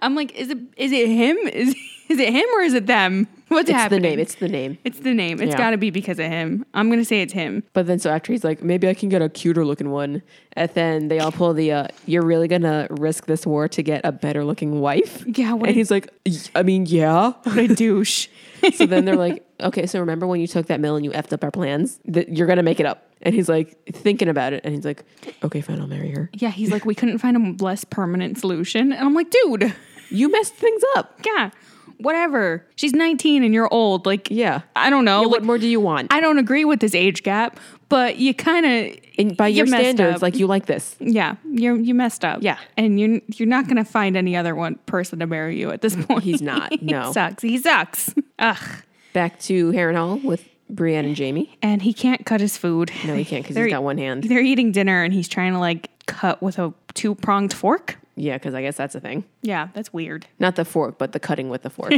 [SPEAKER 1] I'm like is it is it him? Is is it him or is it them? What's
[SPEAKER 2] it's the
[SPEAKER 1] happening?
[SPEAKER 2] name. It's the name.
[SPEAKER 1] It's the name. It's
[SPEAKER 2] Yeah.
[SPEAKER 1] got to be because of him. I'm going to say it's him.
[SPEAKER 2] But then, so after he's like, maybe I can get a cuter looking one. And then they all pull the, uh, you're really going to risk this war to get a better looking wife?
[SPEAKER 1] Yeah, what
[SPEAKER 2] and
[SPEAKER 1] a-
[SPEAKER 2] he's like, "Y- I mean, yeah. <laughs>
[SPEAKER 1] What a douche. <laughs>
[SPEAKER 2] so then they're like, okay, so remember when you took that mill and you effed up our plans? That you're going to make it up. And he's like, thinking about it. And he's like, okay, fine, I'll marry her.
[SPEAKER 1] Yeah, he's like, we couldn't find a less permanent solution. And I'm like, dude,
[SPEAKER 2] You messed things up.
[SPEAKER 1] yeah, whatever. She's 19 and you're old. Like,
[SPEAKER 2] Yeah.
[SPEAKER 1] I don't know.
[SPEAKER 2] Yeah,
[SPEAKER 1] like,
[SPEAKER 2] what more do you want?
[SPEAKER 1] I don't agree with this age gap, but you kind of,
[SPEAKER 2] and by
[SPEAKER 1] you
[SPEAKER 2] your
[SPEAKER 1] messed
[SPEAKER 2] standards,
[SPEAKER 1] up.
[SPEAKER 2] like, you like this.
[SPEAKER 1] yeah, you you messed up.
[SPEAKER 2] Yeah.
[SPEAKER 1] and you're you're not gonna find any other one person to marry you
[SPEAKER 2] <laughs>
[SPEAKER 1] at this point.
[SPEAKER 2] He's not,
[SPEAKER 1] <laughs>
[SPEAKER 2] no.
[SPEAKER 1] he sucks. He
[SPEAKER 2] <laughs>
[SPEAKER 1] sucks. Ugh.
[SPEAKER 2] Back to Harrenhal with Brienne and Jamie.
[SPEAKER 1] And he can't cut his food.
[SPEAKER 2] No, he can't because
[SPEAKER 1] They're-
[SPEAKER 2] he's got one
[SPEAKER 1] <laughs>
[SPEAKER 2] hand.
[SPEAKER 1] They're eating dinner and he's trying to like cut with a two pronged fork.
[SPEAKER 2] Yeah, because I guess that's a thing.
[SPEAKER 1] Yeah, that's weird.
[SPEAKER 2] Not the fork, but the cutting with the fork.
[SPEAKER 1] <laughs>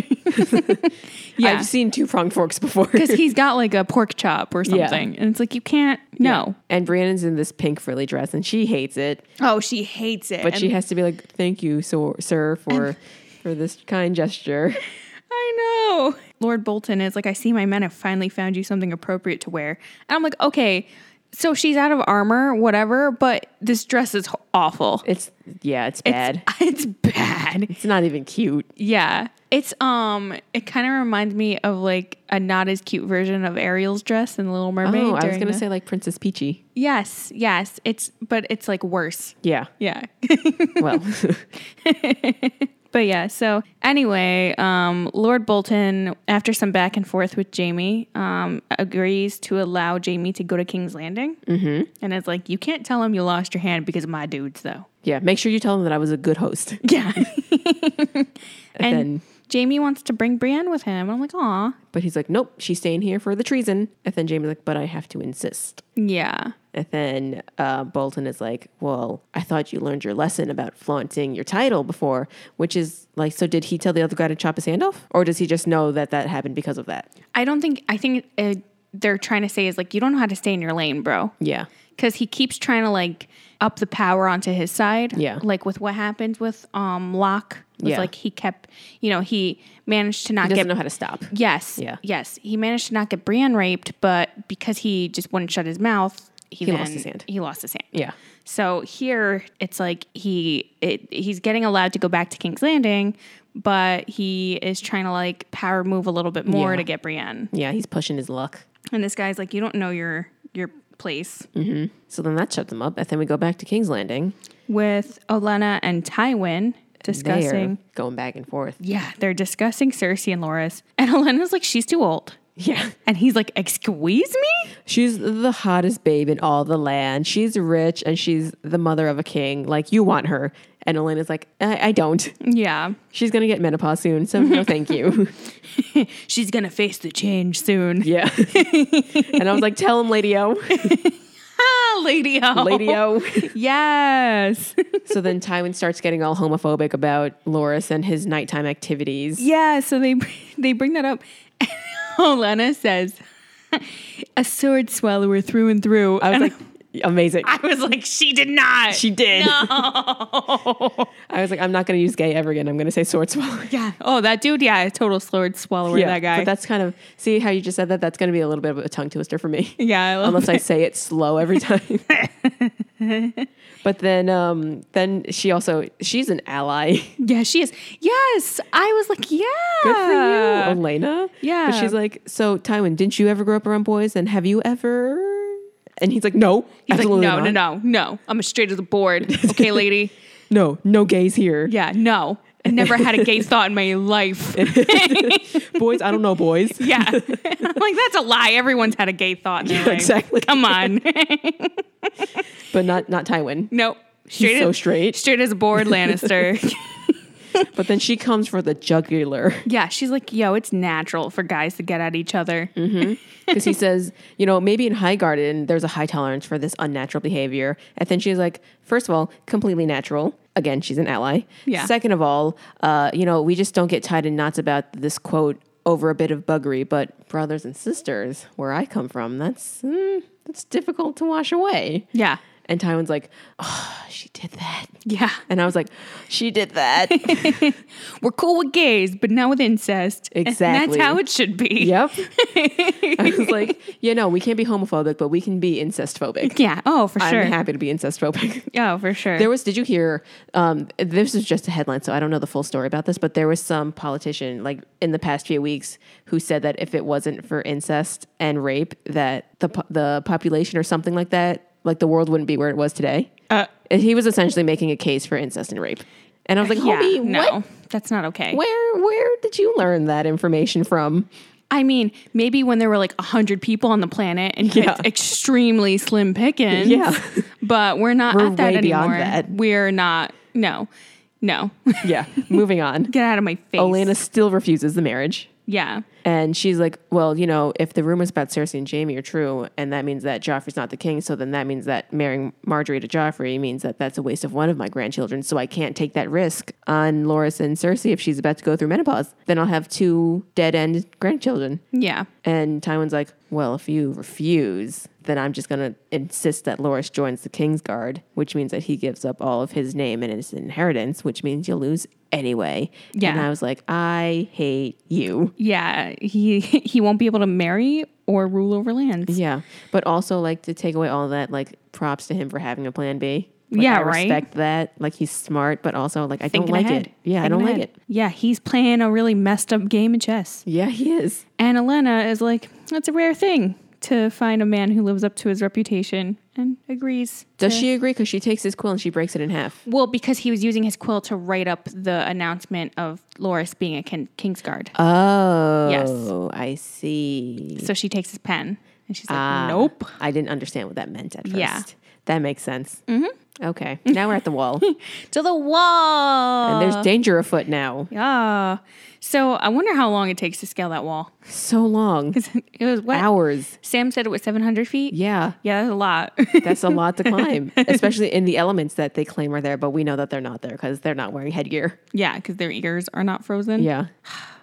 [SPEAKER 1] Yeah. <laughs>
[SPEAKER 2] I've seen two pronged forks before.
[SPEAKER 1] because
[SPEAKER 2] <laughs>
[SPEAKER 1] he's got like a pork chop or
[SPEAKER 2] Yeah.
[SPEAKER 1] something. And it's like, you can't, no.
[SPEAKER 2] And Brienne's in this pink frilly dress and she hates it,
[SPEAKER 1] Oh, she hates it.
[SPEAKER 2] but
[SPEAKER 1] And
[SPEAKER 2] she has to be like, "Thank you, so, sir, for for this kind gesture."
[SPEAKER 1] I know. Lord Bolton is like, I see my men have finally found you something appropriate to wear. And I'm like, okay, so she's out of armor, whatever, but this dress is h- awful.
[SPEAKER 2] It's yeah, it's bad. It's,
[SPEAKER 1] It's <laughs> bad.
[SPEAKER 2] not even cute.
[SPEAKER 1] Yeah. It's, um, it kind of reminds me of like a not as cute version of Ariel's dress in The Little Mermaid.
[SPEAKER 2] Oh, I was
[SPEAKER 1] during
[SPEAKER 2] gonna
[SPEAKER 1] the-
[SPEAKER 2] say like Princess Peachy.
[SPEAKER 1] yes, yes. It's, but it's like worse.
[SPEAKER 2] Yeah.
[SPEAKER 1] Yeah.
[SPEAKER 2] <laughs> Well, <laughs>
[SPEAKER 1] But yeah, so anyway, um, Lord Bolton, after some back and forth with Jamie, um, agrees to allow Jamie to go to King's Landing. Mm-hmm. And it's like, you can't tell him you lost your hand because of my dudes, though.
[SPEAKER 2] yeah. Make sure you tell them that I was a good host. <laughs>
[SPEAKER 1] Yeah.
[SPEAKER 2] And
[SPEAKER 1] <laughs> and
[SPEAKER 2] then,
[SPEAKER 1] Jamie wants to bring Brienne with him. I'm like, aw.
[SPEAKER 2] but he's like, "Nope, she's staying here for the treason." And then Jamie's like, "But I have to insist."
[SPEAKER 1] Yeah.
[SPEAKER 2] And then uh, Bolton is like, Well, I thought you learned your lesson about flaunting your title before, which is like, so did he tell the other guy to chop his hand off? Or does he just know that that happened because of that?
[SPEAKER 1] I don't think, I think uh, they're trying to say is like, you don't know how to stay in your lane, bro.
[SPEAKER 2] Yeah.
[SPEAKER 1] because he keeps trying to like up the power onto his side.
[SPEAKER 2] Yeah.
[SPEAKER 1] like with what happened with um Locke was
[SPEAKER 2] Yeah.
[SPEAKER 1] like he kept, you know, he managed to not
[SPEAKER 2] Doesn't
[SPEAKER 1] get.
[SPEAKER 2] know how to stop.
[SPEAKER 1] Yes.
[SPEAKER 2] Yeah.
[SPEAKER 1] Yes. He managed to not get Brienne raped, but because he just wouldn't shut his mouth, he,
[SPEAKER 2] He lost
[SPEAKER 1] then-
[SPEAKER 2] his hand.
[SPEAKER 1] He lost his hand.
[SPEAKER 2] Yeah.
[SPEAKER 1] So here it's like he it, he's getting allowed to go back to King's Landing, but he is trying to like power move a little bit more
[SPEAKER 2] Yeah.
[SPEAKER 1] to get Brienne.
[SPEAKER 2] Yeah, he's pushing his luck.
[SPEAKER 1] And this guy's like, you don't know your your place.
[SPEAKER 2] So then that shuts them up. And then we go back to King's Landing.
[SPEAKER 1] with Olena and Tywin discussing.
[SPEAKER 2] They're going back and forth.
[SPEAKER 1] Yeah, they're discussing Cersei and Loras. And <laughs> Olena's like, she's too old.
[SPEAKER 2] Yeah.
[SPEAKER 1] And he's like, excuse me?
[SPEAKER 2] She's the hottest babe in all the land. She's rich and she's the mother of a king. Like, you want her. And Elena's like, I, I don't. <laughs>
[SPEAKER 1] Yeah.
[SPEAKER 2] She's going to get menopause soon. So, no, thank <laughs> you.
[SPEAKER 1] <laughs> She's <laughs> going to face the change soon.
[SPEAKER 2] <laughs> Yeah. and I was like, tell him, Lady O.
[SPEAKER 1] Ah, Lady O.
[SPEAKER 2] Lady O.
[SPEAKER 1] <laughs>
[SPEAKER 2] <laughs>
[SPEAKER 1] Yes.
[SPEAKER 2] so then Tywin starts getting all homophobic about Loris and his nighttime activities.
[SPEAKER 1] yeah. So they they bring that up. <laughs> Olena says, <laughs> "A sword swallower through and through."
[SPEAKER 2] I was
[SPEAKER 1] And
[SPEAKER 2] like, amazing.
[SPEAKER 1] <laughs> I was like, she did not.
[SPEAKER 2] She did. <laughs>
[SPEAKER 1] No.
[SPEAKER 2] I was like, I'm not going to use gay ever again. I'm going to say sword swallower.
[SPEAKER 1] yeah. Oh, that dude. Yeah, total sword swallower. that guy.
[SPEAKER 2] But that's kind of, see how you just said that? That's going to be a little bit of a tongue twister for me.
[SPEAKER 1] yeah. I love <laughs>
[SPEAKER 2] Unless I say it slow every time. but then, um, then she also, she's an ally. <laughs>
[SPEAKER 1] Yeah, she is. Yes, I was like, yeah,
[SPEAKER 2] Good for Oh, you, Elena.
[SPEAKER 1] yeah.
[SPEAKER 2] But she's like, so Tywin, didn't you ever grow up around boys? And have you ever? And he's like, no.
[SPEAKER 1] He's like, no,
[SPEAKER 2] absolutely
[SPEAKER 1] no,
[SPEAKER 2] not.
[SPEAKER 1] no, no. I'm a straight to the board.
[SPEAKER 2] <laughs>
[SPEAKER 1] Okay, lady.
[SPEAKER 2] No, no
[SPEAKER 1] <laughs>
[SPEAKER 2] gays here.
[SPEAKER 1] Yeah, no. I never had a gay thought in my
[SPEAKER 2] <laughs>
[SPEAKER 1] life.
[SPEAKER 2] boys, I don't know boys.
[SPEAKER 1] yeah. <laughs> I'm like, that's a lie. Everyone's had a gay thought in their
[SPEAKER 2] Yeah,
[SPEAKER 1] life.
[SPEAKER 2] exactly.
[SPEAKER 1] Come on. <laughs>
[SPEAKER 2] But not not Tywin.
[SPEAKER 1] no. Straight
[SPEAKER 2] so
[SPEAKER 1] as,
[SPEAKER 2] straight.
[SPEAKER 1] Straight as a
[SPEAKER 2] <laughs>
[SPEAKER 1] board, Lannister.
[SPEAKER 2] But then she comes for the jugular.
[SPEAKER 1] yeah, she's like, yo, it's natural for guys to get at each other.
[SPEAKER 2] Mm-hmm. Because he says, you know, maybe in High Garden there's a high tolerance for this unnatural behavior. And then she's like, first of all, completely natural. Again, she's an ally.
[SPEAKER 1] Yeah.
[SPEAKER 2] Second of all, uh, you know, we just don't get tied in knots about this quote over a bit of buggery. But brothers and sisters, where I come from, that's mm, that's difficult to wash away.
[SPEAKER 1] Yeah.
[SPEAKER 2] And Tywin's like, oh, she did that.
[SPEAKER 1] Yeah.
[SPEAKER 2] And I was like, she did that.
[SPEAKER 1] We're cool with gays, but not with incest. And
[SPEAKER 2] Exactly.
[SPEAKER 1] that's how it should be.
[SPEAKER 2] <laughs> yep. <laughs> I was like, yeah, no, we can't be homophobic, but we can be incest phobic.
[SPEAKER 1] Yeah. Oh, for sure.
[SPEAKER 2] I'm happy to be incest phobic.
[SPEAKER 1] Oh, for sure.
[SPEAKER 2] There was, did you hear? Um, this is just a headline, so I don't know the full story about this, but there was some politician, like in the past few weeks, who said that if it wasn't for incest and rape, that the po- the population or something like that, like the world wouldn't be where it was today.
[SPEAKER 1] Uh,
[SPEAKER 2] And he was essentially making a case for incest and rape, and I was like, homie, what?
[SPEAKER 1] no, that's not okay.
[SPEAKER 2] Where where did you learn that information from?
[SPEAKER 1] I mean, maybe when there were like hundred people on the planet and you had
[SPEAKER 2] Yeah.
[SPEAKER 1] extremely slim pickings.
[SPEAKER 2] Yeah.
[SPEAKER 1] but we're not
[SPEAKER 2] We're
[SPEAKER 1] at that
[SPEAKER 2] way beyond
[SPEAKER 1] anymore.
[SPEAKER 2] that.
[SPEAKER 1] We're not. No, no. <laughs>
[SPEAKER 2] Yeah, <laughs> moving on.
[SPEAKER 1] Get out of my face.
[SPEAKER 2] Elena still refuses the marriage.
[SPEAKER 1] Yeah.
[SPEAKER 2] And she's like, well, you know, if the rumors about Cersei and Jamie are true, and that means that Joffrey's not the king, so then that means that marrying Marjorie to Joffrey means that that's a waste of one of my grandchildren, so I can't take that risk on Loris and Cersei if she's about to go through menopause. Then I'll have two dead end grandchildren.
[SPEAKER 1] Yeah.
[SPEAKER 2] And Tywin's like, well, if you refuse, then I'm just going to insist that Loris joins the King's Guard, which means that he gives up all of his name and his inheritance, which means you'll lose anyway. And
[SPEAKER 1] Yeah.
[SPEAKER 2] I was like, I hate you.
[SPEAKER 1] Yeah. He <laughs> he won't be able to marry or rule over lands.
[SPEAKER 2] Yeah, but also like to take away all that like props to him for having a plan B. Like,
[SPEAKER 1] Yeah,
[SPEAKER 2] I
[SPEAKER 1] right?
[SPEAKER 2] Respect that. Like he's smart, but also like I
[SPEAKER 1] Thinking
[SPEAKER 2] don't like
[SPEAKER 1] ahead.
[SPEAKER 2] it. Yeah, I don't
[SPEAKER 1] Thinking
[SPEAKER 2] like
[SPEAKER 1] ahead.
[SPEAKER 2] it.
[SPEAKER 1] Yeah, he's playing a really messed up game of chess.
[SPEAKER 2] Yeah, he is.
[SPEAKER 1] And Elena is like, that's a rare thing to find a man who lives up to his reputation and agrees.
[SPEAKER 2] Does
[SPEAKER 1] to-
[SPEAKER 2] she agree? Because she takes his quill and she breaks it in half.
[SPEAKER 1] Well, because he was using his quill to write up the announcement of Loris being a kin- Kingsguard.
[SPEAKER 2] Oh,
[SPEAKER 1] Yes.
[SPEAKER 2] I see.
[SPEAKER 1] so she takes his pen and she's like,
[SPEAKER 2] Ah.
[SPEAKER 1] nope. <laughs>
[SPEAKER 2] I didn't understand what that meant at first.
[SPEAKER 1] Yeah.
[SPEAKER 2] that makes sense. Mm-hmm.
[SPEAKER 1] <laughs>
[SPEAKER 2] Okay, now we're at the wall,
[SPEAKER 1] To the wall.
[SPEAKER 2] and
[SPEAKER 1] Uh.
[SPEAKER 2] there's danger afoot now.
[SPEAKER 1] yeah. So I wonder how long it takes to scale that wall. <laughs>
[SPEAKER 2] So long,
[SPEAKER 1] It was what?
[SPEAKER 2] hours.
[SPEAKER 1] Sam said it was 700 feet?
[SPEAKER 2] Yeah.
[SPEAKER 1] Yeah, that's a lot. <laughs>
[SPEAKER 2] That's a lot to climb, <laughs> especially in the elements that they claim are there, but we know that they're not there because they're not wearing headgear.
[SPEAKER 1] yeah, because their ears are not frozen.
[SPEAKER 2] Yeah.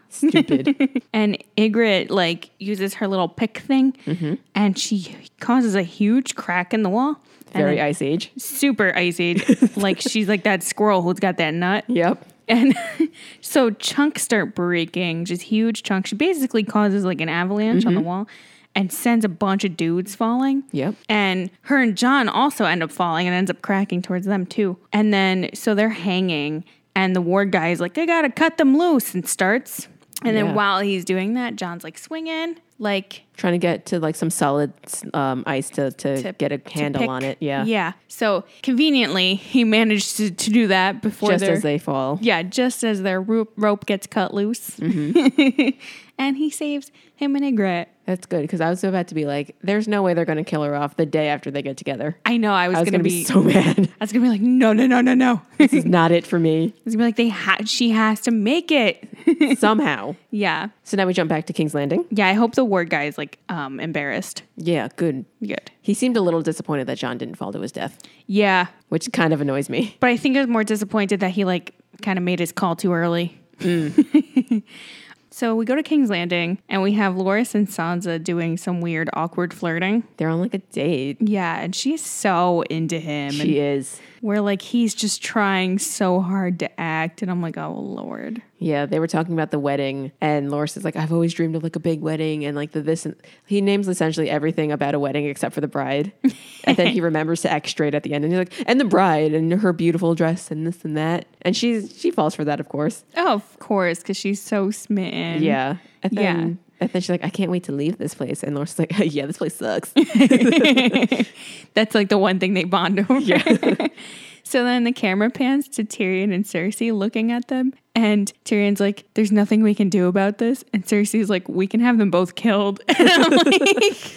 [SPEAKER 2] Stupid.
[SPEAKER 1] And Ygritte, like, uses her little pick thing
[SPEAKER 2] Mm-hmm.
[SPEAKER 1] and she causes a huge crack in the wall. And
[SPEAKER 2] Very
[SPEAKER 1] then
[SPEAKER 2] Ice Age.
[SPEAKER 1] super
[SPEAKER 2] <laughs>
[SPEAKER 1] icy. like, she's like that squirrel who's got that nut.
[SPEAKER 2] Yep.
[SPEAKER 1] And <laughs> so chunks start breaking, just huge chunks. She basically causes like an avalanche on the wall and sends a bunch of dudes falling.
[SPEAKER 2] Mm-hmm. Yep.
[SPEAKER 1] And her and John also end up falling and ends up cracking towards them too. And then so they're hanging and the ward guy is like, I gotta cut them loose and starts. And then
[SPEAKER 2] Yeah.
[SPEAKER 1] while he's doing that, John's like swinging, like
[SPEAKER 2] Trying to get to like some solid um, ice to, to,
[SPEAKER 1] to-
[SPEAKER 2] get a
[SPEAKER 1] to
[SPEAKER 2] handle
[SPEAKER 1] pick.
[SPEAKER 2] on it. Yeah.
[SPEAKER 1] Yeah. So conveniently, he managed to, to do that before
[SPEAKER 2] Just
[SPEAKER 1] they're-
[SPEAKER 2] as they fall.
[SPEAKER 1] Yeah, just as their rope, rope gets cut loose. <laughs> and he saves him and Ygritte.
[SPEAKER 2] That's good because I was about to be like, there's no way they're going to kill her off the day after they get together.
[SPEAKER 1] I know I was,
[SPEAKER 2] I was
[SPEAKER 1] gonna,
[SPEAKER 2] going to
[SPEAKER 1] be,
[SPEAKER 2] be so <laughs> mad.
[SPEAKER 1] I was gonna be like, no, no, no, no, <laughs> no. I
[SPEAKER 2] this is not it for <laughs> me
[SPEAKER 1] was gonna be like, they ha- she has to make it.
[SPEAKER 2] somehow.
[SPEAKER 1] Yeah.
[SPEAKER 2] So now we jump back to King's Landing.
[SPEAKER 1] Yeah, I hope the ward guy is like um, embarrassed.
[SPEAKER 2] Yeah, good.
[SPEAKER 1] Good.
[SPEAKER 2] He seemed a little disappointed that John didn't fall to his death,
[SPEAKER 1] Yeah,
[SPEAKER 2] which kind of annoys me.
[SPEAKER 1] but I think I was more disappointed that he like kind of made his call too early. Mm. <laughs> so we go to King's Landing and we have Loris and Sansa doing some weird, awkward flirting.
[SPEAKER 2] They're on like a date.
[SPEAKER 1] Yeah, and she's so into him. and
[SPEAKER 2] She is.
[SPEAKER 1] where like he's just trying so hard to act and i'm like oh lord
[SPEAKER 2] Yeah, they were talking about the wedding, and Loris is like, "I've always dreamed of like a big wedding," and like the this. And he names essentially everything about a wedding except for the bride, and then
[SPEAKER 1] <laughs>
[SPEAKER 2] he remembers to act straight at the end, and he's like, "And the bride and her beautiful dress and this and that," and she's she falls for that, of course.
[SPEAKER 1] oh of course because she's so smitten
[SPEAKER 2] Yeah, and
[SPEAKER 1] Mm-hmm. Yeah.
[SPEAKER 2] then, And then she's like, "I can't wait to leave this place," and Loris is like, <laughs> "Yeah, this
[SPEAKER 1] <laughs>
[SPEAKER 2] place sucks."
[SPEAKER 1] that's like the one thing they bond over <laughs>
[SPEAKER 2] <laughs>
[SPEAKER 1] so then the camera pans to tyrion and cersei looking at them and tyrion's like there's nothing we can do about this and cersei's like we can have them both killed <laughs> and i'm like <laughs>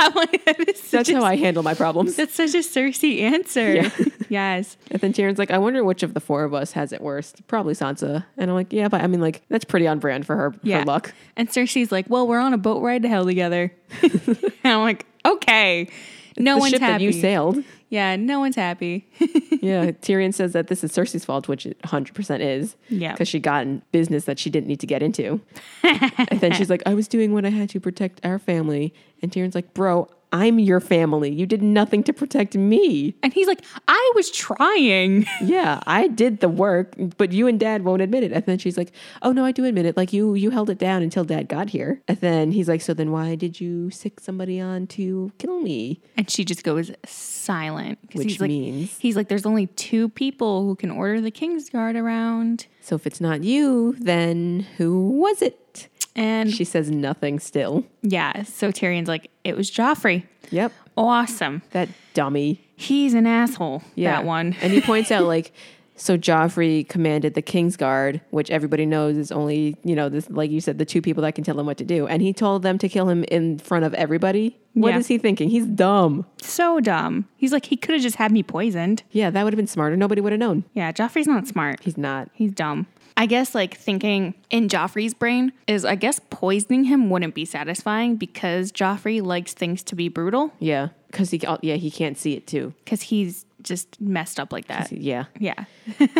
[SPEAKER 1] i'm like that is such
[SPEAKER 2] That's
[SPEAKER 1] a,
[SPEAKER 2] how I handle my
[SPEAKER 1] <laughs>
[SPEAKER 2] problems.
[SPEAKER 1] that's such a cersei answer <laughs> yes
[SPEAKER 2] And then Tyrion's like, I wonder which of the four of us has it worst. Probably Sansa. And I'm like, yeah, but I mean, like, that's pretty on brand for her,
[SPEAKER 1] Yeah.
[SPEAKER 2] her luck.
[SPEAKER 1] And Cersei's like, "Well, we're on a boat ride to hell together." <laughs> and I'm like, "Okay, no
[SPEAKER 2] the
[SPEAKER 1] one's
[SPEAKER 2] ship that
[SPEAKER 1] happy."
[SPEAKER 2] you sailed.
[SPEAKER 1] yeah, no one's happy. <laughs>
[SPEAKER 2] yeah, Tyrion says that this is Cersei's fault, which it 100% is.
[SPEAKER 1] Yeah.
[SPEAKER 2] Because she got in business that she didn't need to get into. and then she's like, I was doing what I had to protect our family. And Tyrion's like, bro, I'm your family. You did nothing to protect me.
[SPEAKER 1] and he's like, "I was trying." <laughs>
[SPEAKER 2] Yeah, I did the work, but you and dad won't admit it. And then she's like, "Oh no, I do admit it. Like you you held it down until dad got here." And then he's like, "So then why did you sick somebody on to kill me?"
[SPEAKER 1] And she just goes silent because
[SPEAKER 2] Which
[SPEAKER 1] he's like,
[SPEAKER 2] means-
[SPEAKER 1] he's like, "There's only two people who can order the King's Guard around."
[SPEAKER 2] So if it's not you, then who was it?
[SPEAKER 1] And
[SPEAKER 2] She says nothing still.
[SPEAKER 1] yeah, so Tyrion's like, "It was Joffrey."
[SPEAKER 2] Yep.
[SPEAKER 1] Awesome.
[SPEAKER 2] That dummy.
[SPEAKER 1] He's an asshole.
[SPEAKER 2] Yeah.
[SPEAKER 1] That one.
[SPEAKER 2] and he points out like so Joffrey commanded the King's Guard, which everybody knows is only, you know, this like you said, the two people that can tell him what to do. And he told them to kill him in front of everybody. What is
[SPEAKER 1] Yeah.
[SPEAKER 2] he thinking? He's dumb.
[SPEAKER 1] So dumb. He's like, he could have just had me poisoned.
[SPEAKER 2] Yeah, that would have been smarter. Nobody would have known.
[SPEAKER 1] Yeah, Joffrey's not smart.
[SPEAKER 2] He's not.
[SPEAKER 1] He's dumb. I guess like thinking in Joffrey's brain is I guess poisoning him wouldn't be satisfying because Joffrey likes things to be brutal
[SPEAKER 2] Yeah, because he oh, yeah he can't see it too.
[SPEAKER 1] because he's just messed up like that.
[SPEAKER 2] Yeah.
[SPEAKER 1] Yeah.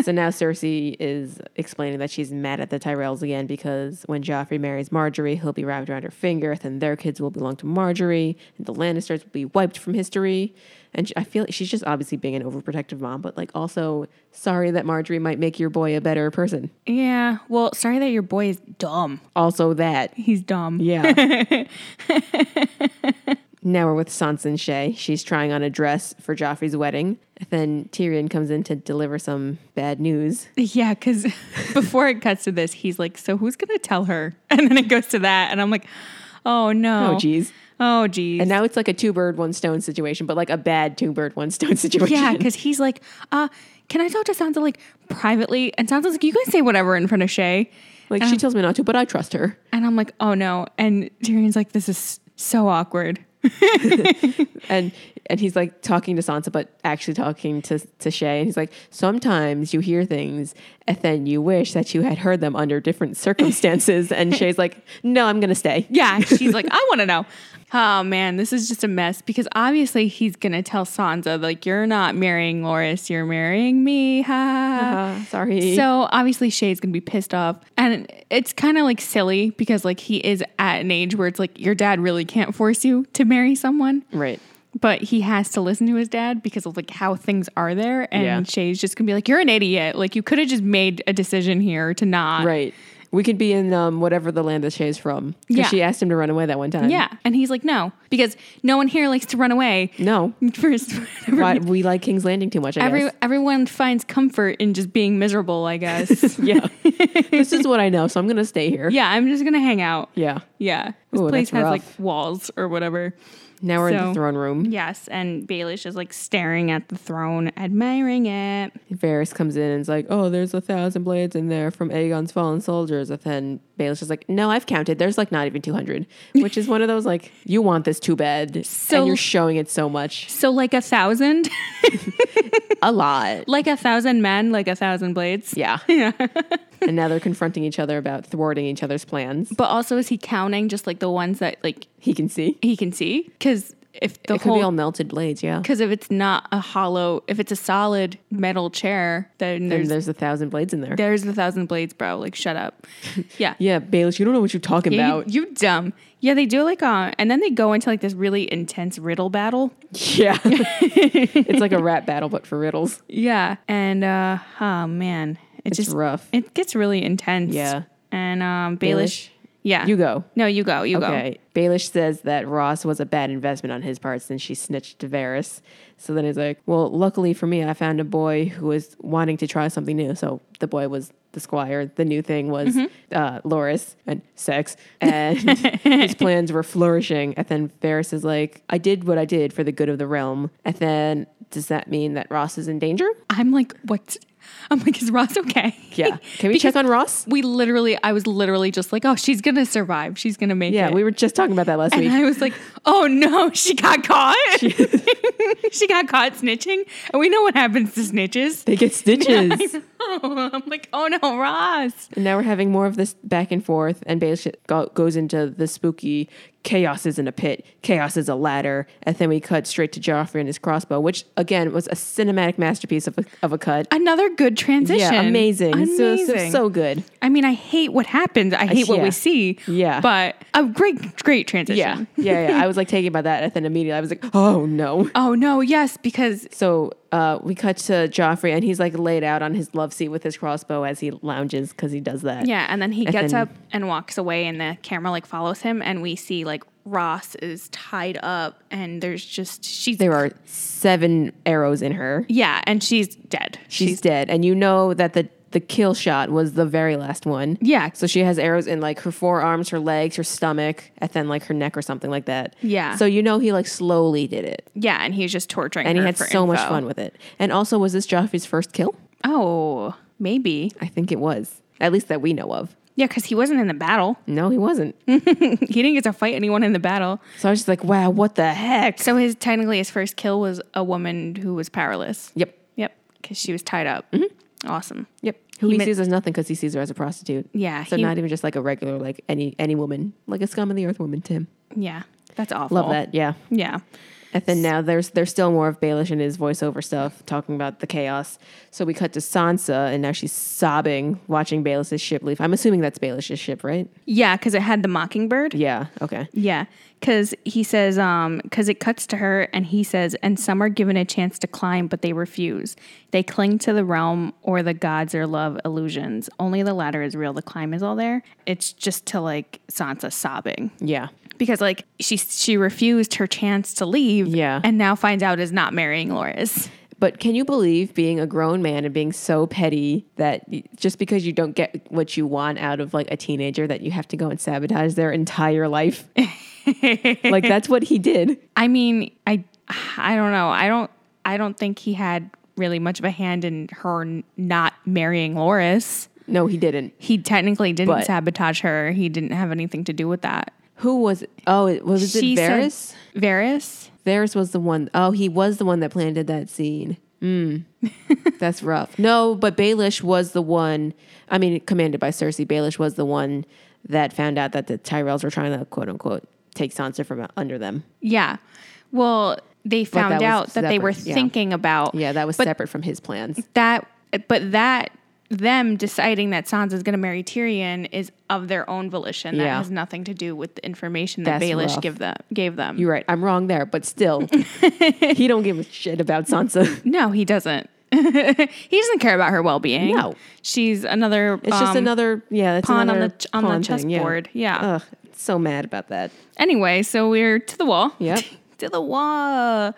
[SPEAKER 2] so now Cersei is explaining that she's mad at the Tyrells again because when Joffrey marries Marjorie, he'll be wrapped around her finger, then their kids will belong to Marjorie, and the Lannisters will be wiped from history. And she, I feel she's just obviously being an overprotective mom, but like also sorry that Marjorie might make your boy a better person.
[SPEAKER 1] Yeah. Well, sorry that your boy is dumb.
[SPEAKER 2] Also that.
[SPEAKER 1] He's dumb.
[SPEAKER 2] Yeah. <laughs> now we're with Sansa and Shay. She's trying on a dress for Joffrey's wedding. Then Tyrion comes in to deliver some bad news.
[SPEAKER 1] Yeah, because <laughs> before it cuts to this, he's like, "So who's gonna tell her?" <laughs> And then it goes to that, and I'm like, "Oh no,
[SPEAKER 2] Oh, geez.
[SPEAKER 1] oh geez."
[SPEAKER 2] And now it's like a two bird, one stone situation, but like a bad two bird, one stone <laughs>
[SPEAKER 1] <laughs>
[SPEAKER 2] situation.
[SPEAKER 1] Yeah, because he's like, uh, can I talk to Sansa like privately? And Sansa's like, you can say whatever in front of Shay.
[SPEAKER 2] like
[SPEAKER 1] uh.
[SPEAKER 2] she tells me not to, but I trust her.
[SPEAKER 1] And I'm like, oh no. And Tyrion's like, this is so awkward.
[SPEAKER 2] And and he's like talking to Sansa, but actually talking to to Shay. And he's like, sometimes you hear things, and then you wish that you had heard them
[SPEAKER 1] <laughs>
[SPEAKER 2] under different circumstances. and Shay's like, no, I'm gonna stay. <laughs>
[SPEAKER 1] Yeah, she's like, I want to know. Oh man, this is just a mess because obviously he's gonna tell Sansa like, you're not marrying Loris, you're marrying me. Ha.
[SPEAKER 2] Uh, sorry.
[SPEAKER 1] So obviously Shay's gonna be pissed off, and it's kind of like silly because like he is at an age where it's like your dad really can't force you to marry someone.
[SPEAKER 2] right.
[SPEAKER 1] but he has to listen to his dad because of like how things are there and
[SPEAKER 2] Yeah.
[SPEAKER 1] shay's just gonna be like you're an idiot like you could have just made a decision here to not
[SPEAKER 2] Right. We could be in um, whatever the land that Shay's from. 'Cause
[SPEAKER 1] Yeah.
[SPEAKER 2] She asked him to run away that one time.
[SPEAKER 1] yeah and he's like no because no one here likes to run away
[SPEAKER 2] No.
[SPEAKER 1] <laughs> first
[SPEAKER 2] Why, we like King's Landing too much. I
[SPEAKER 1] every,
[SPEAKER 2] guess.
[SPEAKER 1] everyone finds comfort in just being miserable i guess
[SPEAKER 2] <laughs>
[SPEAKER 1] <laughs>
[SPEAKER 2] Yeah. this is what I know, so I'm gonna stay here.
[SPEAKER 1] yeah i'm just gonna hang out
[SPEAKER 2] Yeah.
[SPEAKER 1] yeah this
[SPEAKER 2] Ooh,
[SPEAKER 1] place
[SPEAKER 2] that's
[SPEAKER 1] has
[SPEAKER 2] rough.
[SPEAKER 1] like walls or whatever
[SPEAKER 2] Now we're in
[SPEAKER 1] So-
[SPEAKER 2] the throne room.
[SPEAKER 1] Yes, and Baelish is like staring at the throne, admiring it.
[SPEAKER 2] Varys comes in and is like, "Oh, there's a thousand blades in there from Aegon's fallen soldiers." And then Baelish is like, "No, I've counted. There's like not even 200," which is one of those like, <laughs> "You want this too bad,
[SPEAKER 1] So-
[SPEAKER 2] and you're showing it so much,
[SPEAKER 1] So like a thousand, <laughs>
[SPEAKER 2] a lot."
[SPEAKER 1] like a thousand men, like a thousand blades.
[SPEAKER 2] Yeah.
[SPEAKER 1] Yeah.
[SPEAKER 2] and now they're confronting each other about thwarting each other's plans.
[SPEAKER 1] But also, is he counting just like the ones that like
[SPEAKER 2] He can see.
[SPEAKER 1] he can see? Because if the
[SPEAKER 2] it could be all
[SPEAKER 1] whole
[SPEAKER 2] melted blades, yeah.
[SPEAKER 1] because if it's not a hollow, if it's a solid metal chair, then
[SPEAKER 2] And
[SPEAKER 1] there's
[SPEAKER 2] there's a thousand blades in there.
[SPEAKER 1] there's the thousand blades, bro. Like shut
[SPEAKER 2] <laughs>
[SPEAKER 1] up. Yeah.
[SPEAKER 2] Yeah, Baelish, you don't know what you're talking
[SPEAKER 1] Yeah, <laughs>
[SPEAKER 2] about.
[SPEAKER 1] You, you dumb. Yeah, they do like uh, and then they go into like this really intense riddle battle.
[SPEAKER 2] Yeah. it's like a rap battle, but for riddles.
[SPEAKER 1] Yeah, and uh, oh man, it
[SPEAKER 2] It's
[SPEAKER 1] just
[SPEAKER 2] rough.
[SPEAKER 1] it gets really intense.
[SPEAKER 2] Yeah.
[SPEAKER 1] and um,
[SPEAKER 2] Baelish?
[SPEAKER 1] Baelish, yeah,
[SPEAKER 2] You go.
[SPEAKER 1] No, you go. You
[SPEAKER 2] Okay. Baelish says that Ross was a bad investment on his part since she snitched to Varys. So then he's like, Well, luckily for me, I found a boy who was wanting to try something new. So the boy was the squire. The new thing was
[SPEAKER 1] Mm-hmm.
[SPEAKER 2] uh, Loris and sex.
[SPEAKER 1] <laughs>
[SPEAKER 2] And his plans were flourishing. And then Varys is like, I did what I did for the good of the realm. And then does that mean that Ross is in danger?
[SPEAKER 1] go. I'm like, what? <laughs> I'm like, is Ross okay? <laughs>
[SPEAKER 2] Yeah. Can we check on Ross?
[SPEAKER 1] We literally, I was literally just like, oh, she's gonna survive. She's gonna make
[SPEAKER 2] Yeah,
[SPEAKER 1] it.
[SPEAKER 2] we were just talking about that last
[SPEAKER 1] and <laughs>
[SPEAKER 2] week.
[SPEAKER 1] I was like, oh no, she got
[SPEAKER 2] <laughs>
[SPEAKER 1] caught. <laughs> she got caught snitching, and we know what happens to snitches.
[SPEAKER 2] They
[SPEAKER 1] <laughs>
[SPEAKER 2] get stitches.
[SPEAKER 1] Oh, I'm like, oh no, Ross.
[SPEAKER 2] And now we're having more of this back and forth, and Baelish go- goes into the spooky chaos is in a pit, chaos is a ladder, and then we cut straight to Joffrey and his crossbow, which again was a cinematic masterpiece of a, of a cut.
[SPEAKER 1] Another good transition.
[SPEAKER 2] Yeah, amazing, So, so
[SPEAKER 1] Amazing.
[SPEAKER 2] so good.
[SPEAKER 1] I mean, I hate what happens. I hate what
[SPEAKER 2] yeah.
[SPEAKER 1] we see.
[SPEAKER 2] Yeah.
[SPEAKER 1] But a great, great transition.
[SPEAKER 2] Yeah, yeah, yeah. I was like taken by that, and then immediately I was like, oh no.
[SPEAKER 1] Oh no, yes, because
[SPEAKER 2] So uh, we cut to Joffrey, and he's like laid out on his love seat with his crossbow as he lounges because he does that.
[SPEAKER 1] yeah, and then he
[SPEAKER 2] And
[SPEAKER 1] gets
[SPEAKER 2] then-
[SPEAKER 1] up and walks away, and the camera like follows him, and we see like Ross is tied up, and there's just she's
[SPEAKER 2] There are seven arrows in her.
[SPEAKER 1] yeah, and she's dead.
[SPEAKER 2] she's, dead and you know that the the kill shot was the very last one
[SPEAKER 1] Yeah.
[SPEAKER 2] so she has arrows in like her forearms her legs her stomach and then like her neck or something like that
[SPEAKER 1] Yeah.
[SPEAKER 2] so you know he like slowly did it
[SPEAKER 1] yeah, and he's just torturing.
[SPEAKER 2] and he
[SPEAKER 1] her
[SPEAKER 2] had so
[SPEAKER 1] for
[SPEAKER 2] much
[SPEAKER 1] info.
[SPEAKER 2] fun with it and also was this joffrey's first kill
[SPEAKER 1] Oh, maybe
[SPEAKER 2] i think it was at least that we know of
[SPEAKER 1] yeah, because he wasn't in the battle. <laughs>
[SPEAKER 2] no he wasn't
[SPEAKER 1] Mm. he didn't get to fight anyone in the battle.
[SPEAKER 2] so i was just like wow what the heck
[SPEAKER 1] So his technically his first kill was a woman who was powerless.
[SPEAKER 2] yep
[SPEAKER 1] Yep, because she was tied up.
[SPEAKER 2] Mm-hmm.
[SPEAKER 1] Awesome.
[SPEAKER 2] yep who he,
[SPEAKER 1] meant-
[SPEAKER 2] sees as nothing because he sees her as a prostitute
[SPEAKER 1] Yeah,
[SPEAKER 2] so
[SPEAKER 1] he-
[SPEAKER 2] not even just like a regular like any any woman like a scum of the earth woman tim
[SPEAKER 1] Yeah, that's awful.
[SPEAKER 2] love that yeah
[SPEAKER 1] Yeah.
[SPEAKER 2] And then now there's there's still more of Baelish and his voiceover stuff talking about the chaos. So we cut to Sansa, and now she's sobbing watching Baelish's ship leave. I'm assuming that's Baelish's ship, right?
[SPEAKER 1] Yeah, because it had the mockingbird.
[SPEAKER 2] Yeah. Okay.
[SPEAKER 1] Yeah, because he says, um, because it cuts to her and he says, and some are given a chance to climb, but they refuse. They cling to the realm or the gods or love illusions. Only the latter is real. The climb is all there. It's just to like Sansa sobbing
[SPEAKER 2] Yeah.
[SPEAKER 1] because like she she refused her chance to leave.
[SPEAKER 2] Yeah.
[SPEAKER 1] and now finds out is not marrying Loras.
[SPEAKER 2] But can you believe being a grown man and being so petty that y- just because you don't get what you want out of like a teenager that you have to go and sabotage their entire <laughs> life? like that's what he did.
[SPEAKER 1] I mean, I I don't know. I don't I don't think he had really much of a hand in her n- not marrying Loris.
[SPEAKER 2] No, he didn't.
[SPEAKER 1] He technically didn't
[SPEAKER 2] But-
[SPEAKER 1] sabotage her. He didn't have anything to do with that.
[SPEAKER 2] Who was it? Oh, it, was it
[SPEAKER 1] said-
[SPEAKER 2] Varys?
[SPEAKER 1] Varys?
[SPEAKER 2] Varys was the one oh he was the one that planted that seed. Mm. <laughs> That's rough. No, but Baelish was the one. I mean, commanded by Cersei, Baelish was the one that found out that the Tyrells were trying to quote unquote take Sansa from under them.
[SPEAKER 1] Yeah. Well, they found
[SPEAKER 2] was
[SPEAKER 1] out that they were
[SPEAKER 2] separate, yeah.
[SPEAKER 1] thinking about
[SPEAKER 2] Yeah, that was
[SPEAKER 1] But-
[SPEAKER 2] separate from his plans.
[SPEAKER 1] that but that them deciding that Sansa's going to marry Tyrion is of their own volition. That
[SPEAKER 2] Yeah.
[SPEAKER 1] has nothing to do with the information that
[SPEAKER 2] That's
[SPEAKER 1] Baelish
[SPEAKER 2] rough.
[SPEAKER 1] give them, gave them.
[SPEAKER 2] You're right. I'm wrong there,
[SPEAKER 1] <laughs>
[SPEAKER 2] but still, he don't give a shit about Sansa.
[SPEAKER 1] No, he doesn't. <laughs> he doesn't care about her well being.
[SPEAKER 2] No.
[SPEAKER 1] she's another.
[SPEAKER 2] It's just
[SPEAKER 1] um,
[SPEAKER 2] another yeah, it's
[SPEAKER 1] pawn on
[SPEAKER 2] another
[SPEAKER 1] the- on the
[SPEAKER 2] pawn thing, yeah.
[SPEAKER 1] chessboard, yeah.
[SPEAKER 2] Ugh, so mad about that.
[SPEAKER 1] Anyway, so we're <laughs> to the wall.
[SPEAKER 2] Yep.
[SPEAKER 1] to the wall,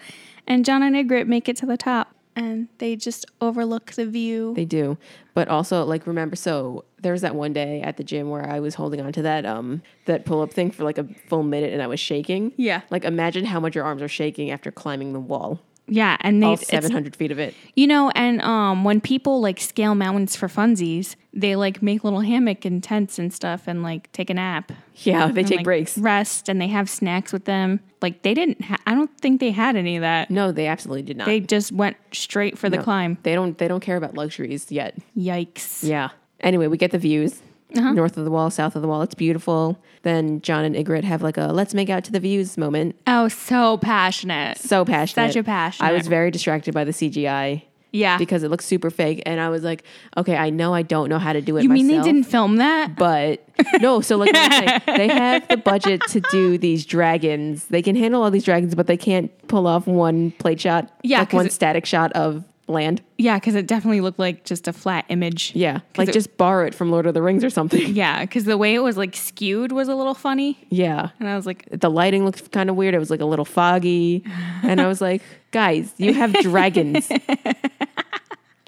[SPEAKER 1] and John and Igrit make it to the top. and they just overlook the view.
[SPEAKER 2] They do. But also like remember so there was that one day at the gym where I was holding on to that um that pull up thing for like a full minute and I was shaking.
[SPEAKER 1] Yeah.
[SPEAKER 2] Like imagine how much your arms are shaking after climbing the wall.
[SPEAKER 1] yeah, and they
[SPEAKER 2] All
[SPEAKER 1] it's-
[SPEAKER 2] seven hundred feet of it.
[SPEAKER 1] You know, and um, when people like scale mountains for funsies, they like make little hammock and tents and stuff, and like take a nap.
[SPEAKER 2] Yeah, <laughs> they
[SPEAKER 1] and,
[SPEAKER 2] take
[SPEAKER 1] like,
[SPEAKER 2] breaks.
[SPEAKER 1] rest, and they have snacks with them. Like they didn't. Ha- I don't think they had any of that.
[SPEAKER 2] No, they absolutely did not.
[SPEAKER 1] They just went straight for the
[SPEAKER 2] No.
[SPEAKER 1] climb.
[SPEAKER 2] They don't they don't care about luxuries yet.
[SPEAKER 1] Yikes!
[SPEAKER 2] Yeah. Anyway, we get the views.
[SPEAKER 1] Uh-huh.
[SPEAKER 2] North of the wall, south of the wall. It's beautiful. Then John and Igrit have like a let's make out to the views moment.
[SPEAKER 1] Oh, so passionate.
[SPEAKER 2] So passionate.
[SPEAKER 1] Such a passionate.
[SPEAKER 2] I was very distracted by the CGI
[SPEAKER 1] yeah.
[SPEAKER 2] because it looks super fake. And I was like, okay, I know I don't know how to do it
[SPEAKER 1] you
[SPEAKER 2] myself.
[SPEAKER 1] mean they didn't film that? <laughs>
[SPEAKER 2] But no, so like what I'm saying, they have the budget to do these dragons. They can handle all these dragons, but they can't pull off one plate shot,
[SPEAKER 1] Yeah,
[SPEAKER 2] like
[SPEAKER 1] 'cause
[SPEAKER 2] one
[SPEAKER 1] it-
[SPEAKER 2] static shot of land.
[SPEAKER 1] Yeah, because it definitely looked like just a flat image.
[SPEAKER 2] Yeah, like
[SPEAKER 1] it-
[SPEAKER 2] just borrow it from Lord of the Rings or something. <laughs>
[SPEAKER 1] Yeah, because the way it was like skewed was a little funny,
[SPEAKER 2] Yeah.
[SPEAKER 1] and I was like,
[SPEAKER 2] The lighting looked kind of weird. It was like a little foggy. And I was like, guys, you have dragons.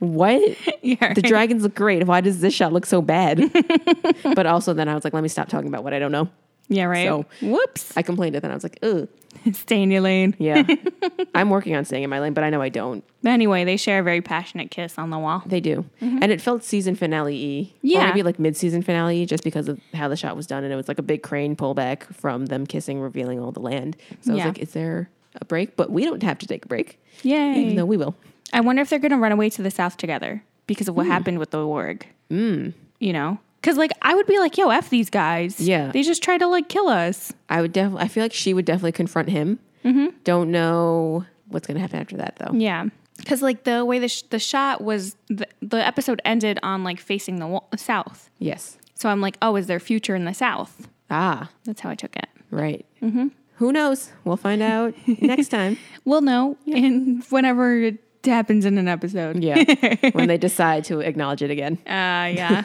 [SPEAKER 2] what?
[SPEAKER 1] <laughs> yeah,
[SPEAKER 2] The dragons look great. Why does this shot look so
[SPEAKER 1] <laughs>
[SPEAKER 2] bad? but also, then I was like, let me stop talking about what I don't know.
[SPEAKER 1] yeah, right.
[SPEAKER 2] So-
[SPEAKER 1] Whoops, <laughs>
[SPEAKER 2] I complained, and then I was like, ugh,
[SPEAKER 1] stay in your lane.
[SPEAKER 2] yeah. <laughs> I'm working on staying in my lane, but I know I don't.
[SPEAKER 1] Anyway, they share a very passionate kiss on the wall.
[SPEAKER 2] They do, and it felt season finale y,
[SPEAKER 1] Mm-hmm. Yeah.
[SPEAKER 2] or maybe like mid season finale, just because of how the shot was done, and it was like a big crane pullback from them kissing, revealing all the land. So I
[SPEAKER 1] Yeah.
[SPEAKER 2] was like, is there a break? But we don't have to take a break,
[SPEAKER 1] Yay.
[SPEAKER 2] even though we will.
[SPEAKER 1] I wonder if they're going to run away to the south together because
[SPEAKER 2] Hmm.
[SPEAKER 1] of what happened with the org. Mm. You know? Because, like, I would be like, yo, F these guys.
[SPEAKER 2] Yeah.
[SPEAKER 1] They just try to, like, kill us.
[SPEAKER 2] I would definitely. I feel like she would definitely confront him. Don't know what's gonna happen after that though.
[SPEAKER 1] Mm-hmm. Yeah. Because, like, the way the, sh- the shot was, the, the episode ended on, like, facing the wa- south.
[SPEAKER 2] Yes.
[SPEAKER 1] So I'm like, oh, is there future in the south?
[SPEAKER 2] Ah,
[SPEAKER 1] That's how I took it.
[SPEAKER 2] right.
[SPEAKER 1] Mm-hmm.
[SPEAKER 2] Who knows? We'll find out
[SPEAKER 1] <laughs>
[SPEAKER 2] next time.
[SPEAKER 1] We'll know in <laughs> whenever it happens in an episode. <laughs>
[SPEAKER 2] Yeah. when they decide to acknowledge it again.
[SPEAKER 1] Uh, yeah.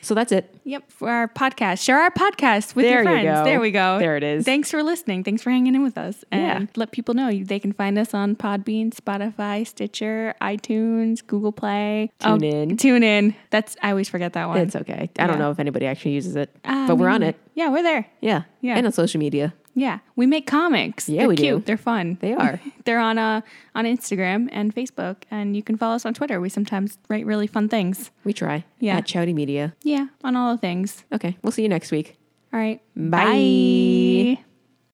[SPEAKER 2] So that's it.
[SPEAKER 1] <laughs> Yep, for our podcast. Share our podcast with your
[SPEAKER 2] There you
[SPEAKER 1] friends.
[SPEAKER 2] go.
[SPEAKER 1] There we go.
[SPEAKER 2] There it is.
[SPEAKER 1] Thanks for listening. Thanks for hanging in with us. And
[SPEAKER 2] Yeah.
[SPEAKER 1] let people know you- they can find us on Podbean, Spotify, Stitcher, iTunes, Google Play. Oh,
[SPEAKER 2] Tune in.
[SPEAKER 1] Tune in. That's I always forget that one.
[SPEAKER 2] It's okay. I don't
[SPEAKER 1] Yeah.
[SPEAKER 2] know if anybody actually uses it,
[SPEAKER 1] Ah,
[SPEAKER 2] but we're on
[SPEAKER 1] me.
[SPEAKER 2] it.
[SPEAKER 1] Yeah, we're there.
[SPEAKER 2] Yeah.
[SPEAKER 1] Yeah.
[SPEAKER 2] And on social media.
[SPEAKER 1] Yeah. We make comics.
[SPEAKER 2] Yeah,
[SPEAKER 1] They're
[SPEAKER 2] we do.
[SPEAKER 1] cute. They're fun.
[SPEAKER 2] They are.
[SPEAKER 1] <laughs> They're on uh, on Instagram and Facebook and you can follow us on Twitter. We sometimes write really fun things.
[SPEAKER 2] We try.
[SPEAKER 1] Yeah.
[SPEAKER 2] At Chowdy Media.
[SPEAKER 1] Yeah, on all the things.
[SPEAKER 2] Okay. We'll see you next week.
[SPEAKER 1] All right.
[SPEAKER 2] Bye.
[SPEAKER 1] Bye.